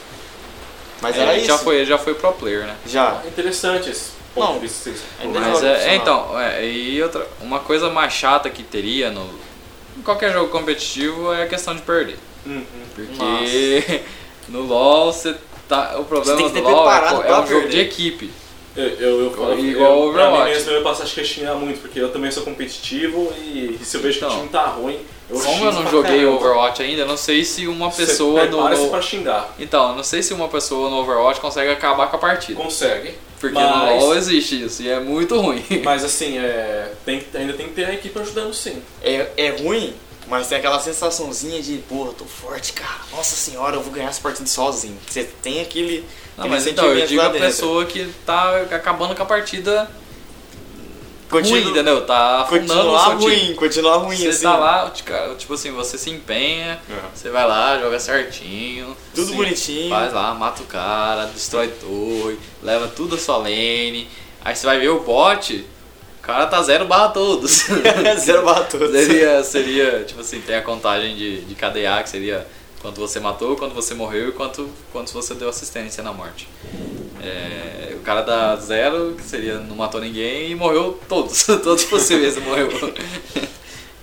S4: Mas
S1: É,
S4: era
S1: ele
S4: isso.
S1: já foi, ele já foi pro player, né?
S4: Já.
S3: É interessante esse ponto
S4: Não.
S3: de vista. assim. que vocês-
S4: Ainda
S1: Mas
S4: joga
S1: é, é,
S4: profissional.
S1: então, é, e outra, uma coisa mais chata que teria no em qualquer jogo competitivo é a questão de perder.
S3: Uhum.
S1: Porque no LoL você tá, o problema
S4: Você tem que
S1: do
S4: ter
S1: LoL é,
S4: preparado
S1: co- é
S4: pra
S1: um jogo de
S4: perder.
S1: equipe.
S3: Eu, eu, eu falo,
S1: Igual
S3: eu,
S1: o
S3: pra mim
S1: Overwatch.
S3: mesmo eu passo a xingar muito, porque eu também sou competitivo e, se eu vejo que o
S1: Então,
S3: time tá ruim, eu
S1: Como eu
S3: xingo
S1: não
S3: pra
S1: joguei
S3: caramba.
S1: Overwatch ainda, eu não sei se uma
S3: Você
S1: pessoa no,
S3: prepara-se
S1: no
S3: pra xingar.
S1: Então, eu não sei se uma pessoa no Overwatch consegue acabar com a partida.
S3: Consegue.
S1: Porque no
S3: mas-
S1: LoL existe isso e é muito ruim.
S3: Mas assim, é, tem, que- ainda tem que ter a equipe ajudando sim.
S4: É, é ruim, mas tem aquela sensaçãozinha de, porra, tô forte, cara. Nossa senhora, eu vou ganhar essa partida sozinho. Você tem aquele,
S1: Não,
S4: aquele
S1: mas então, eu
S4: sentimento
S1: digo
S4: lá
S1: a
S4: dentro.
S1: pessoa que tá acabando com a partida ruim,
S4: Continua,
S1: entendeu? Tá afundando o
S4: continuar
S1: seu time.
S4: ruim, continuar ruim,
S1: Você
S4: assim.
S1: tá lá, cara, tipo assim, você se empenha,
S2: né?
S1: você vai lá, joga certinho.
S4: Tudo
S1: assim,
S4: bonitinho.
S1: Faz lá, mata o cara, destrói torre, leva tudo a sua lane. Aí você vai ver o bot, o cara tá zero barra todos.
S4: Zero barra todos.
S1: seria, seria, tipo assim, tem a contagem de, de KDA, que seria quanto você matou, quanto você morreu e quanto, quanto você deu assistência na morte. É, o cara dá zero, que seria não matou ninguém e morreu todos, todos possíveis ele morreu.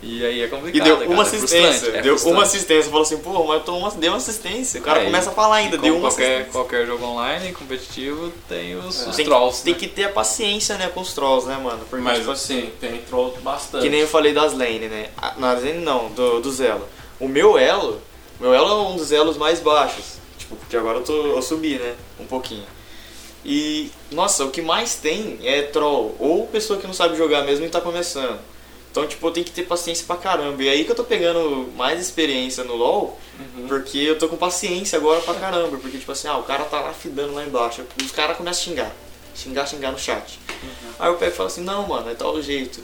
S1: E aí é complicado.
S4: E deu
S1: cara,
S4: uma
S1: é
S4: assistência.
S1: frustrante, é
S4: deu uma
S1: frustrante.
S4: assistência. Falou assim, porra, mas eu tô uma, deu uma assistência. O cara
S1: É,
S4: começa a falar ainda,
S1: Como
S4: deu uma
S1: qualquer,
S4: assistência. É.
S1: qualquer jogo online competitivo tem os, os
S4: Tem, que-
S1: trolls.
S4: tem
S1: né?
S4: que ter a paciência, né, com os trolls, né, mano? Porque,
S2: Mas-
S4: tipo assim,
S3: Sim, tem troll bastante.
S4: Que nem eu falei das lane, né? Ah, Na lane não, do, do elo. O meu elo, meu elo é um dos elos mais baixos. Tipo, porque agora eu, tô, eu subi, né? Um pouquinho. E, nossa, o que mais tem é troll. Ou pessoa que não sabe jogar mesmo e tá começando. Então, tipo, tem que ter paciência pra caramba. E aí que eu tô pegando mais experiência no LoL,
S3: Uhum.
S4: porque eu tô com paciência agora pra caramba. Porque, tipo assim, ah, o cara tá lá fidando lá embaixo. Os caras começam a xingar. Xingar, xingar no chat. Aí eu pego e falo assim, não, mano, é tal jeito.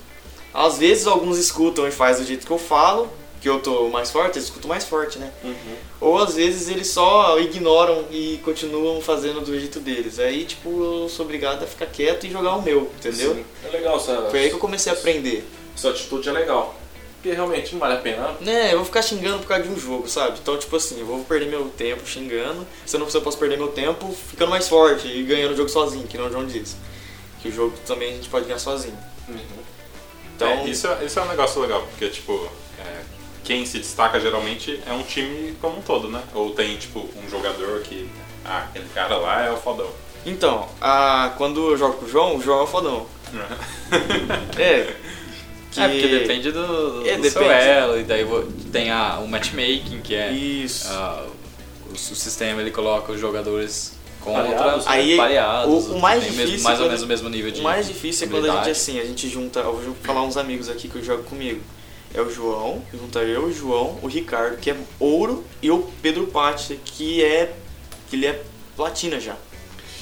S4: Às vezes alguns escutam e faz do jeito que eu falo, que eu tô mais forte, eles escutam mais forte, né?
S3: Uhum.
S4: Ou às vezes eles só ignoram e continuam fazendo do jeito deles. Aí, tipo, eu sou obrigado a ficar quieto e jogar o meu, entendeu?
S3: Sim. É legal essa,
S4: Foi aí que eu comecei a aprender.
S3: sua atitude é legal. Porque realmente não vale a pena.
S4: Né, eu vou ficar xingando por causa de um jogo, sabe? Então, tipo assim, eu vou perder meu tempo xingando, se eu não se eu posso perder meu tempo ficando mais forte e ganhando o jogo sozinho, que não o João diz. Que o jogo também a gente pode ganhar sozinho.
S1: Uhum.
S4: Então,
S2: É, isso, é- isso é um negócio legal, porque tipo, é, quem se destaca geralmente é um time como um todo, né? Ou tem tipo um jogador que. Ah, aquele cara lá é o fodão.
S4: então a, quando eu jogo com o João, o João é o fodão. É. que-
S1: É, porque depende do, do
S4: É,
S1: seu
S4: depende.
S1: elo, e daí vo- tem a, o matchmaking, que é
S4: Isso.
S1: Ah, o, o sistema ele coloca os jogadores Contra
S3: Pareados,
S1: os
S4: né? Aí,
S1: pareados. assim,
S4: o- o mais
S1: tem mesmo-
S4: difícil
S1: mais ou
S4: quando-
S1: menos o mesmo nível de.
S4: O mais difícil é quando a gente,
S1: habilidade.
S4: assim, a gente junta, eu vou falar uns amigos aqui que eu jogo comigo. É o João, junta eu, o João, o Ricardo, que é ouro, e o Pedro Patti, que é. que ele é platina já.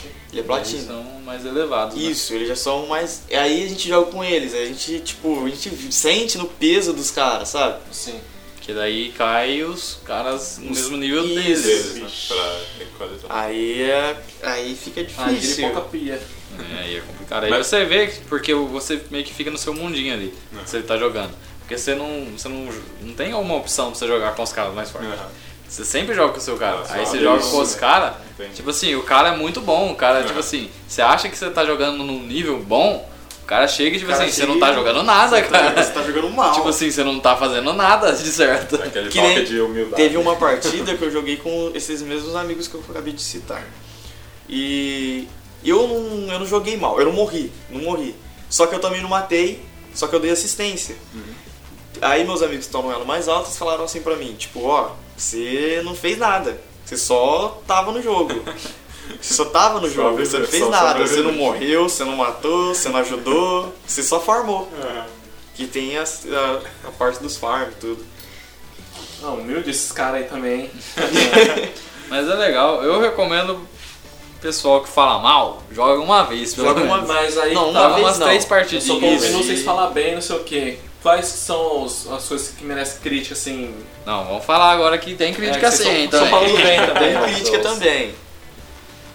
S4: Ele é
S1: Eles
S4: platina.
S1: são mais elevados. né?
S4: Isso, eles já são mais. Aí a gente joga com eles, aí a gente, tipo, a gente sente no peso dos caras, sabe?
S3: Sim.
S1: Que daí cai os caras no
S4: Os-
S1: mesmo nível
S4: isso.
S1: deles.
S2: Vezes, né? Pra
S1: Ah,
S2: equalizar.
S4: Aí é. Aí fica
S3: Aí ele
S4: difícil.
S3: ponta pia.
S1: É, aí é complicado. Aí
S2: Mas-
S1: você vê, que- porque você meio que fica no seu mundinho ali,
S2: É.
S1: quando você tá jogando. Porque você não, você não, não tem alguma opção pra você jogar com os caras mais fortes.
S2: Aham.
S1: Você sempre joga com o seu cara.
S2: Nossa,
S1: aí você
S2: olha
S1: joga
S2: isso,
S1: com os
S2: né?
S1: caras.
S2: Entendi.
S1: Tipo assim, o cara é muito bom. O cara,
S2: É.
S1: tipo assim, você acha que você tá jogando num nível bom, o cara chega e, tipo
S4: cara
S1: assim, você
S4: chega
S1: não tá
S4: e-
S1: jogando nada, cara.
S4: Você tá jogando mal.
S1: Tipo assim, você não tá fazendo nada de certo.
S2: Aquele
S4: Que
S2: toque
S4: nem
S2: de humildade.
S4: Teve uma partida que eu joguei com esses mesmos amigos que eu acabei de citar. E eu não, eu não joguei mal, eu não morri, não morri. Só que eu também não matei, só que eu dei assistência.
S2: Uhum.
S4: Aí meus amigos que estão no elo mais alto falaram assim pra mim, tipo, ó, você não fez nada, você só tava no jogo. Você só tava no
S2: Só
S4: jogo, você não
S2: viveu,
S4: fez
S2: só
S4: nada, você não
S2: sobreviveu.
S4: morreu, você não matou, você não ajudou, você só farmou.
S2: Aham.
S4: Que tem as- a, a parte dos farms e tudo.
S3: Ah, humilde esses caras aí também. hein?
S1: Mas é legal. Eu recomendo o pessoal que fala mal, joga uma vez, pelo
S4: Joga uma
S1: menos.
S3: Mas aí
S4: Não,
S3: tá,
S4: uma vez
S1: umas
S4: não.
S1: três
S3: Eu
S1: partidinhas.
S3: só tô ouvindo
S4: Isso.
S3: vocês falar bem, não sei o quê. Quais são os- as coisas que merecem crítica, assim?
S1: Não, vamos falar agora que tem crítica
S3: É, que vocês
S1: sim, então.
S3: tão- tão falando bem também. né,
S4: Tem crítica também.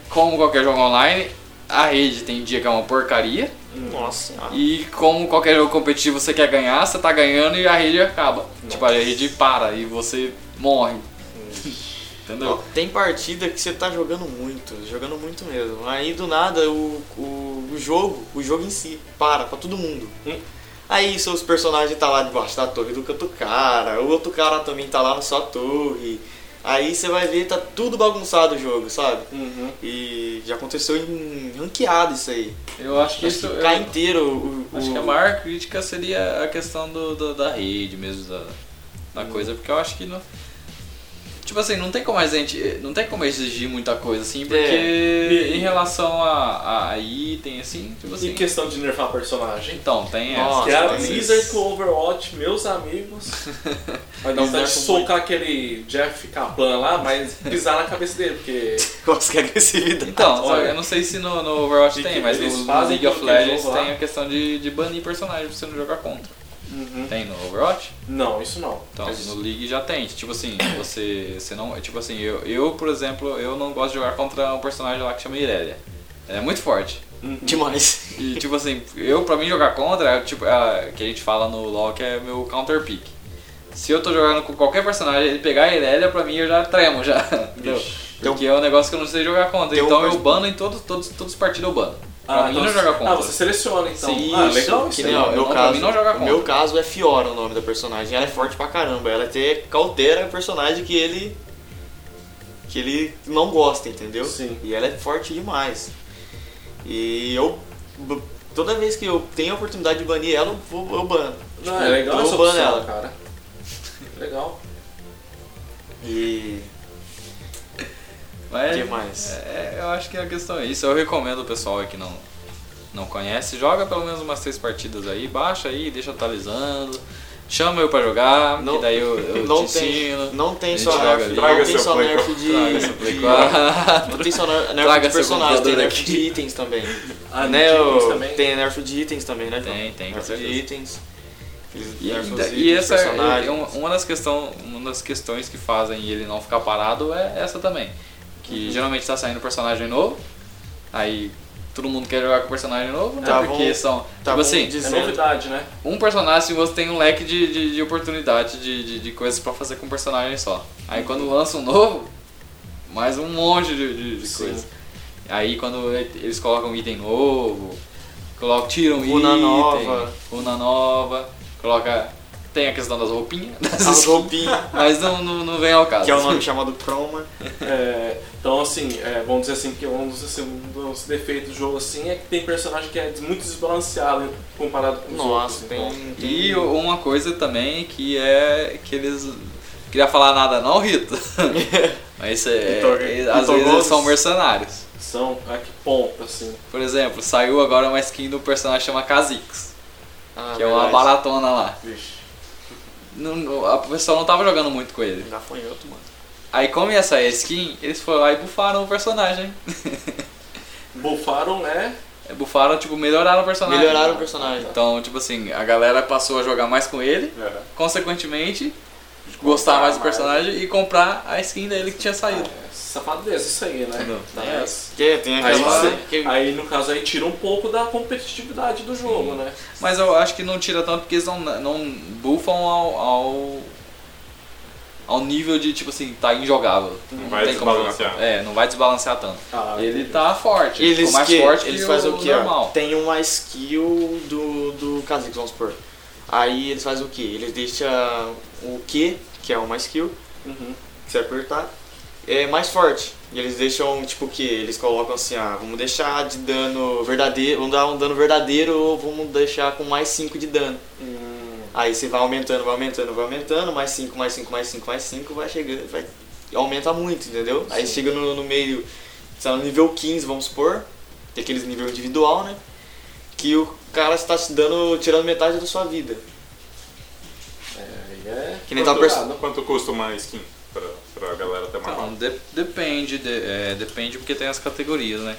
S1: Como qualquer jogo online, a rede tem dia que é uma porcaria.
S3: Hum.
S4: Nossa senhora.
S1: E como qualquer jogo competitivo você quer ganhar, você tá ganhando e a rede acaba. Tipo, a rede para e você morre. Entendeu?
S4: Tem partida que você tá jogando muito, jogando muito mesmo. Aí do nada o, o, o jogo, o jogo em si, para pra todo mundo.
S3: Hum.
S4: Aí seus personagens tá lá debaixo da torre do canto cara, o outro cara também tá lá na sua torre. Aí você vai ver, tá tudo bagunçado o jogo, sabe?
S3: Uhum.
S4: E já aconteceu em ranqueado isso aí.
S1: Eu acho que
S4: Acho
S1: isso.
S4: que
S1: eu-
S3: é-
S4: cai inteiro o, o-
S1: Acho que a maior crítica seria a questão do, do- da rede mesmo, da, da
S4: Hum.
S1: coisa, porque eu acho que não. Tipo assim, não tem como a gente. Não tem como exigir muita coisa, assim, porque
S4: É.
S3: E-
S1: em relação a, a item, assim, tipo assim.
S3: E questão de nerfar personagem?
S1: Então, tem
S4: Nossa,
S3: que é a
S4: tem isso.
S3: Blizzard com Overwatch, meus amigos. Ao invés de
S4: nerfam
S3: socar aquele Jeff Kaplan lá, mas pisar na cabeça dele, porque
S4: Nossa, que é agressividade.
S1: Então,
S3: Ah, Olha.
S1: sabe, eu não sei se no, no Overwatch
S3: E
S1: tem,
S3: que
S1: mas
S3: eles
S1: no, no
S3: fazem
S1: League of
S3: com que eles
S1: Legends
S3: vão lá.
S1: tem a questão de, de banir personagem pra você não jogar contra.
S3: Uhum.
S1: Tem no Overwatch?
S3: Não, isso não.
S1: Então, no League já tem. Tipo assim, você, você não. é Tipo assim, eu, eu, por exemplo, eu não gosto de jogar contra um personagem lá que chama Irelia. Ela é muito forte.
S3: Uhum.
S4: Demais.
S1: E tipo assim, eu pra mim jogar contra é tipo a, que a gente fala no LoL que é meu counter pick. Se eu tô jogando com qualquer personagem, ele pegar a Irelia, pra mim eu já tremo já. Entendeu? Porque é um negócio que eu não sei jogar contra.
S4: Então, Tem um
S1: Então
S4: pers-
S1: eu bano em todos todos todos os partidos eu bano. Pra mim não
S3: então-
S1: jogar contra.
S3: Ah, você seleciona então.
S1: Sim,
S3: ah, legal
S4: Que
S3: isso.
S4: nem,
S1: Não,
S4: ó, meu
S1: não, pra
S4: caso,
S1: mim não joga
S4: o
S1: contra.
S4: meu caso é Fiora o nome da personagem. Ela é forte pra caramba. Ela até cautera o um personagem que ele que ele não gosta, entendeu?
S3: Sim.
S4: E ela é forte demais. E eu b- toda vez que eu tenho a oportunidade de banir ela, eu, vou- eu bano. Tipo,
S3: Não, é legal
S4: eu
S3: essa
S4: tô roubando
S3: opção,
S4: ela.
S3: cara. Legal.
S4: E
S1: Mas,
S4: Que mais?
S1: é, eu acho que a questão é isso. Eu recomendo o pessoal aí que não, não conhece, joga pelo menos umas três partidas aí, baixa aí, deixa atualizando. Chama eu pra jogar,
S4: Não-
S1: que daí eu, eu
S4: não
S1: te
S4: tem
S1: ensino.
S4: não tem
S1: A
S4: só
S1: gente joga
S4: nerf,
S1: ali.
S4: não
S2: Traga
S4: tem
S2: seu
S4: só
S2: Play
S4: nerf de,
S1: Traga essa Play
S4: de-
S1: 4.
S4: não tem só ner- nerf
S1: Traga
S4: de
S1: seu
S4: personagem, tem
S1: computador
S4: nerf
S1: aqui.
S4: de itens também.
S3: Ah,
S4: né,
S3: itens
S4: o-
S3: também?
S4: Tem nerf de itens também, né? João?
S1: Tem, tem, com
S4: Nerf de
S1: certeza.
S4: itens. Eles
S1: E,
S4: nerfam os
S1: ainda-
S4: itens
S1: e essa é-
S4: personagens.
S1: é uma, uma das questão, uma das questões que fazem ele não ficar parado é essa também.
S4: Uhum.
S1: Que geralmente tá saindo personagem novo, aí todo mundo quer jogar com personagem novo, né?
S4: Tavam-
S1: Porque são. tipo
S4: Tavam
S1: assim,
S3: É
S4: dizendo-
S3: novidade, né?
S1: um personagem você tem um leque de, de, de oportunidade de, de, de coisas pra fazer com um personagem só. Aí
S4: Uhum.
S1: quando lança um novo, mais um monte de, de, de
S3: Sim.
S1: coisas. Aí quando eles colocam um item novo, colocam, tiram
S4: Runa
S1: um item,
S4: nova.
S1: runa nova, coloca. Tem a questão das roupinhas, das
S4: as
S1: skins,
S4: roupinhas,
S1: mas não, não, não vem ao caso.
S4: que é o nome chamado Chroma.
S3: É, então, assim, é, vamos dizer assim que um dos, assim, um dos defeitos do jogo assim é que tem personagem que é muito desbalanceado comparado com os
S4: Nossa,
S3: outros. então.
S4: tem, tem-
S1: E uma coisa também que é que eles. Não queria falar nada não, Rito. Mas é,
S4: Rito-
S1: é- às vezes
S4: Rito
S1: eles
S4: Gomes.
S1: são mercenários.
S3: Então, são a que ponto, assim.
S1: Por exemplo, saiu agora uma skin do personagem que chama Kha'Zix,
S3: Ah,
S4: Tá
S1: que é uma
S3: verdade.
S1: baratona lá.
S3: Vixe.
S1: Não- não- a pessoa não tava jogando muito com ele.
S4: Gafanhoto, mano.
S1: Aí como ia sair a skin, eles foram lá e bufaram o personagem.
S3: Bufaram é
S1: Bufaram, tipo, melhoraram o personagem.
S4: Melhoraram o personagem.
S1: Então, tipo assim, a galera passou a jogar mais com ele,
S2: É.
S1: consequentemente, gostar mais do personagem e comprar a skin dele que tinha saído.
S3: É, safadeza isso aí, né?
S1: Não.
S3: Tá,
S4: Tá É.
S3: mas-
S4: Porque tem
S3: Aí,
S4: aquela.
S3: você-
S4: que-
S3: aí, no caso aí tira um pouco da competitividade do jogo, né?
S1: Mas eu acho que não tira tanto porque eles não, não bufam ao, ao. ao nível de, tipo assim, tá injogável. Não
S2: vai
S1: tem como jogar.
S2: desbalancear.
S1: É, não vai desbalancear tanto.
S3: Ah,
S1: Ele tá forte, ele
S4: Eles,
S1: ficou mais
S4: que,
S1: forte
S4: eles
S1: que
S4: fazem
S1: o,
S4: o que? ó?
S1: normal.
S4: Tem uma skill do, do Kha'Zix, vamos supor. Aí eles fazem o que? Eles deixam o Q, que é uma skill,
S3: Uhum.
S4: que você apertar, é mais forte. E eles deixam, tipo, o que? Eles colocam assim, ah, vamos deixar de dano verdadeiro, vamos dar um dano verdadeiro ou vamos deixar com mais 5 de dano.
S3: Hum,
S4: Aí você vai aumentando, vai aumentando, vai aumentando, mais 5, mais 5, mais 5, mais 5, vai chegando, vai... aumenta muito, entendeu? Aí
S3: Sim.
S4: chega no, no meio, sei lá, no nível 15, vamos supor, tem aqueles nível individual, né? Que o cara está te dando, tirando metade da sua vida.
S3: é, aí é
S4: Que nem tá
S3: controlado.
S4: perso-
S2: Quanto custa uma skin pra, pra galera ter uma
S1: Não,
S2: conta?
S1: Então, de- depende, de- é, depende porque tem as categorias, né?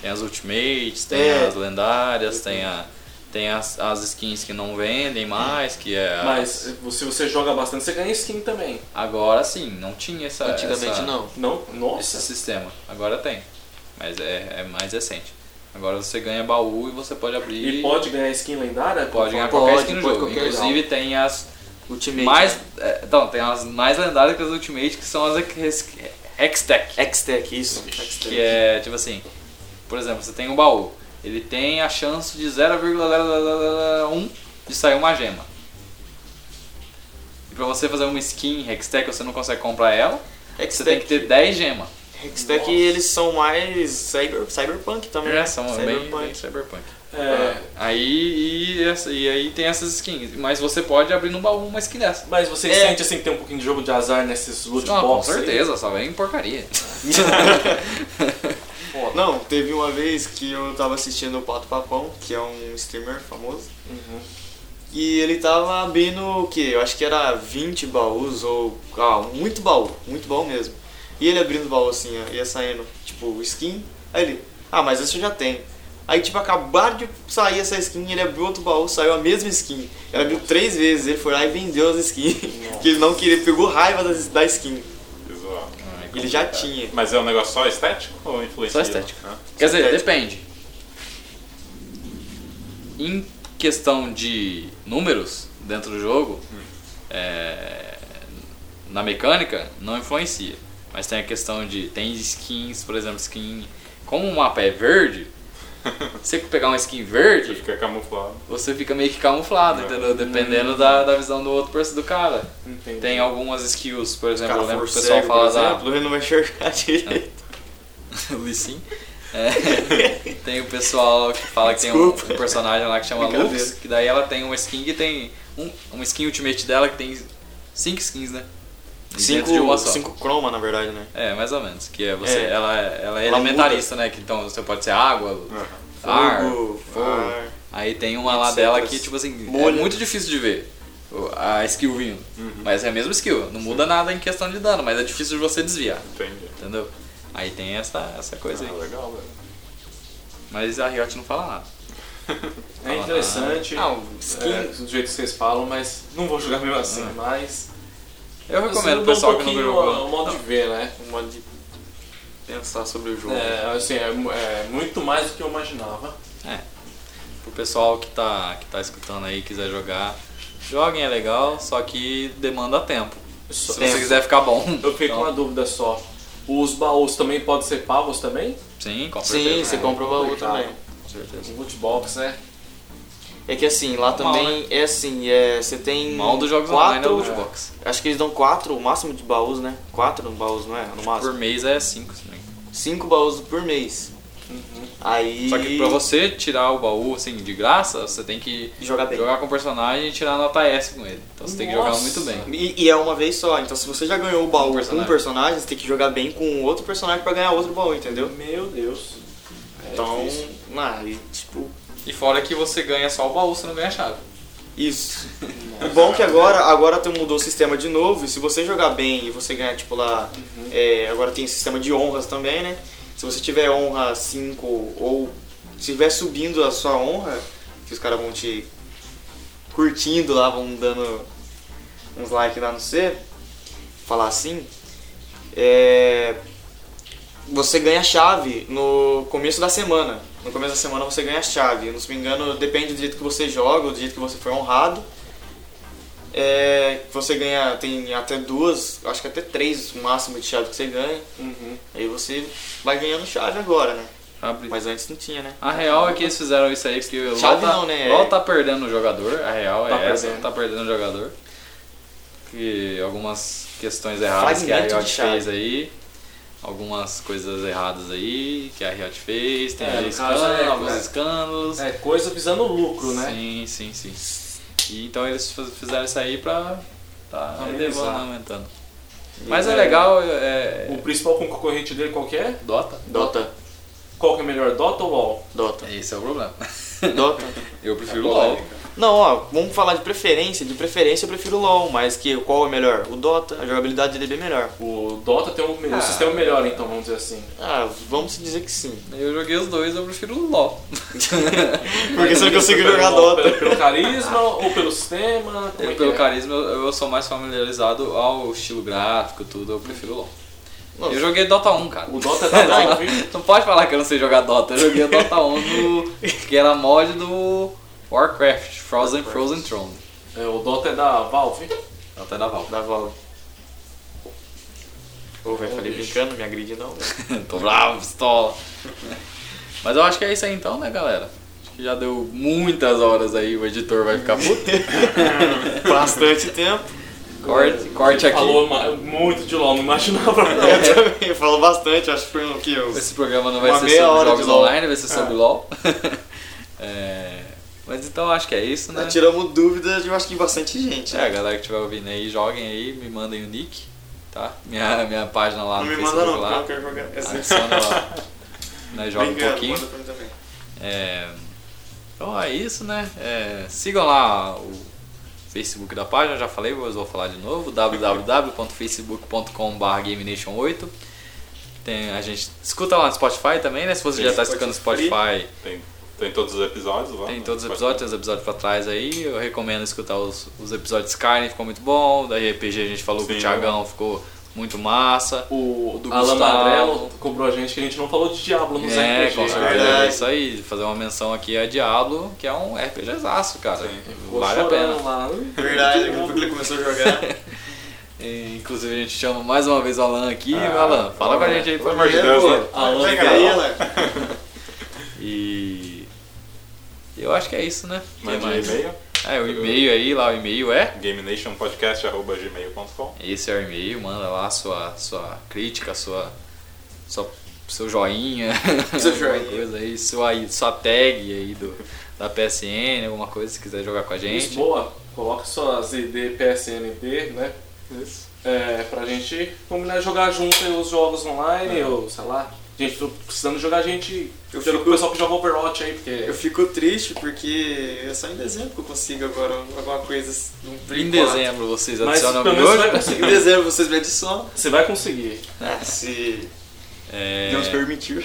S1: Tem as ultimates, tem
S4: É.
S1: as lendárias, tem, a, tem as, as skins que não vendem mais, que é. a-
S3: Mas se você joga bastante, você ganha skin também.
S1: Agora sim, não tinha essa,
S4: Antigamente
S1: essa-
S4: não.
S3: Não?
S1: esse
S3: Nossa!
S1: sistema. Agora tem. Mas é, é mais recente. Agora você ganha baú e você pode abrir.
S3: E pode ganhar skin lendária?
S1: pode ganhar
S4: pode,
S1: qualquer skin no
S4: pode
S1: jogo.
S4: qualquer
S1: Inclusive tem as
S4: Ultimate.
S1: mais. é, Então, tem as mais lendárias que as Ultimate, que são as Hex- Hextech.
S4: X-Tech, isso.
S1: Que é tipo assim, por exemplo, você tem um baú, ele tem a chance de 0,001 de sair uma gema. E pra você fazer uma skin Hextech, você não consegue comprar ela, você tem que ter 10 gemas.
S4: Hextech eles são mais cyber, cyberpunk também. né?
S1: É, são bem,
S4: cyberpunk.
S1: bem cyberpunk.
S3: É,
S1: Aí, e, essa- e aí tem essas skins, mas você pode abrir num baú uma skin dessa.
S3: mas você
S4: É.
S3: sente assim que tem um pouquinho de jogo de azar nesses loot
S1: Não, com
S3: box aí?
S1: certeza, só vem porcaria.
S3: Foda.
S4: Não, teve uma vez que eu tava assistindo o Pato Papão, que é um streamer famoso,
S3: Uhum.
S4: e ele tava abrindo o quê? Eu acho que era 20 baús ou. Ah, muito baú, muito baú mesmo. E ele abrindo o baú assim, ó, ia saindo, tipo, skin, aí ele, ah, mas essa eu já tenho. Aí, tipo, acabaram de sair essa skin, ele abriu outro baú, saiu a mesma skin. Ele abriu três vezes, ele foi lá e vendeu as skins. que ele não queria, ele pegou raiva das- da skin.
S2: Visual.
S4: Ele já tinha.
S2: Mas é um negócio só estético ou influencia?
S1: Só estético.
S2: Ah,
S1: Quer dizer,
S4: Sintético.
S1: depende. Em questão de números dentro do jogo,
S4: Hum.
S1: é, na mecânica, não influencia. Mas tem a questão de. Tem skins, por exemplo, skin. Como o mapa é verde, você pegar uma skin
S2: Ele
S1: verde,
S2: fica camuflado.
S1: você fica meio que camuflado,
S2: É.
S1: entendeu? Dependendo da,
S4: Uhum.
S1: da visão do outro perso- do cara.
S3: Entendi.
S1: Tem algumas skills, por exemplo,
S4: cara
S1: eu lembro
S4: for
S1: que o pessoal
S4: cego,
S1: fala
S4: por
S1: da,
S4: exemplo, ele não vai enxergar direito.
S1: Lissim. É, tem o pessoal que fala que tem um,
S4: Desculpa.
S1: um personagem lá que chama
S4: Brincadeira.
S1: Lux, que daí ela tem uma skin que tem. Um, uma skin ultimate dela que tem cinco skins, né?
S4: É,
S1: E dentro de uma
S4: Cinco,
S1: só.
S4: cinco croma, na verdade, né?
S1: É, mais ou menos. Que é você,
S4: É.
S1: Ela, ela é
S4: Ela
S1: elementarista, né? Que, então você pode ser água, ar.
S4: Fogo,
S1: ar.
S4: fogo.
S1: Aí tem uma lá
S4: Etc.
S1: dela que, tipo assim,
S4: Molho.
S1: é muito difícil de ver o- a skill vindo. Mas é a mesma skill, não muda nada em questão de dano, mas é difícil de você desviar,
S2: Entendi.
S1: entendeu? Aí tem essa, essa coisa aí.
S2: Ah, legal, velho.
S1: Mas a Riot não fala nada.
S3: É interessante.
S4: Ah, skin.
S3: é, do jeito que vocês falam, mas não vou jogar mesmo assim,
S1: Ah.
S3: mas.
S1: Eu recomendo
S3: Assim,
S1: o pessoal
S3: muda
S1: que não
S3: pouquinho
S1: jogou.
S3: O modo de ver, né?
S4: Um modo de pensar sobre o jogo.
S3: É, assim, é, mu- é muito mais do que eu imaginava.
S1: É. Pro pessoal que tá, que tá escutando aí, quiser jogar, joguem é legal, só que demanda tempo.
S3: Só- é,
S1: Se você quiser ficar bom. Então,
S3: Eu fiquei com uma dúvida só. Os baús também podem ser pagos também?
S1: Sim, com certeza.
S4: Sim, você
S1: É,
S4: compra o baú
S3: complicado.
S4: também.
S1: Com certeza.
S3: Os loot box, né?
S4: É que assim, lá
S1: Normal,
S4: também é assim, é, você tem.
S1: Mal dos jogos online é
S4: quatro,
S1: o loot box.
S4: Acho que eles dão quatro, o máximo de baús, né? Quatro baús, não é? No
S1: Por
S4: máximo.
S1: mês é 5, se não me engano.
S4: Cinco baús por mês. Aí.
S3: Uhum.
S1: Só que pra você tirar o baú assim de graça, você tem que
S4: Jogar bem.
S1: jogar com o personagem e tirar nota S com ele. Então você tem que jogar
S3: Nossa.
S1: muito bem.
S4: E, e é uma vez só, então se você já ganhou o
S1: Um
S4: baú com um
S1: personagem.
S4: personagem, você tem que jogar bem com outro personagem pra ganhar outro baú, entendeu?
S3: Meu Deus. É
S4: Então,
S3: difícil.
S4: na, e, tipo,
S1: E fora que você ganha só o baú, você não ganha a chave.
S4: isso. O bom é que agora, agora tu mudou o sistema de novo, e se você jogar bem e você ganhar, tipo, lá. é, agora tem sistema de honras também, né? Se você tiver honra 5 ou se estiver subindo a sua honra, que os caras vão te curtindo lá, vão dando uns likes lá no C, falar assim, é, você ganha chave no começo da semana. No começo da semana você ganha chave. Não se me engano, depende do jeito que você joga, do jeito que você foi honrado. É, você ganha, tem até duas, acho que até três o máximo de chave que você ganha.
S3: Uhum.
S4: Aí você vai ganhando chave agora, né?
S1: Abre.
S4: Mas antes não tinha, né?
S1: A real é que eles fizeram isso aí porque o LoL
S4: Chave
S1: tá,
S4: não, né?
S1: LoL tá perdendo o jogador. A real é
S3: Tá
S1: essa,
S3: perdendo.
S1: tá perdendo o jogador. Que algumas questões erradas que a
S4: Fragmento de
S1: Riot
S4: chave.
S1: fez aí. Algumas coisas erradas aí que a Riot fez. Tem
S3: É,
S1: aí
S3: no
S1: escândalos,
S3: caso, é,
S1: alguns
S3: é.
S1: escândalos.
S3: É coisa visando lucro, né?
S1: Sim, sim, sim. E então eles faz- fizeram isso aí pra tá
S3: Amenizar.
S1: elevando, aumentando. Mas é
S3: é-
S1: legal, é.
S3: O principal concorrente dele qual que é?
S1: Dota?
S4: Dota,
S3: Qual que é melhor, Dota ou LoL?
S4: Dota,
S1: Esse é o problema.
S4: Dota.
S1: Eu prefiro LOL.
S2: Polêmica.
S4: Não, ó, vamos falar de preferência. De preferência eu prefiro o LoL, mas que qual é melhor? O Dota, a jogabilidade dele é bem melhor.
S3: O Dota tem um, um
S1: Ah.
S3: sistema melhor, então, vamos dizer assim.
S4: Ah, vamos dizer que sim.
S1: Eu joguei os dois, eu prefiro o LOL.
S4: Porque
S1: é
S4: você não conseguiu
S3: Pelo-
S4: jogar
S3: Pelo,
S4: Dota.
S3: pelo carisma ou pelo sistema? Como
S1: Eu,
S3: é que
S1: pelo
S3: é?
S1: carisma, eu, eu sou mais familiarizado ao estilo gráfico, tudo, eu prefiro o LoL.
S4: Nossa.
S1: Eu joguei Dota 1, cara.
S3: O Dota tá tranquilo.
S1: Não pode falar que eu não sei jogar Dota, eu joguei o Dota 1 do, que era mod do Warcraft, Frozen, Frozen Throne.
S3: É, o Dota é da Valve.
S1: Até da Valve.
S4: Da Valve. Ô, velho, falei brincando, me agride não.
S1: Tô bravo, pistola. Mas eu acho que é isso aí então, né, galera? Acho que já deu muitas horas aí, o editor vai ficar puto.
S4: Bastante tempo.
S1: Corte, corte aqui.
S3: Falou ma- muito de LoL, não imaginava.
S4: Eu também falo bastante, acho que foi um que eu.
S1: Esse programa não vai
S4: Uma
S1: ser
S4: meia
S1: sobre
S4: hora
S1: jogos
S4: de LOL.
S1: online, vai ser sobre LOL. É, Mas então acho que é isso, né?
S4: Nós tiramos dúvidas de eu acho que bastante gente.
S1: É, a
S4: né?
S1: galera que estiver ouvindo aí, joguem aí, me mandem o nick, tá? Minha, minha página lá
S4: Não
S1: no
S4: me
S1: Facebook
S4: manda não, porque eu
S1: lá.
S4: não quero jogar. É assim.
S1: Adiciona lá. Nós joga um
S4: Brincando,
S1: pouquinho.
S4: manda pra mim também.
S1: É, Então é isso, né? É, Sigam lá o Facebook da página, já falei, mas vou falar de novo, www.facebook.com.br GameNation8. Tem, a gente escuta lá no Spotify também, né? Se você já está escutando no Spotify,
S2: Tem, tem todos os episódios lá.
S1: tem
S2: né?
S1: todos os
S2: Pode-
S1: episódios, tem os episódios pra trás aí. Eu recomendo escutar os, os episódios Skyrim, ficou muito bom. Da RPG a gente falou com o
S2: Sim.
S1: Thiagão, ficou muito massa.
S3: O do
S1: Alan
S3: Alan
S1: Magrelo
S3: Magrelo cobrou a gente que a gente não falou de Diablo nos
S1: É,
S3: RPG.
S1: com certeza.
S4: verdade.
S1: É Isso aí, fazer uma menção aqui a Diablo, que é um RPGzaço, cara.
S2: Sim.
S3: Ficou
S1: Vale a pena.
S3: chorando lá.
S4: Verdade, daqui a pouco ele começou a jogar.
S1: E, É, Inclusive a gente chama mais uma vez o Alan aqui. Alan, fala com a gente aí, pelo
S2: Pelo
S1: amor
S2: amor
S1: de
S2: de
S1: Deus. Tá
S2: Deus, né?
S3: Alan
S4: Pega
S3: Magrelo.
S4: aí, ela.
S1: E eu acho que é isso, né? Que
S2: Mande
S1: mais?
S2: um e-mail,
S1: É, o e-mail aí, lá o e-mail é.
S2: gamenationpodcast.gmail.com
S1: Esse é o e-mail, manda lá sua, sua crítica, sua, sua seu joinha,
S4: Seu
S1: alguma
S4: joinha.
S1: coisa aí, sua, sua tag aí do, da PSN, alguma coisa se quiser jogar com a gente.
S3: Lisboa, coloca suas ID PSND, né?
S2: Isso.
S3: É, pra gente combinar de jogar junto aí os jogos online, ou sei lá. Gente, tô precisando jogar gente.
S4: É. Eu
S3: Eu pelo
S4: fico-
S3: pessoal que joga Overwatch aí, porque.
S4: Eu fico triste porque é só em dezembro que eu consigo agora alguma coisa. Um Play
S1: Em
S4: 4.
S1: dezembro vocês
S3: Mas
S1: adicionam
S3: pelo menos
S1: miojo?
S3: vai conseguir.
S4: Em dezembro vocês me adicionam.
S3: Você vai conseguir.
S4: Ah, se
S1: É...
S4: Deus permitir.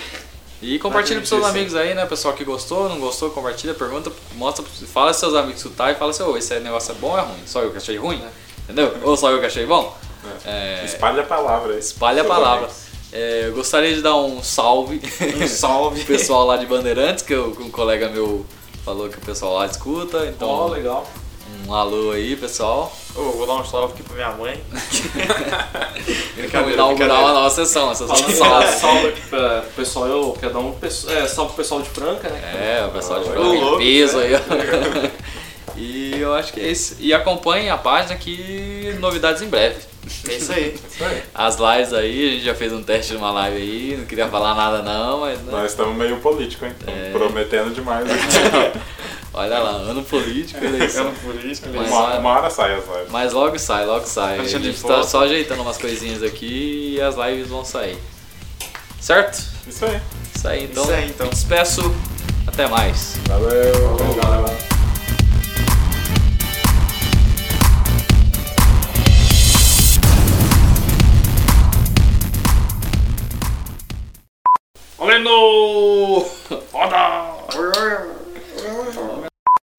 S1: E compartilha
S3: Vai
S1: pros seus
S3: acontecer.
S1: amigos aí, né? Pessoal que gostou, não gostou, compartilha, pergunta, mostra, fala pros seus amigos escutar e fala assim, ô, esse negócio é bom ou é ruim? Só eu que achei ruim, entendeu? Ou só eu que achei bom? É,
S2: Espalha a palavra.
S1: espalha a palavra. É, eu gostaria de dar um salve
S4: Um salve.
S1: pro pessoal lá de Bandeirantes, que, eu- que um colega meu falou que o pessoal lá escuta, então
S3: Ó, legal.
S1: um alô aí, pessoal.
S4: Ô, vou dar um salve aqui pra minha mãe.
S1: Vamos um inaugurar uma nova sessão, essa
S3: Falando em
S1: sessão.
S3: falar salve aqui pra- pro pessoal, eu quero dar um pesso- é, salve pro pessoal de Franca, né?
S1: É, o pessoal de
S4: Ô,
S1: programa em
S4: louco, né?
S1: peso aí, ó. E eu acho que é isso. E acompanhem a página que novidades em breve.
S5: É isso aí.
S1: As lives aí, a gente já fez um teste numa live aí, não queria falar nada não, mas. né?
S2: Nós estamos meio político, hein? Tamo
S1: É.
S2: Prometendo demais.
S1: Olha lá, ano político, eleição.
S4: né?
S1: Mas- é,
S2: uma, uma hora sai as lives.
S1: Mas logo sai, logo sai. A
S4: Alexandre
S1: gente
S4: de
S1: tá
S4: Paula.
S1: só ajeitando umas coisinhas aqui e as lives vão sair. Certo?
S2: Isso aí.
S1: Isso aí então.
S4: Isso aí, então.
S1: Me despeço. Até mais.
S2: Valeu galera.
S4: Olhando! Foda!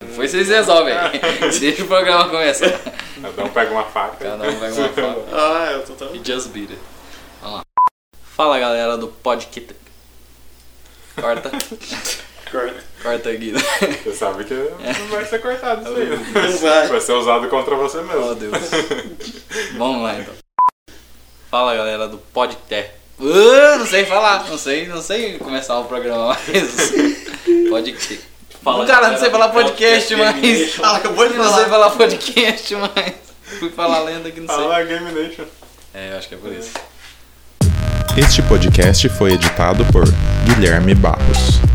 S1: Depois vocês resolvem. Deixa o programa começar.
S2: Cada um pega uma faca.
S1: Cada um pega uma faca.
S4: Ah, eu tô tão...
S1: E just beat it. Vamos lá. Fala galera do podcast. Corta,
S4: Corta.
S1: corta Guido.
S2: Você sabe que
S1: É.
S2: não vai ser cortado isso
S4: Não
S2: aí. né?
S4: vai.
S2: Vai ser usado contra você mesmo.
S1: Oh Deus. Vamos lá então. Fala galera do podcast. Ah, não sei falar, não sei, não sei começar o programa mais. Podcast. Fala, cara, não sei falar podcast, mas.
S5: Ela acabou de
S1: Não sei
S5: falar.
S1: falar podcast, mas. Fui falar lenda que não sei.
S2: Fala Game Nation.
S1: É, eu acho que é por isso.
S6: Este podcast foi editado por Guilherme Barros.